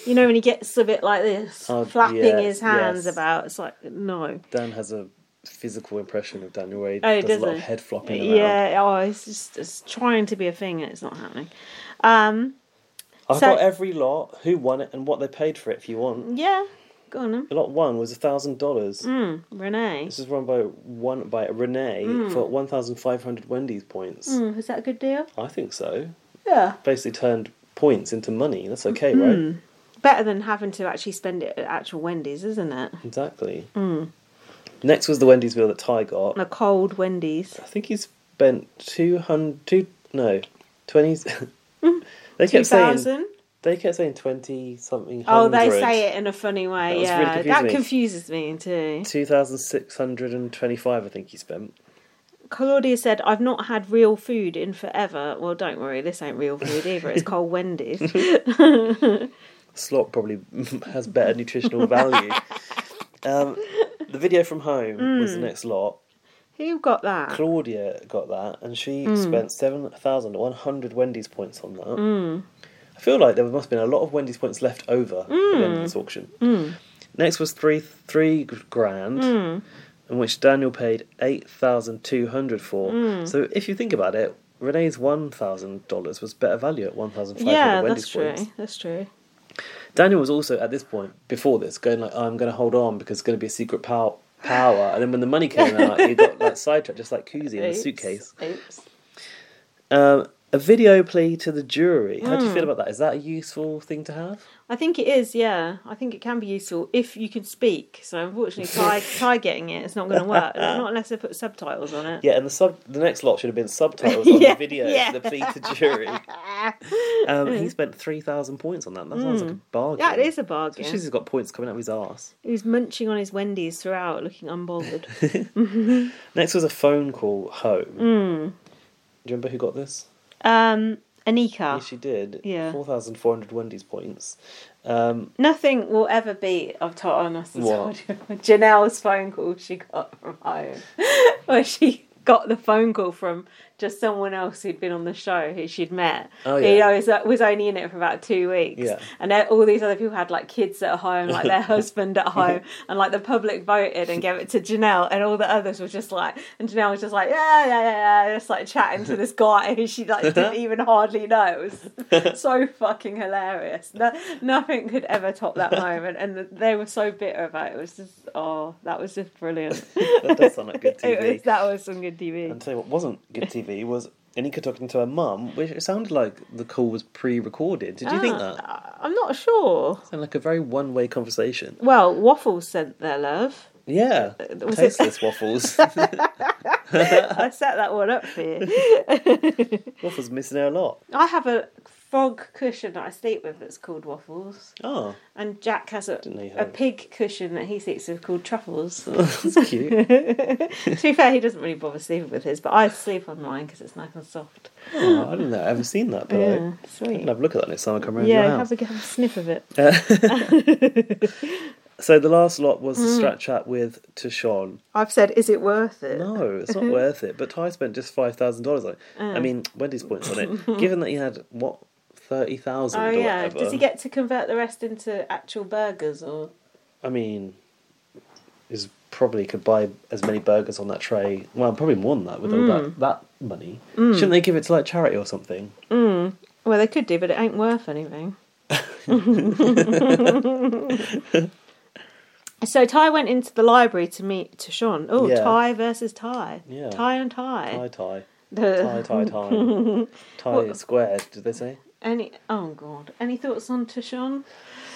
S2: you know when he gets a bit like this
S1: Oh,
S2: flapping
S1: yes,
S2: his hands
S1: yes.
S2: about it's like no
S1: Dan has a physical impression of Daniel Ray.
S2: Oh,
S1: does, a
S2: does
S1: lot
S2: he?
S1: of head flopping around.
S2: yeah oh it's just it's trying to be a thing and it's not happening um
S1: I've
S2: So-
S1: got every lot, who won it, and what they paid for it. If you want,
S2: Yeah, go on then.
S1: lot one was a thousand dollars.
S2: Mm. Renee.
S1: This is run by one by Renee for one thousand five hundred Wendy's points.
S2: Mm, was that a good deal?
S1: I think so.
S2: Yeah.
S1: Basically turned points into money. That's okay,
S2: Mm.
S1: right?
S2: Better than having to actually spend it at actual Wendy's, isn't it?
S1: Exactly.
S2: Mm.
S1: Next was the Wendy's bill that Ty got.
S2: A cold Wendy's.
S1: I think he spent two hundred two no twenty. they kept saying
S2: 2000?
S1: they kept saying twenty something.
S2: Oh, they say it in a funny way.
S1: That was really confusing
S2: yeah, that
S1: me.
S2: confuses me too.
S1: Two thousand six hundred and twenty-five. I think he spent.
S2: Claudia said, "I've not had real food in forever." Well, don't worry, this ain't real food either. It's cold Wendy's.
S1: Slop probably has better nutritional value. um, the video from home was the
S2: Mm.
S1: next lot.
S2: Who got that?
S1: Claudia got that, and she
S2: Hmm.
S1: spent seven thousand one hundred Wendy's points on that.
S2: Hmm.
S1: I feel like there must have been a lot of Wendy's points left over at the end of
S2: Hmm.
S1: this auction. Next was three three g- grand,
S2: Hmm.
S1: in which Daniel paid eight thousand two hundred for.
S2: Hmm.
S1: So if you think about it, Renee's one thousand dollars was better value at one thousand five hundred
S2: yeah,
S1: Wendy's
S2: that's true.
S1: points.
S2: That's true.
S1: Daniel was also at this point before this going like, "I'm going to hold on because it's going to be a secret pow- Power, and then when the money came out, he got like sidetracked, just like Koozie in the
S2: Oops.
S1: suitcase.
S2: Oops.
S1: Um, a video plea to the jury. How do you
S2: Hmm.
S1: feel about that? Is that a useful thing to have?
S2: I think it is, yeah. I think it can be useful if you can speak. So unfortunately, Ty, Ty getting it, it's not going to work. Not unless they put subtitles on it.
S1: Yeah, and the sub the next lot should have been subtitles on
S2: Yeah,
S1: the video.
S2: yeah.
S1: The plea to jury. Um, he spent three thousand points on that. That sounds like a bargain.
S2: Hmm. That is a bargain.
S1: Especially as he's got points coming out of his arse.
S2: He was munching on his Wendy's throughout, looking unbothered. Hmm.
S1: Next was a phone call home. Do you remember who got this?
S2: um, Anika.
S1: Yes, she did.
S2: Yeah.
S1: 4,400 Wendy's points. Um,
S2: Nothing will ever beat I've told on us
S1: What?
S2: Janelle's phone call she got from home, where she got the phone call from just someone else who'd been on the show who she'd met.
S1: Oh,
S2: You
S1: yeah.
S2: know, was, uh, was only in it for about two weeks,
S1: Yeah.
S2: and then all these other people had like kids at home, like their husband at home, and like the public voted and gave it to Janelle, and all the others were just like, and Janelle was just like, yeah, yeah, yeah, yeah, just like chatting to this guy who she like didn't even hardly know. It was so fucking hilarious. No, nothing could ever top that moment, and they were so bitter about it. It was just, oh, that was just brilliant.
S1: that does sound like good TV.
S2: It was, that was some good TV.
S1: And tell you what wasn't good TV was Anika talking to her mum, which it sounded like the call was pre-recorded. Did you think
S2: Ah,
S1: that?
S2: I'm not sure.
S1: Sounded like a very one-way conversation.
S2: Well, Waffles sent their love.
S1: Yeah,
S2: Uh, was it-
S1: tasteless waffles.
S2: I set that one up for you.
S1: waffles missing out a lot.
S2: I have a frog cushion that I sleep with that's called Waffles,
S1: Oh,
S2: and Jack has a,
S1: he
S2: a
S1: have-
S2: pig cushion that he sleeps with called Truffles.
S1: that's cute.
S2: to be fair, he doesn't really bother sleeping with his, but I sleep on mine because it's nice and soft.
S1: Oh, I don't know. I haven't seen that, but
S2: Yeah,
S1: I,
S2: sweet.
S1: I can have a look at that next time I come around
S2: yeah,
S1: your house.
S2: have a, have a sniff of it.
S1: So the last lot was the
S2: Mm-hmm.
S1: strat chat with Tashon.
S2: I've said, is it worth it?
S1: No, it's
S2: Mm-hmm.
S1: not worth it. But Ty spent just five thousand dollars on it. I
S2: Mm.
S1: mean, Wendy's points on it. Given that he had what thirty thousand.
S2: Oh
S1: or
S2: yeah.
S1: whatever,
S2: Does he get to convert the rest into actual burgers or?
S1: I mean, is probably could buy as many burgers on that tray. Well, probably more than that with all
S2: Mm.
S1: that that money. Shouldn't they give it to like charity or something?
S2: Well, they could do, but it ain't worth anything. so Ty went into the library to meet to Sean. Oh,
S1: Yeah.
S2: Ty versus Ty.
S1: Yeah.
S2: Ty and Ty.
S1: Tie tie tie
S2: The-
S1: tie tie tie squared. Did they say?
S2: Any? Oh God. Any thoughts on Tishon?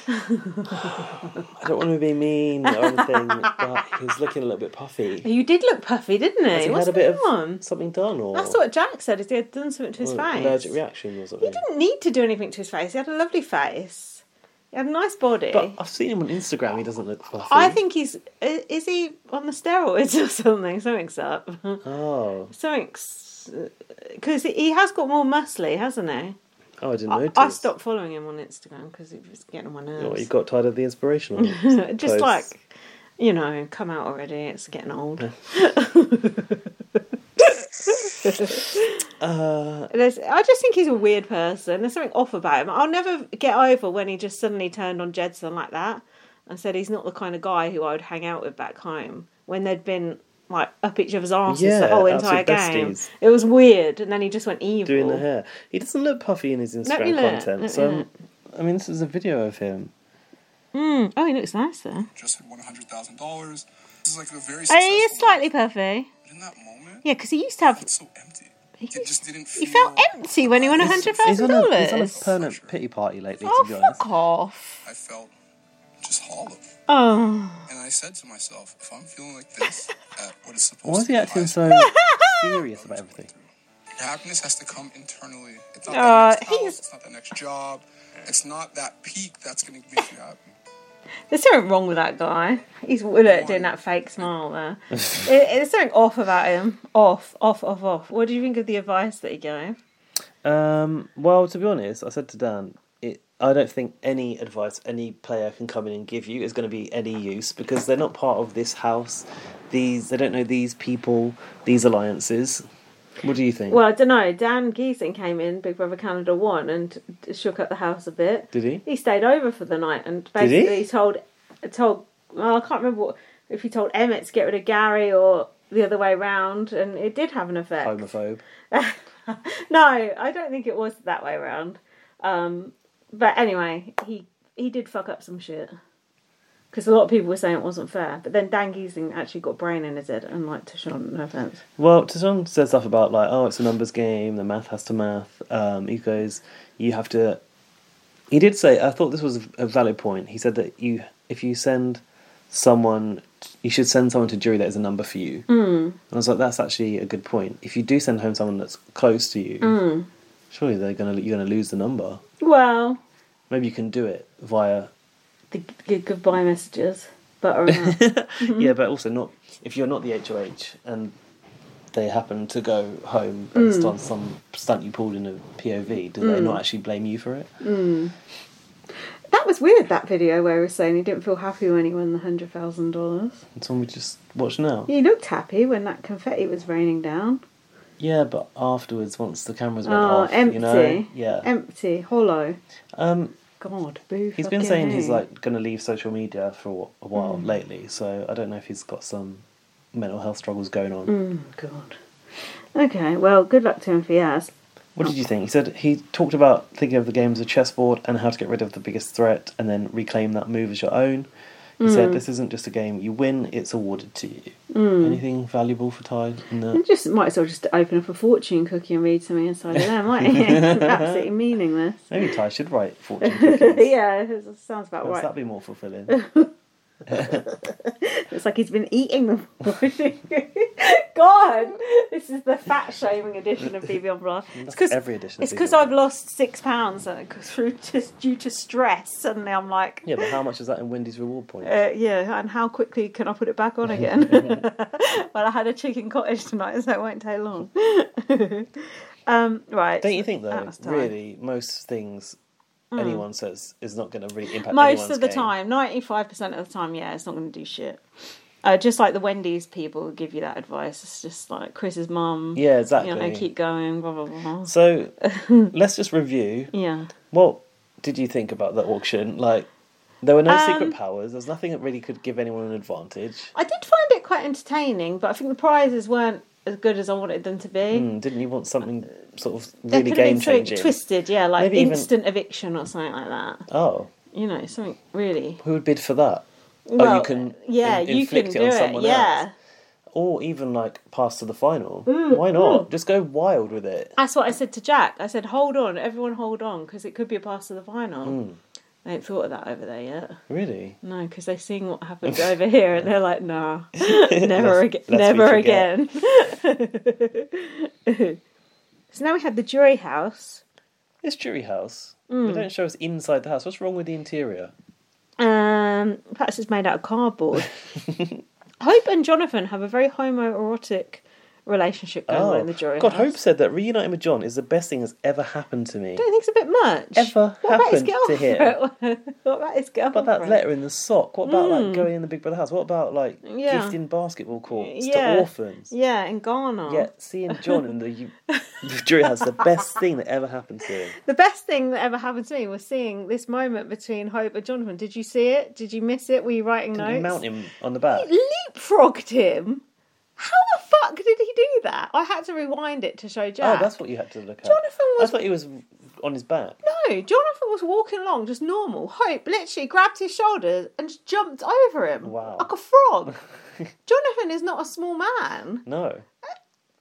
S1: I don't want to be mean or anything, but he was looking a little bit puffy.
S2: You did look puffy, didn't he?
S1: Has he
S2: What's
S1: had a bit
S2: going on?
S1: of something done or
S2: That's what Jack said. Is he had done something to his
S1: an
S2: face?
S1: allergic reaction or something?
S2: He didn't need to do anything to his face. He had a lovely face. He had a nice body.
S1: But I've seen him on Instagram. He doesn't look puffy.
S2: I think he's i- is he on the steroids or something? Something's up.
S1: Oh,
S2: Something's because Uh, he has got more muscly, hasn't he?
S1: oh, I didn't
S2: I,
S1: notice.
S2: I stopped following him on Instagram because he was getting on my
S1: Oh, you
S2: nerves.
S1: got tired of the inspirational.
S2: Just
S1: posts.
S2: like you know, come out already. It's getting old.
S1: Uh,
S2: There's, I just think he's a weird person. There's something off about him. I'll never get over when he just suddenly turned on Jedson like that and said he's not the kind of guy who I would hang out with back home when they'd been like up each other's arses the
S1: Yeah,
S2: whole entire
S1: absolute
S2: game.
S1: besties.
S2: It was weird, and then he just went evil.
S1: doing the hair. He doesn't look puffy in his
S2: Let me
S1: Instagram
S2: look, let me
S1: content. So,
S2: look.
S1: I'm, I mean, this is a video of him.
S2: Mm, Oh, he looks nice there.
S3: just had won hundred thousand dollars. This is like a very
S2: Oh,
S3: successful.
S2: he is slightly puffy.
S3: But in that moment,
S2: Yeah, because he used to have.
S3: it's so empty. It just didn't.
S2: He
S3: Feel
S2: felt empty when he won a hundred
S1: He's
S2: thousand
S1: on a, he's on a
S2: dollars.
S1: permanent pity party lately,
S2: Oh,
S1: to be honest.
S2: fuck off!
S3: I felt just hollow,
S2: Oh,
S3: and I said to myself, if I'm feeling like this at what is supposed
S1: Why is
S3: to
S1: he
S3: be
S1: acting
S3: my
S1: so serious about everything?
S3: Your happiness has to come internally. It's not
S2: Uh,
S3: that next house.
S2: he's-
S3: It's not the next job. It's not that peak that's going to make you happy.
S2: there's something wrong with that guy. He's look, doing that fake smile there. It- there's something off about him. Off, off, off, off. What do you think of the advice that he gave?
S1: Um, well, to be honest, I said to Dan, it, I don't think any advice any player can come in and give you is going to be any use because they're not part of this house. These they don't know these people, these alliances. What do you think?
S2: Well, I don't know. Dan Giesen came in, Big Brother Canada won, and d- shook up the house a bit.
S1: Did he?
S2: He stayed over for the night and
S1: he?
S2: basically told told. Well, I can't remember what, if he told Emmett to get rid of Gary or the other way round, and it did have an effect.
S1: Homophobe.
S2: No, I don't think it was that way around. Um, but anyway, he he did fuck up some shit because a lot of people were saying it wasn't fair. But then Dan Giesing actually got brain in his head, and like Tishon, no offense.
S1: Well, Tazan says stuff about like, oh, it's a numbers game. The math has to math. Um, he goes, you have to. He did say, I thought this was a- a valid point. He said that you, if you send someone, you should send someone to jury that is a number for you. Mm. And I was like, that's actually a good point. If you do send home someone that's close to you, surely they're gonna you're gonna lose the number.
S2: Well,
S1: Maybe you can do it via
S2: the good goodbye messages, but Mm-hmm.
S1: yeah, but also not if you're not the HOH and they happen to go home based
S2: Mm.
S1: on some stunt you pulled in a POV, do they not actually blame you for it?
S2: That was weird. That video where he was saying he didn't feel happy when he won the hundred thousand dollars.
S1: And someone would just watch now.
S2: He looked happy when that confetti was raining down.
S1: Yeah, but afterwards, once the cameras went
S2: Oh,
S1: off,
S2: empty.
S1: you know, yeah.
S2: Empty, hollow.
S1: um,
S2: God, boo.
S1: he's been
S2: fucking Mm.
S1: saying he's
S2: who.
S1: like going to leave social media for a while lately, so I don't know if he's got some mental health struggles going on.
S2: Mm, God. Okay, well, good luck to him for yours.
S1: What did you think? He said he talked about thinking of the game as a chessboard and how to get rid of the biggest threat and then reclaim that move as your own. He
S2: Mm.
S1: said this isn't just a game you win, it's awarded to you. Anything valuable for Ty in the
S2: You just might as well just open up a fortune cookie and read something inside of there, might you? Absolutely meaningless.
S1: Maybe Ty should write fortune cookies.
S2: yeah, it sounds about
S1: That'd
S2: right.
S1: be more fulfilling.
S2: It's like he's been eating the fortune. God, this is the fat shaming edition of BB on Blast. It's because
S1: every edition of
S2: It's
S1: BB
S2: because
S1: on
S2: I've lost six pounds uh, through just due to stress. Suddenly, I'm like,
S1: yeah, but how much is that in Wendy's reward point?
S2: Uh, yeah, and how quickly can I put it back on again? well, I had a chicken cottage tonight, so it won't take long. um, right.
S1: Don't you think
S2: that
S1: though?
S2: was time.
S1: Really, most things anyone says is not going to really impact
S2: Mm. Most
S1: anyone's
S2: of the
S1: game.
S2: time, ninety-five percent of the time, yeah, it's not going to do shit. Uh, just like the Wendy's people who give you that advice, it's just like Chris's mum.
S1: Yeah,
S2: you know,
S1: exactly.
S2: keep going, blah blah blah.
S1: So let's just review.
S2: Yeah,
S1: What did you think about that auction? Like, there were no
S2: Um,
S1: secret powers. There's nothing that really could give anyone an advantage.
S2: I did find it quite entertaining, but I think the prizes weren't as good as I wanted them to be.
S1: Hmm, didn't you want something sort of
S2: There
S1: really
S2: could have been
S1: game
S2: something
S1: changing?
S2: twisted, yeah, like
S1: Maybe even-
S2: instant eviction or something like that.
S1: Oh,
S2: you know, something really.
S1: who would bid for that?
S2: Well,
S1: oh, you can
S2: yeah,
S1: in-
S2: you
S1: inflict
S2: can
S1: it on
S2: do it.
S1: someone
S2: yeah, Mm,
S1: else, or even like pass to the final. Why not? Just go wild with it.
S2: that's what I said to Jack. I said, "Hold on, everyone, hold on, because it could be a pass to the final."
S1: Hmm.
S2: They ain't thought of that over there yet.
S1: Really?
S2: No, because they're seeing what happens over here, and they're like, "Nah, never again,
S1: lest we
S2: never
S1: forget.
S2: again." so now we had the jury house.
S1: It's jury house.
S2: Mm.
S1: They don't show us inside the house. What's wrong with the interior?
S2: Um, perhaps it's made out of cardboard. Hope and Jonathan have a very homoerotic relationship going on in the jury
S1: Oh, God,
S2: house.
S1: Hope said that reuniting with John is the best thing that's ever happened to me.
S2: don't think it's a bit much.
S1: Ever
S2: what about his
S1: happened to
S2: girlfriend? what about his girlfriend?
S1: What about that letter in the sock? What about like going in the Big Brother house? What about like
S2: Hmm. Yeah.
S1: gifting basketball courts
S2: Yeah.
S1: to orphans? Yeah.
S2: Yeah, in Ghana.
S1: seeing John in the u- jury house the best thing that ever happened to him.
S2: The best thing that ever happened to me was seeing this moment between Hope and Jonathan. Did you see it? Did you miss it? Were you writing
S1: Didn't
S2: notes?
S1: you mount him on the back?
S2: Leapfrogged him. How the fuck did he do that? I had to rewind it to show
S1: Oh,
S2: Jack.
S1: that's what you had to look at.
S2: Jonathan was-
S1: I thought he was on his back.
S2: No, Jonathan was walking along just normal. Hope literally grabbed his shoulders and just jumped over him.
S1: Wow.
S2: Like a frog. Jonathan is not a small man.
S1: No,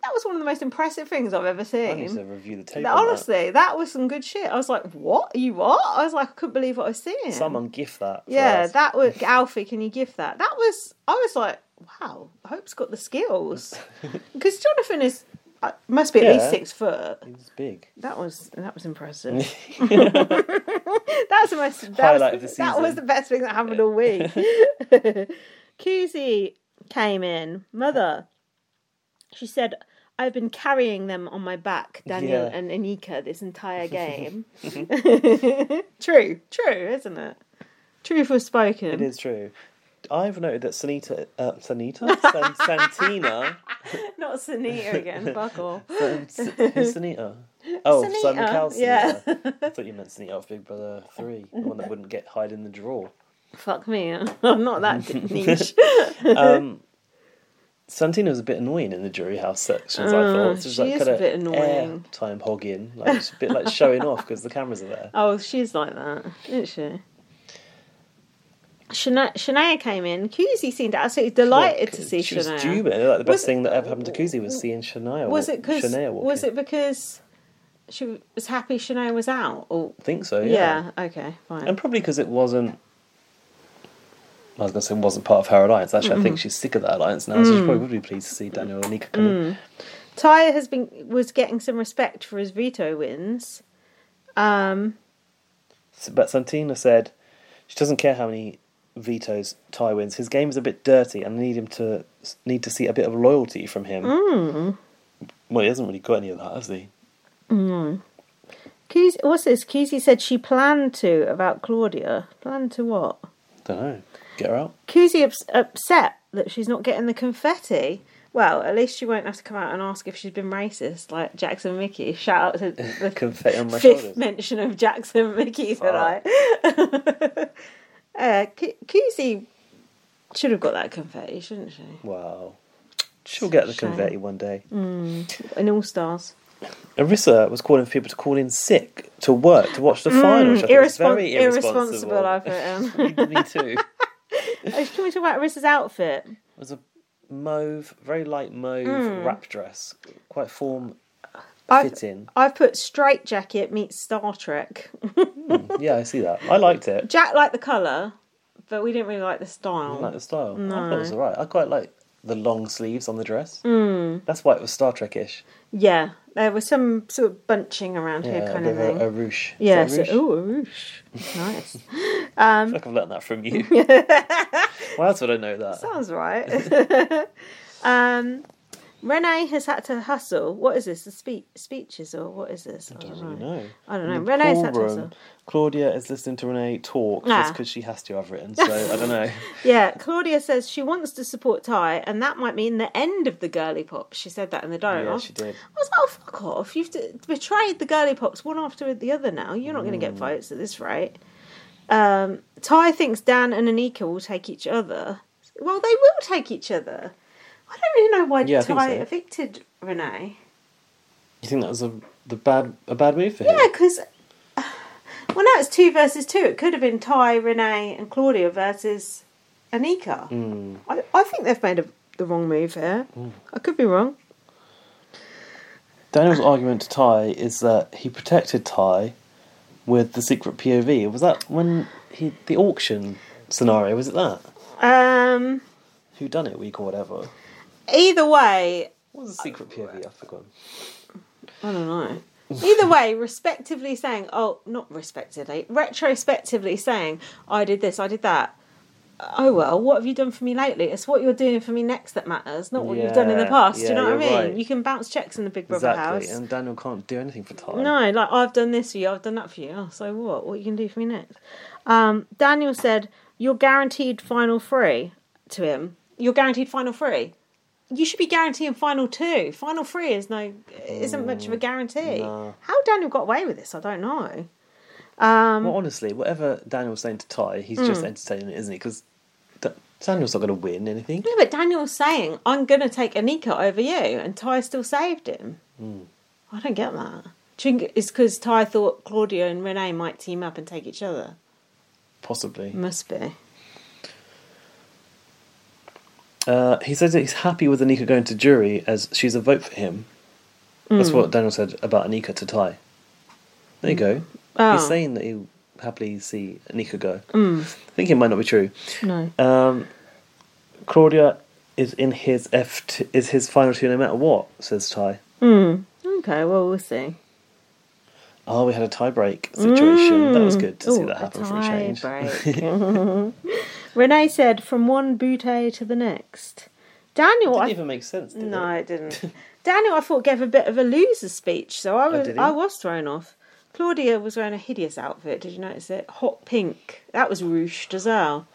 S2: That was one of the most impressive things I've ever
S1: I need to
S2: seen.
S1: review the tape.
S2: Now,
S1: on that.
S2: honestly, that. was some good shit. I was like, "What? You what?" I was like, "I couldn't believe what I was seeing."
S1: someone gift that. for
S2: yeah,
S1: us.
S2: that was Alfie. Can you give that? That was. I was like, "Wow, Hope's got the skills." Because Jonathan is uh, must be at least
S1: Yeah.
S2: six foot.
S1: It's big.
S2: That was that was impressive. That's the most that
S1: Highlight
S2: was,
S1: of the
S2: That was
S1: season.
S2: the best thing that happened all week. Kuzi came in. Mother, she said, "I've been carrying them on my back, Daniel
S1: Yeah.
S2: and Anika, this entire game." true, true, isn't it? Truth was spoken.
S1: It is true. I've noted that Sanita, uh, Sanita, San, Santina,
S2: Not Sunita again. Fuck off.
S1: um, S- who's Sanita? Oh, Simon
S2: Sunita,
S1: Cowell. Sanita.
S2: yeah.
S1: I thought you meant Sanita of Big Brother Three, the one that wouldn't get hide in the drawer.
S2: Fuck me. I'm not that niche.
S1: Santina was a bit annoying in the jury house sections. I thought
S2: Oh, she is a bit annoying.
S1: Time hogging, like it's a bit like showing off because the cameras are there.
S2: Oh, she's like that, isn't she? Shana- Shania came in. Kuzi seemed absolutely delighted to see
S1: she
S2: Shania.
S1: was stupid. Like the best
S2: Was-
S1: thing that ever happened to Kuzi was seeing Shania.
S2: Was
S1: walk-
S2: it because
S1: Shania walking.
S2: was it because she was happy Shania was out? Or
S1: I think so.
S2: yeah, okay, fine.
S1: And probably because it wasn't. I was going to say wasn't part of her alliance. Actually, I think she's sick of that alliance now, so
S2: Mm.
S1: she's probably would be pleased to see Daniel and Nika come in.
S2: Tyre has been was getting some respect for his veto wins. Um,
S1: S- But Santina said she doesn't care how many vetoes, Ty wins. His game is a bit dirty, and I need him to need to see a bit of loyalty from him.
S2: Mm.
S1: Well, he hasn't really got any of that, has he?
S2: Koozie, what's this? Koozie said she planned to about Claudia. Planned to what?
S1: Don't know. Get her out.
S2: Koozie ups- upset that she's not getting the confetti. Well, at least she won't have to come out and ask if she's been racist, like Jackson and Mickey. Shout out to the
S1: Confetti on my
S2: fifth
S1: shoulders.
S2: mention of Jackson and Mickey tonight. uh, K- Koozie should have got that confetti, shouldn't she?
S1: Wow. She'll get the
S2: Shame. Mm.
S1: confetti one day.
S2: In All Stars.
S1: Arissa was calling for people to call in sick to work to watch the final. Which I think was
S2: Mm, Irrespon-
S1: very irresponsible.
S2: irresponsible, I've written.
S1: Me too.
S2: Can Oh, we talk about Arissa's outfit?
S1: It was a mauve, very light mauve
S2: Mm.
S1: wrap dress, quite form
S2: I've,
S1: fitting.
S2: I've put straight jacket meets Star Trek.
S1: Yeah, I see that. I liked it.
S2: Jack liked the colour, but we didn't really like the
S1: I
S2: style.
S1: like the style. I thought it was alright. I quite like the long sleeves on the dress.
S2: Hmm.
S1: That's why it was Star Trek ish.
S2: Yeah, there was some sort of bunching around here
S1: Yeah, a
S2: kind
S1: bit
S2: of
S1: of a,
S2: thing.
S1: a ruche. Is
S2: yeah,
S1: that ruche?
S2: so, ooh, a ruche. Nice.
S1: I feel like I've learned that from you. Why else would I know that?
S2: Sounds right. um, Renee has had to hustle. What is this? The spe- speeches or what is this? I
S1: I
S2: don't
S1: don't
S2: know.
S1: know.
S2: I don't know.
S1: In the
S2: Renee's
S1: pool
S2: had to hustle.
S1: room, Claudia is listening to Renee talk
S2: Ah.
S1: just because she has to, I've written. So I don't know.
S2: Yeah, Claudia says she wants to support Ty, and that might mean the end of the girly pop. She said that in the diary.
S1: Yeah, she did.
S2: I was like, oh, fuck off. You've d- betrayed the girly pops one after the other now. You're not going to get
S1: Mm.
S2: votes at this rate. Um, Ty thinks Dan and Anika will take each other. Well, they will take each other. I don't really know why
S1: Yeah, I think
S2: Ty
S1: so.
S2: evicted Renee.
S1: You think that was a the bad a bad move for him?
S2: Yeah, because. Well, now it's two versus two. It could have been Ty, Renee, and Claudia versus Anika.
S1: Hmm.
S2: I, I think they've made a, the wrong move here. I could be wrong.
S1: Daniel's argument to Ty is that he protected Ty with the secret POV. Was that when he the auction scenario? Was it that
S2: Um,
S1: who done it week or whatever?
S2: either way,
S1: What was the secret POV? I've forgotten.
S2: I don't know. Either way, respectively saying, oh, not respectively, retrospectively saying, I did this, I did that. Oh well, what have you done for me lately? It's what you're doing for me next that matters, not what you've done in the
S1: Yeah,
S2: past. Do you
S1: yeah,
S2: know what I
S1: you're
S2: mean?
S1: right.
S2: You can bounce checks in the Big Brother
S1: Exactly,
S2: house.
S1: and Daniel can't do anything for Ty.
S2: No, like I've done this for you, I've done that for you. Oh, so what? What you can do for me next? Um, Daniel said, "You're guaranteed final three to him. You're guaranteed final three. You should be guaranteeing final two. Final three is no isn't much of a guarantee. How Daniel got away with this, I don't know.
S1: Well, honestly, whatever Daniel's saying to Ty, he's just
S2: Hmm.
S1: entertaining it, isn't he? Because Daniel's not going to win anything.
S2: Yeah, but Daniel's saying, "I'm going to take Anika over you," and Ty still saved him. I don't get that. Do you think it's because Ty thought Claudia and Renee might team up and take each other?
S1: Possibly.
S2: Must be.
S1: Uh, he says that he's happy with Anika going to jury as she's a vote for him. That's
S2: Hmm.
S1: what Daniel said about Anika to Ty. There you go.
S2: Hmm. Oh.
S1: He's saying that he'll happily see Anika go. I think it might not be true.
S2: No.
S1: Um, Claudia is in his F t- is his final two no matter what, says Ty.
S2: Okay, well we'll see.
S1: Oh, we had a tie break situation. That was good to see
S2: Mm. Ooh,
S1: that
S2: a
S1: happen for a
S2: tie
S1: change.
S2: break. Renee said, "From one bootay to the next." Daniel,
S1: Didn't
S2: I,
S1: even make sense. Did
S2: no,
S1: it?
S2: it didn't. Daniel, I thought gave a bit of a loser speech, so I was
S1: Oh, did he?
S2: I was thrown off. Claudia was wearing a hideous outfit. Did you notice it? Hot pink. That was ruched as well.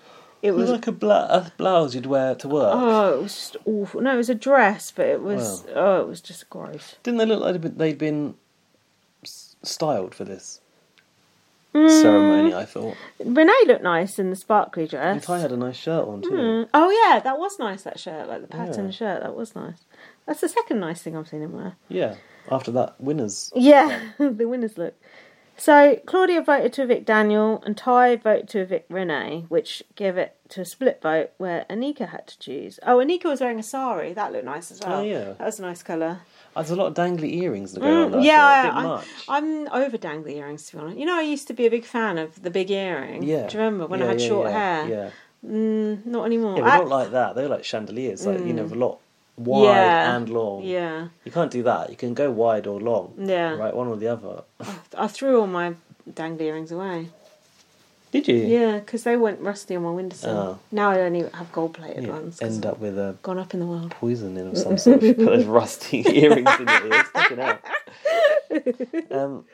S2: It
S1: It was
S2: was
S1: like a, bla- a blouse you'd wear to work.
S2: oh, it was just awful. No, it was a dress, but it was oh, it was just gross.
S1: Didn't they look like they'd been- they'd been s- styled for this
S2: Mm.
S1: ceremony? I thought.
S2: Renee looked nice in the sparkly dress.
S1: And Ty had a nice shirt on too.
S2: Oh yeah, that was nice. That shirt, like the pattern
S1: Yeah.
S2: shirt, that was nice. That's the second nice thing I've seen him wear.
S1: Yeah. After that, winners.
S2: Yeah, the winners look. So Claudia voted to evict Daniel, and Ty voted to evict Renee, which gave it to a split vote where Anika had to choose. Oh, Anika was wearing a sari. That looked nice as well.
S1: Oh, yeah.
S2: that was a nice colour.
S1: There's a lot of dangly earrings that go on. I
S2: Mm, yeah,
S1: thought. a bit
S2: I,
S1: much.
S2: I'm over dangly earrings to be honest. You know, I used to be a big fan of the big earring.
S1: yeah.
S2: do you remember when I
S1: Yeah,
S2: had
S1: yeah,
S2: short
S1: yeah,
S2: hair?
S1: Yeah.
S2: Not anymore.
S1: Yeah, but
S2: I- Mm.
S1: not like that. They're like chandeliers. Like you know, a lot wide
S2: Yeah.
S1: and long.
S2: yeah.
S1: You can't do that. You can go wide or long.
S2: Yeah.
S1: Right, one or the other.
S2: I threw all my dangly earrings away.
S1: Did you?
S2: Yeah, because they went rusty on my windowsill.
S1: Oh. uh,
S2: Now I don't even have gold plated
S1: You
S2: ones. 'cause
S1: end up with a
S2: gone up in the world.
S1: poison in of some sort. She's got those rusty earrings in her ears. Fucking hell. Um,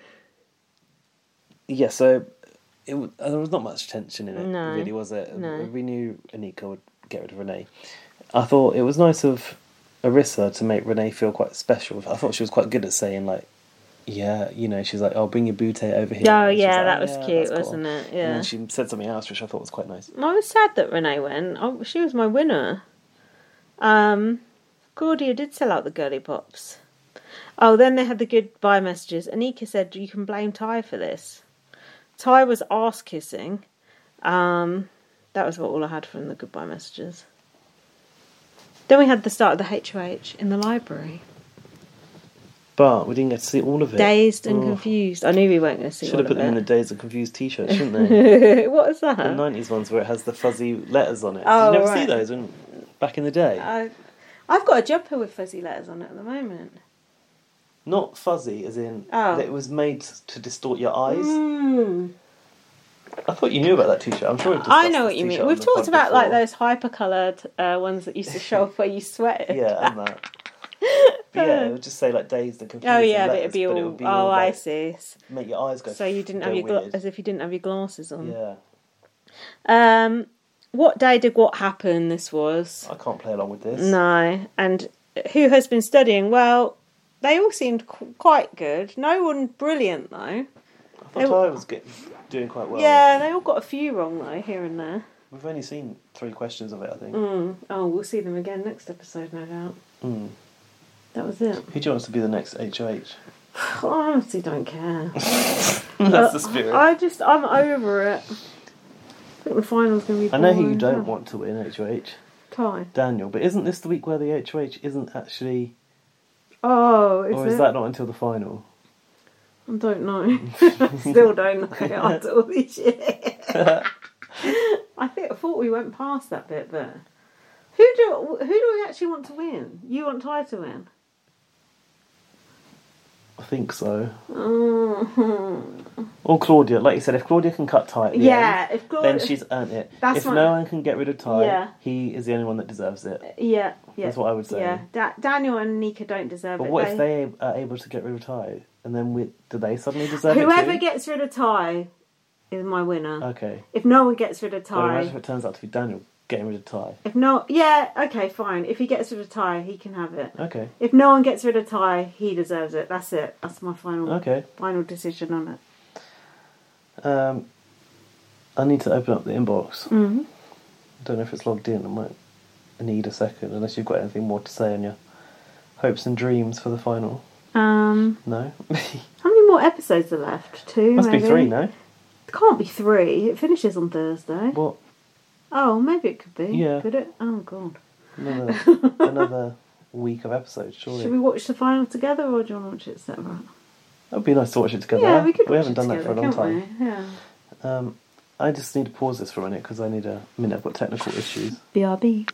S1: yeah, so it, w- uh, there was not much tension in it,
S2: No.
S1: really, was it?
S2: No.
S1: We knew Anika would get rid of Renee. I thought it was nice of Arissa to make Renee feel quite special. I thought she was quite good at saying, like, yeah, you know, she's like, oh, bring your bootay over here.
S2: Oh,
S1: And she's
S2: yeah,
S1: like,
S2: that was cute,
S1: that's
S2: wasn't it?
S1: And
S2: Yeah.
S1: then she said something else, which I thought was quite nice.
S2: I was sad that Renee went. I, she was my winner. Um, Cordia did sell out the girly pops. Oh, then they had the goodbye messages. Anika said, You can blame Ty for this. Ty was ass kissing. Um, that was what all I had from the goodbye messages. Then we had the start of the HOH in the library.
S1: But we didn't get to see all of it.
S2: Dazed and
S1: Oh,
S2: confused. I knew we weren't going to see
S1: Should
S2: all
S1: have put
S2: of
S1: them in the
S2: it.
S1: Days of Confused t shirt, shouldn't they?
S2: what was that?
S1: the 90s ones where it has the fuzzy letters on it.
S2: Oh,
S1: Did you never see
S2: right. Uh.
S1: those when, back in the day?
S2: I, I've got a jumper with fuzzy letters on it at the moment.
S1: Not fuzzy, as in
S2: Oh.
S1: that it was made to distort your eyes.
S2: Mm.
S1: I thought you knew about that t shirt. I'm sure we've
S2: I
S1: discussed
S2: know
S1: this
S2: what you mean.
S1: t-shirt
S2: We've
S1: on the pod
S2: talked about like
S1: before.
S2: those hyper-coloured uh, ones that used to show up where you sweated.
S1: Yeah, and that. But yeah, it would just say like Dazed and Confused.
S2: Oh
S1: and
S2: yeah, but
S1: letters,
S2: it'd be all.
S1: it
S2: oh,
S1: would be all,
S2: I
S1: like,
S2: see.
S1: Make your eyes go
S2: So you didn't
S1: go
S2: have your gla-
S1: weird.
S2: as if you didn't have your glasses on.
S1: Yeah.
S2: Um, what day did what happen? This was
S1: I can't play along with this.
S2: no, and who has been studying? Well, they all seemed qu- quite good. No one brilliant though.
S1: I thought I was get, doing quite well.
S2: yeah, they all got a few wrong though here and there.
S1: We've only seen three questions of it, I think.
S2: Oh, we'll see them again next episode, no doubt.
S1: Hmm.
S2: That was it.
S1: Who do you want to be the next HOH?
S2: I honestly don't care.
S1: That's the spirit.
S2: Uh, I just, I'm over it. I think the final's going to be.
S1: I know who you
S2: boring.
S1: don't want to win HOH,
S2: Ty.
S1: Daniel, but isn't this the week where the HOH isn't actually,
S2: Oh, is,
S1: or
S2: it?
S1: is that not until the final?
S2: I don't know. Still don't know after all these years. I think I thought we went past that bit, but who do who do we actually want to win? You want Ty to win?
S1: I think so.
S2: Mm.
S1: Or Claudia, like you said, if Claudia can cut tight, at the
S2: Yeah,
S1: end,
S2: if Claudia.
S1: then she's earned it.
S2: That's
S1: if
S2: my-
S1: no one can get rid of Ty,
S2: Yeah.
S1: he is the only one that deserves it.
S2: Yeah, yeah.
S1: That's what I would say.
S2: Yeah, da- Daniel and Nika don't deserve
S1: But
S2: it.
S1: what if they are able to get rid of Ty, and then we, do they suddenly deserve
S2: Whoever
S1: it? too?
S2: gets rid of Ty is my winner.
S1: Okay.
S2: If no one gets rid of
S1: But
S2: Ty,
S1: imagine if it turns out to be Daniel getting rid of Ty.
S2: if no, yeah, okay, fine. If he gets rid of Ty, he can have it.
S1: Okay.
S2: If no one gets rid of Ty, he deserves it. That's it. That's my final
S1: Okay.
S2: final decision on it.
S1: Um, I need to open up the inbox. Mm-hmm. I don't know if it's logged in. I might need a second, unless you've got anything more to say on your hopes and dreams for the final.
S2: Um,
S1: No,
S2: how many more episodes are left? Two.
S1: must be
S2: maybe?
S1: three. No,
S2: It can't be three. It finishes on Thursday.
S1: what?
S2: Oh, maybe it could be.
S1: Yeah.
S2: Could it? Oh god.
S1: Another, another week of episodes, surely.
S2: Should we watch the final together, or do you want to watch it separate?
S1: That would be nice to watch it together.
S2: Yeah, we could. watch
S1: haven't
S2: it
S1: done
S2: together,
S1: that for a long time.
S2: can't we? Yeah.
S1: Um, I just need to pause this for a minute because I need a minute. I've got technical issues.
S2: BRB.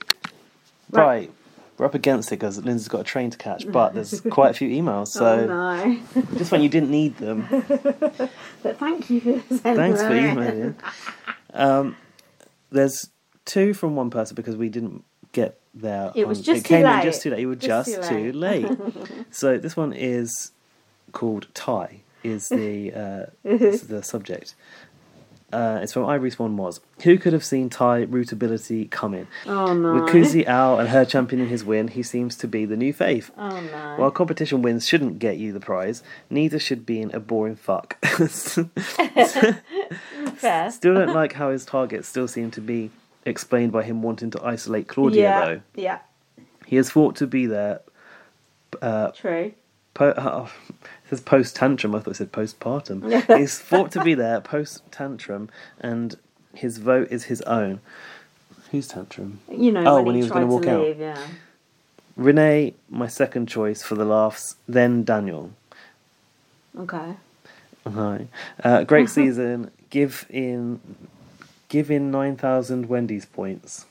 S1: Right.
S2: Right.
S1: We're up against it because Lindsay's got a train to catch, but there's quite a few emails. So
S2: Oh no.
S1: just when you didn't need them,
S2: But thank you for this.
S1: Thanks for
S2: anyway.
S1: emailing. Um, there's two from one person because we didn't get there.
S2: It was just
S1: it
S2: too
S1: came in
S2: late.
S1: just too late. You were just,
S2: Just
S1: too
S2: too
S1: late. so this one is called Ty. Is the uh, is the subject? Uh, it's from Ivory Swan Was. Who could have seen Ty rootability coming?
S2: Oh no.
S1: With Kuzi out and her championing his win, he seems to be the new fave.
S2: Oh no.
S1: While competition wins shouldn't get you the prize, neither should being a boring fuck.
S2: Fair.
S1: Still don't like how his targets still seem to be explained by him wanting to isolate Claudia,
S2: yeah.
S1: though.
S2: Yeah.
S1: He is thought to be there.
S2: True.
S1: Po- oh, it says post tantrum. I thought it said postpartum. He's thought to be there post tantrum, and his vote is his own. Who's tantrum?
S2: You know.
S1: Oh,
S2: when,
S1: when he was
S2: tried
S1: gonna walk
S2: to
S1: out.
S2: leave, Yeah.
S1: Renee, my second choice for the laughs. Then Daniel.
S2: Okay.
S1: Hi. Uh, great season. Give in. Give in nine thousand Wendy's points.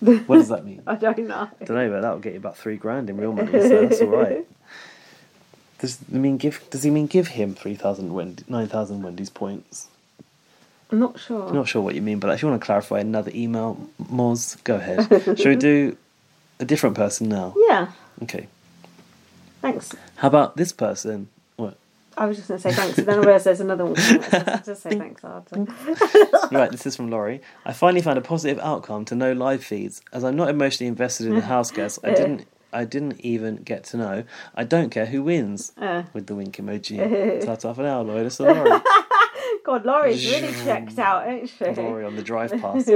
S1: What does that mean?
S2: I don't know.
S1: don't know, but that'll get you about three grand in real money, so that's all right. Does I mean give? Does he mean give him three thousand Wendy, nine thousand Wendy's points?
S2: I'm not sure.
S1: Not sure what you mean by that. If you want to clarify another email, Moz, go ahead. Shall we do a different person now?
S2: Yeah.
S1: Okay.
S2: Thanks.
S1: How about this person? What?
S2: I was just going to say thanks, but then I realised there's another one. coming up, so I'll Just say thanks. I'll have to-
S1: Right, this is from Laurie. I finally found a positive outcome to no live feeds, as I'm not emotionally invested in the house guests. I didn't. I didn't even get to know. I don't care who wins. With the wink emoji. That's half an hour, Laurie. This is Laurie.
S2: God, Laurie's really checked out, ain't she?
S1: Laurie on the drive past.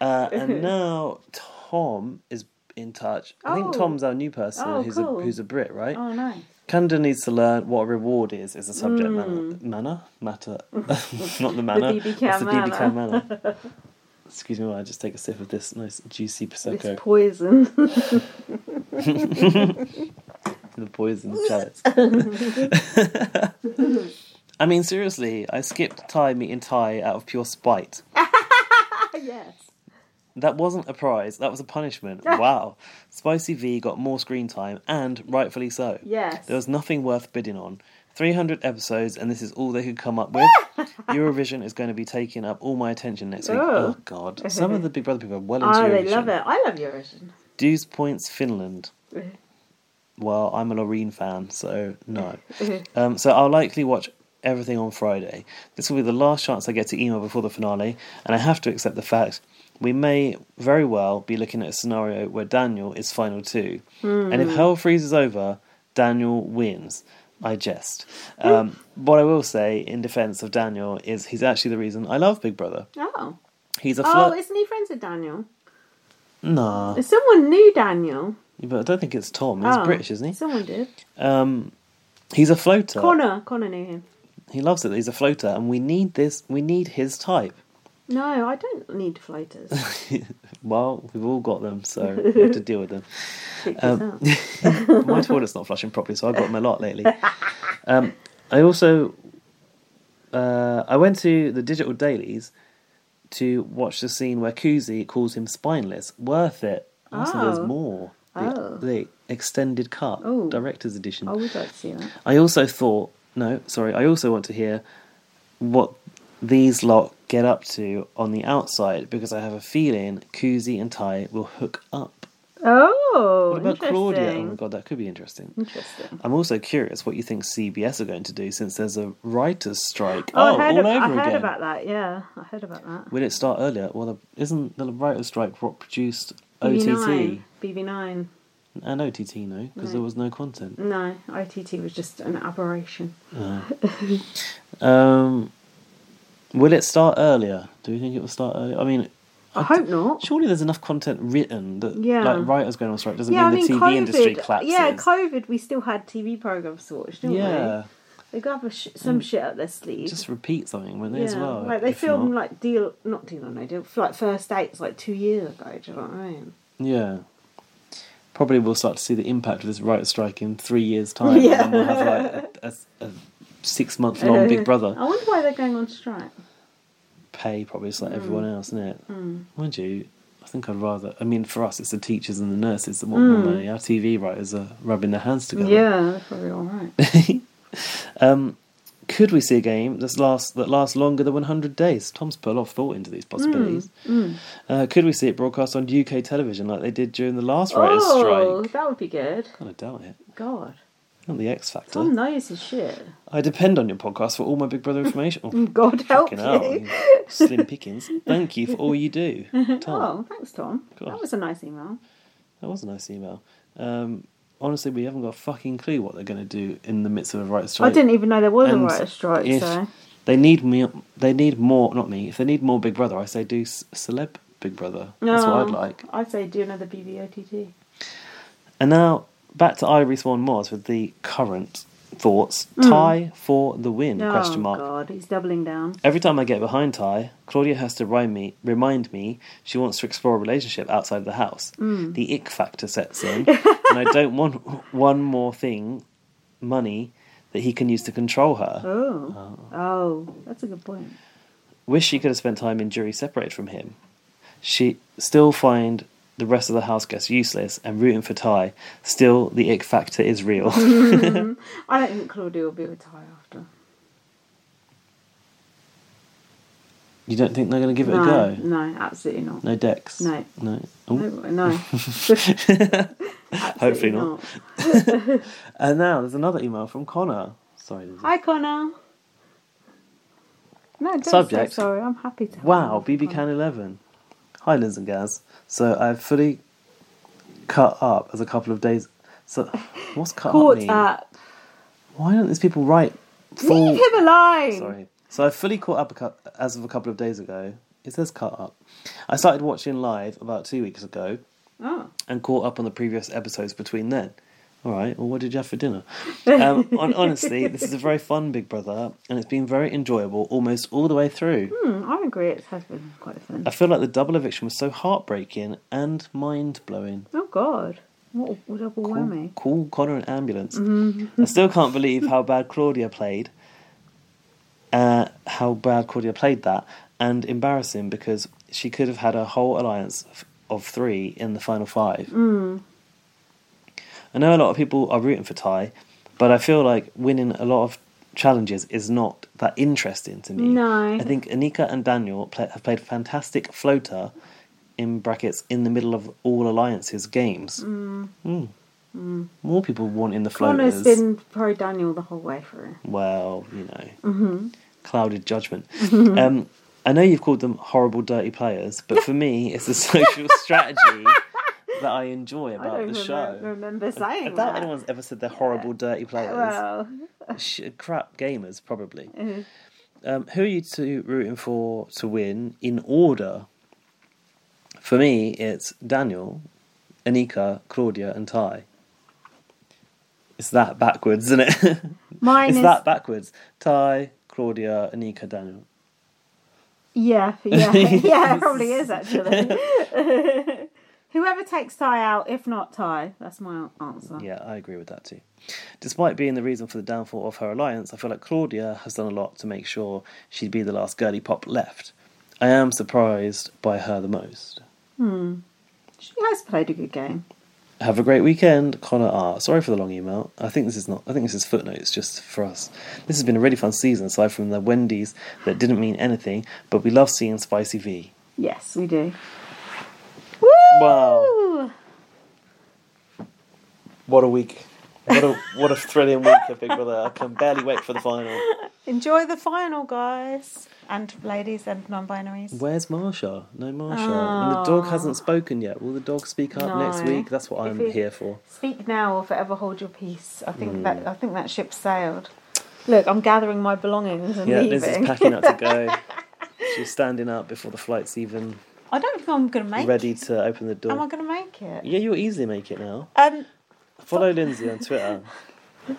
S1: Uh, and now Tom is in touch. I think
S2: Oh.
S1: Tom's our new person,
S2: Oh,
S1: who's
S2: cool.
S1: a, who's a Brit, right?
S2: Oh, nice.
S1: Canada needs to learn what a reward is as a subject
S2: Hmm.
S1: manner. Manner? Matter. Not the manner.
S2: BB
S1: it's
S2: can
S1: the BB can manner. Excuse me while I just take a sip of this nice juicy Prosecco.
S2: It's poison.
S1: the poison chalice. I mean, seriously, I skipped Thai meeting Thai out of pure spite.
S2: yes.
S1: That wasn't a prize, that was a punishment. wow. Spicy V got more screen time, and rightfully so.
S2: Yes.
S1: There was nothing worth bidding on. 300 episodes, and this is all they could come up with. Eurovision is going to be taking up all my attention next week.
S2: Oh.
S1: Oh, God. Some of the Big Brother people are well into
S2: Oh,
S1: Eurovision.
S2: they love it. I love Eurovision.
S1: Dews Points, Finland. Well, I'm a Loreen fan, so no. Um, so I'll likely watch everything on Friday. This will be the last chance I get to email before the finale, and I have to accept the fact we may very well be looking at a scenario where Daniel is final two. And
S2: Hmm.
S1: if hell freezes over, Daniel wins. I jest.
S2: Hmm.
S1: Um, what I will say in defense of Daniel is he's actually the reason I love Big Brother.
S2: Oh.
S1: He's a
S2: Oh,
S1: flirt.
S2: isn't he friends with Daniel?
S1: nah,
S2: Someone knew Daniel.
S1: but I don't think it's Tom. He's
S2: Oh,
S1: British, isn't he?
S2: Someone did.
S1: Um, he's a floater.
S2: Connor. Connor knew him.
S1: He loves it. that He's a floater, and we need this. We need his type.
S2: No, I don't need floaters.
S1: Well, we've all got them, so we have to deal with them.
S2: Pick
S1: Um,
S2: this up.
S1: My toilet's not flushing properly, so I've got them a lot lately. Um, I also uh, I went to the digital dailies to watch the scene where Kuzi calls him spineless. Worth it. Also, there's
S2: Oh.
S1: more. The,
S2: Oh.
S1: the extended cut,
S2: Oh.
S1: director's edition.
S2: I would like to see that.
S1: I also thought, no, sorry, I also want to hear what these lot get up to on the outside because I have a feeling Kuzi and Ty will hook up.
S2: Oh,
S1: What about
S2: interesting.
S1: Claudia? Oh my god, that could be interesting.
S2: Interesting.
S1: I'm also curious what you think CBS are going to do since there's a writer's strike.
S2: Oh, I heard,
S1: all
S2: ab- I
S1: over
S2: heard
S1: again.
S2: about that. Yeah, I heard about that.
S1: Will it start earlier? Well, the, isn't the writer's strike what produced
S2: BB9.
S1: OTT?
S2: BB9.
S1: And OTT, no, because there was no content.
S2: No, ITT was just an aberration.
S1: Um, will it start earlier? Do you think it will start earlier? I mean,
S2: I hope not.
S1: surely there's enough content written that
S2: Yeah.
S1: like writers going on strike doesn't
S2: Yeah, I
S1: mean
S2: mean,
S1: the TV
S2: COVID.
S1: industry collapses.
S2: Yeah, COVID. We still had TV programs to watch, didn't
S1: yeah. Mm.
S2: we? They got a sh- some shit up their sleeve.
S1: Just repeat something when they as well.
S2: like they
S1: if
S2: filmed
S1: not-
S2: like deal, not deal on no deal, like first dates like two years ago. Do you know what I mean?
S1: yeah. Probably we'll start to see the impact of this writers strike in three years' time.
S2: Yeah.
S1: And then we'll have like a, a, a six month long Big Brother
S2: I wonder why they're going on strike.
S1: pay, probably just like
S2: Mm.
S1: everyone else, isn't it? Mind you, I think I'd rather. I mean, for us, it's the teachers and the nurses that want more money. Our TV writers are rubbing their hands together.
S2: Mm. Yeah, they're probably all right.
S1: could we see a game that's last that lasts longer than 100 days? Tom's put a lot of thought into
S2: Hmm,
S1: these possibilities. Uh, could we see it broadcast on UK television like they did during the last writers'
S2: oh,
S1: strike?
S2: that would be good.
S1: Kind of doubt it.
S2: God,
S1: Not the X Factor.
S2: Tom knows his shit.
S1: I depend on your podcast for all my Big Brother information. Oh,
S2: God help
S1: fucking hell,
S2: you.
S1: you slim pickings. Thank you for all you do, Tom.
S2: Oh, thanks, Tom.
S1: God.
S2: That was a nice email.
S1: That was a nice email. Um, honestly, we haven't got a fucking clue what they're going to do in the midst of a writers' strike.
S2: I didn't even know there was
S1: And
S2: a writer's strike.
S1: if
S2: So
S1: they need me, they need more. Not me. If they need more Big Brother, I say do s- celeb Big Brother. That's what I'd
S2: No,
S1: like.
S2: I'd Oh, say do another BBOTT.
S1: And now back to Irie Swan Moss with the current thoughts. Tie for the win?
S2: Hmm. Oh,
S1: question mark.
S2: God, he's doubling down.
S1: Every time I get behind Ty, Claudia has to remind me, remind me she wants to explore a relationship outside the house.
S2: Hmm.
S1: The ick factor sets in, and I don't want one more thing, money, that he can use to control her.
S2: Oh. oh, that's a good point.
S1: Wish she could have spent time in jury separated from him. She still find the rest of the house guests useless and rooting for Ty. Still, the ick factor is real.
S2: I don't think Claudia will be retired after.
S1: You don't think they're going to give it
S2: No,
S1: a go?
S2: no, absolutely not.
S1: No decks.
S2: No.
S1: No. Oh,
S2: No, no.
S1: hopefully not. And now there's another email from Connor. Sorry. Lizzie.
S4: Hi, Connor.
S2: No, don't
S1: Subject.
S2: Say sorry, I'm happy to.
S1: Wow, BB Can 11. Hi, Liz and Gaz. So I've fully cut up as a couple of days. So what's cut up
S2: Caught
S1: mean?
S2: up.
S1: Why don't these people write full?
S2: Leave him alone.
S1: Sorry. So I fully caught up a cou- as of a couple of days ago. It says cut up. I started watching live about two weeks ago
S2: Oh.
S1: and caught up on the previous episodes between then. All right. Well, what did you have for dinner? Um, hon- honestly, this is a very fun Big Brother, and it's been very enjoyable almost all the way through.
S2: Hmm, I agree. It has been quite fun.
S1: I feel like the double eviction was so heartbreaking and mind blowing.
S2: Oh God, what a double
S1: Call,
S2: whammy!
S1: call Connor an ambulance. I still can't believe how bad Claudia played. Uh, how bad Claudia played that, and embarrassing because she could have had a whole alliance of, of three in the final five. I know a lot of people are rooting for Ty, but I feel like winning a lot of challenges is not that interesting to me.
S2: No.
S1: I think Anika and Daniel play, have played fantastic floater in brackets in the middle of all alliances games. Mm. More people wanting the floaters.
S2: Connor's been pro Daniel the whole way through.
S1: Well, you know,
S2: Mm-hmm.
S1: clouded judgment. um, I know you've called them horrible, dirty players, but for me, it's the social strategy that I enjoy
S2: I
S1: about
S2: don't
S1: the
S2: remember,
S1: show.
S2: remember
S1: I
S2: saying
S1: doubt
S2: that.
S1: anyone's ever said they're horrible, dirty players.
S2: Well,
S1: Sh- crap gamers, probably. Um, who are you two rooting for to win in order? For me, it's Daniel, Anika, Claudia, and Ty. It's that backwards, isn't it?
S2: mine
S1: it's
S2: is
S1: that backwards. Ty, Claudia, Anika, Daniel.
S2: yeah, yeah, yeah. It probably is actually. Whoever takes Ty out, if not Ty, that's my answer.
S1: Yeah, I agree with that too. Despite being the reason for the downfall of her alliance, I feel like Claudia has done a lot to make sure she'd be the last girly pop left. I am surprised by her the most.
S2: She has played a good game.
S1: Have a great weekend, Connor R. Sorry for the long email. I think this is not. I think this is footnotes just for us. This has been a really fun season, aside from the Wendy's that didn't mean anything, but we love seeing Spicy V.
S2: Yes, we do.
S1: Wow,
S2: Ooh,
S1: what a week! What a what a thrilling week of Big Brother. I can barely wait for the final.
S4: Enjoy the final, guys.
S2: and ladies and non-binaries.
S1: Where's Marsha? No Marsha. And the dog hasn't spoken yet. Will the dog speak up next
S2: Oh. No.
S1: week? That's what I'm
S2: it-
S1: here for.
S2: Speak now or forever hold your peace. I think
S1: Mm.
S2: that I think that ship sailed. Look, I'm gathering my belongings and
S1: Yeah,
S2: leaving.
S1: Liz is packing up to go. She's standing up before the flight's even
S2: I don't think I'm gonna make.
S1: ready to open the door.
S2: Am I gonna make it?
S1: Yeah, you'll easily make it now.
S2: Um,
S1: Follow Lindsay on Twitter.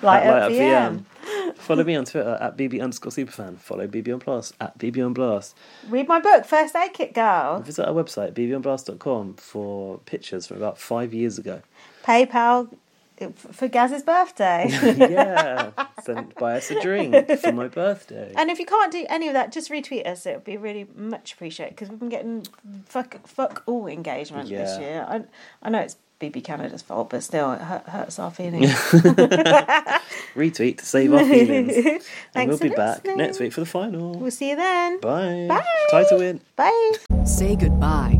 S2: light
S1: at Light
S2: up
S1: Up
S2: VM.
S1: VM. Follow me on Twitter at BB underscore superfan. Follow BB on Blast at BB on Blast.
S2: Read my book, First Aid Kit Girl.
S1: Visit our website, bbonblast.com, for pictures from about five years ago.
S2: PayPal uh, f- for Gaz's birthday.
S1: yeah, sent buy us a drink for my birthday.
S2: and if you can't do any of that, just retweet us. It would be really much appreciated because we've been getting fuck fuck all engagement this
S1: Yeah.
S2: year. I I know it's BB Canada's fault, but still, it hurt, hurts our feelings.
S1: Retweet to save our feelings. and
S2: Thanks
S1: we'll be
S2: for
S1: back
S2: listening.
S1: next week for the final.
S2: We'll see you then.
S1: Bye.
S2: Bye.
S1: Tie to win.
S2: Bye.
S5: Say goodbye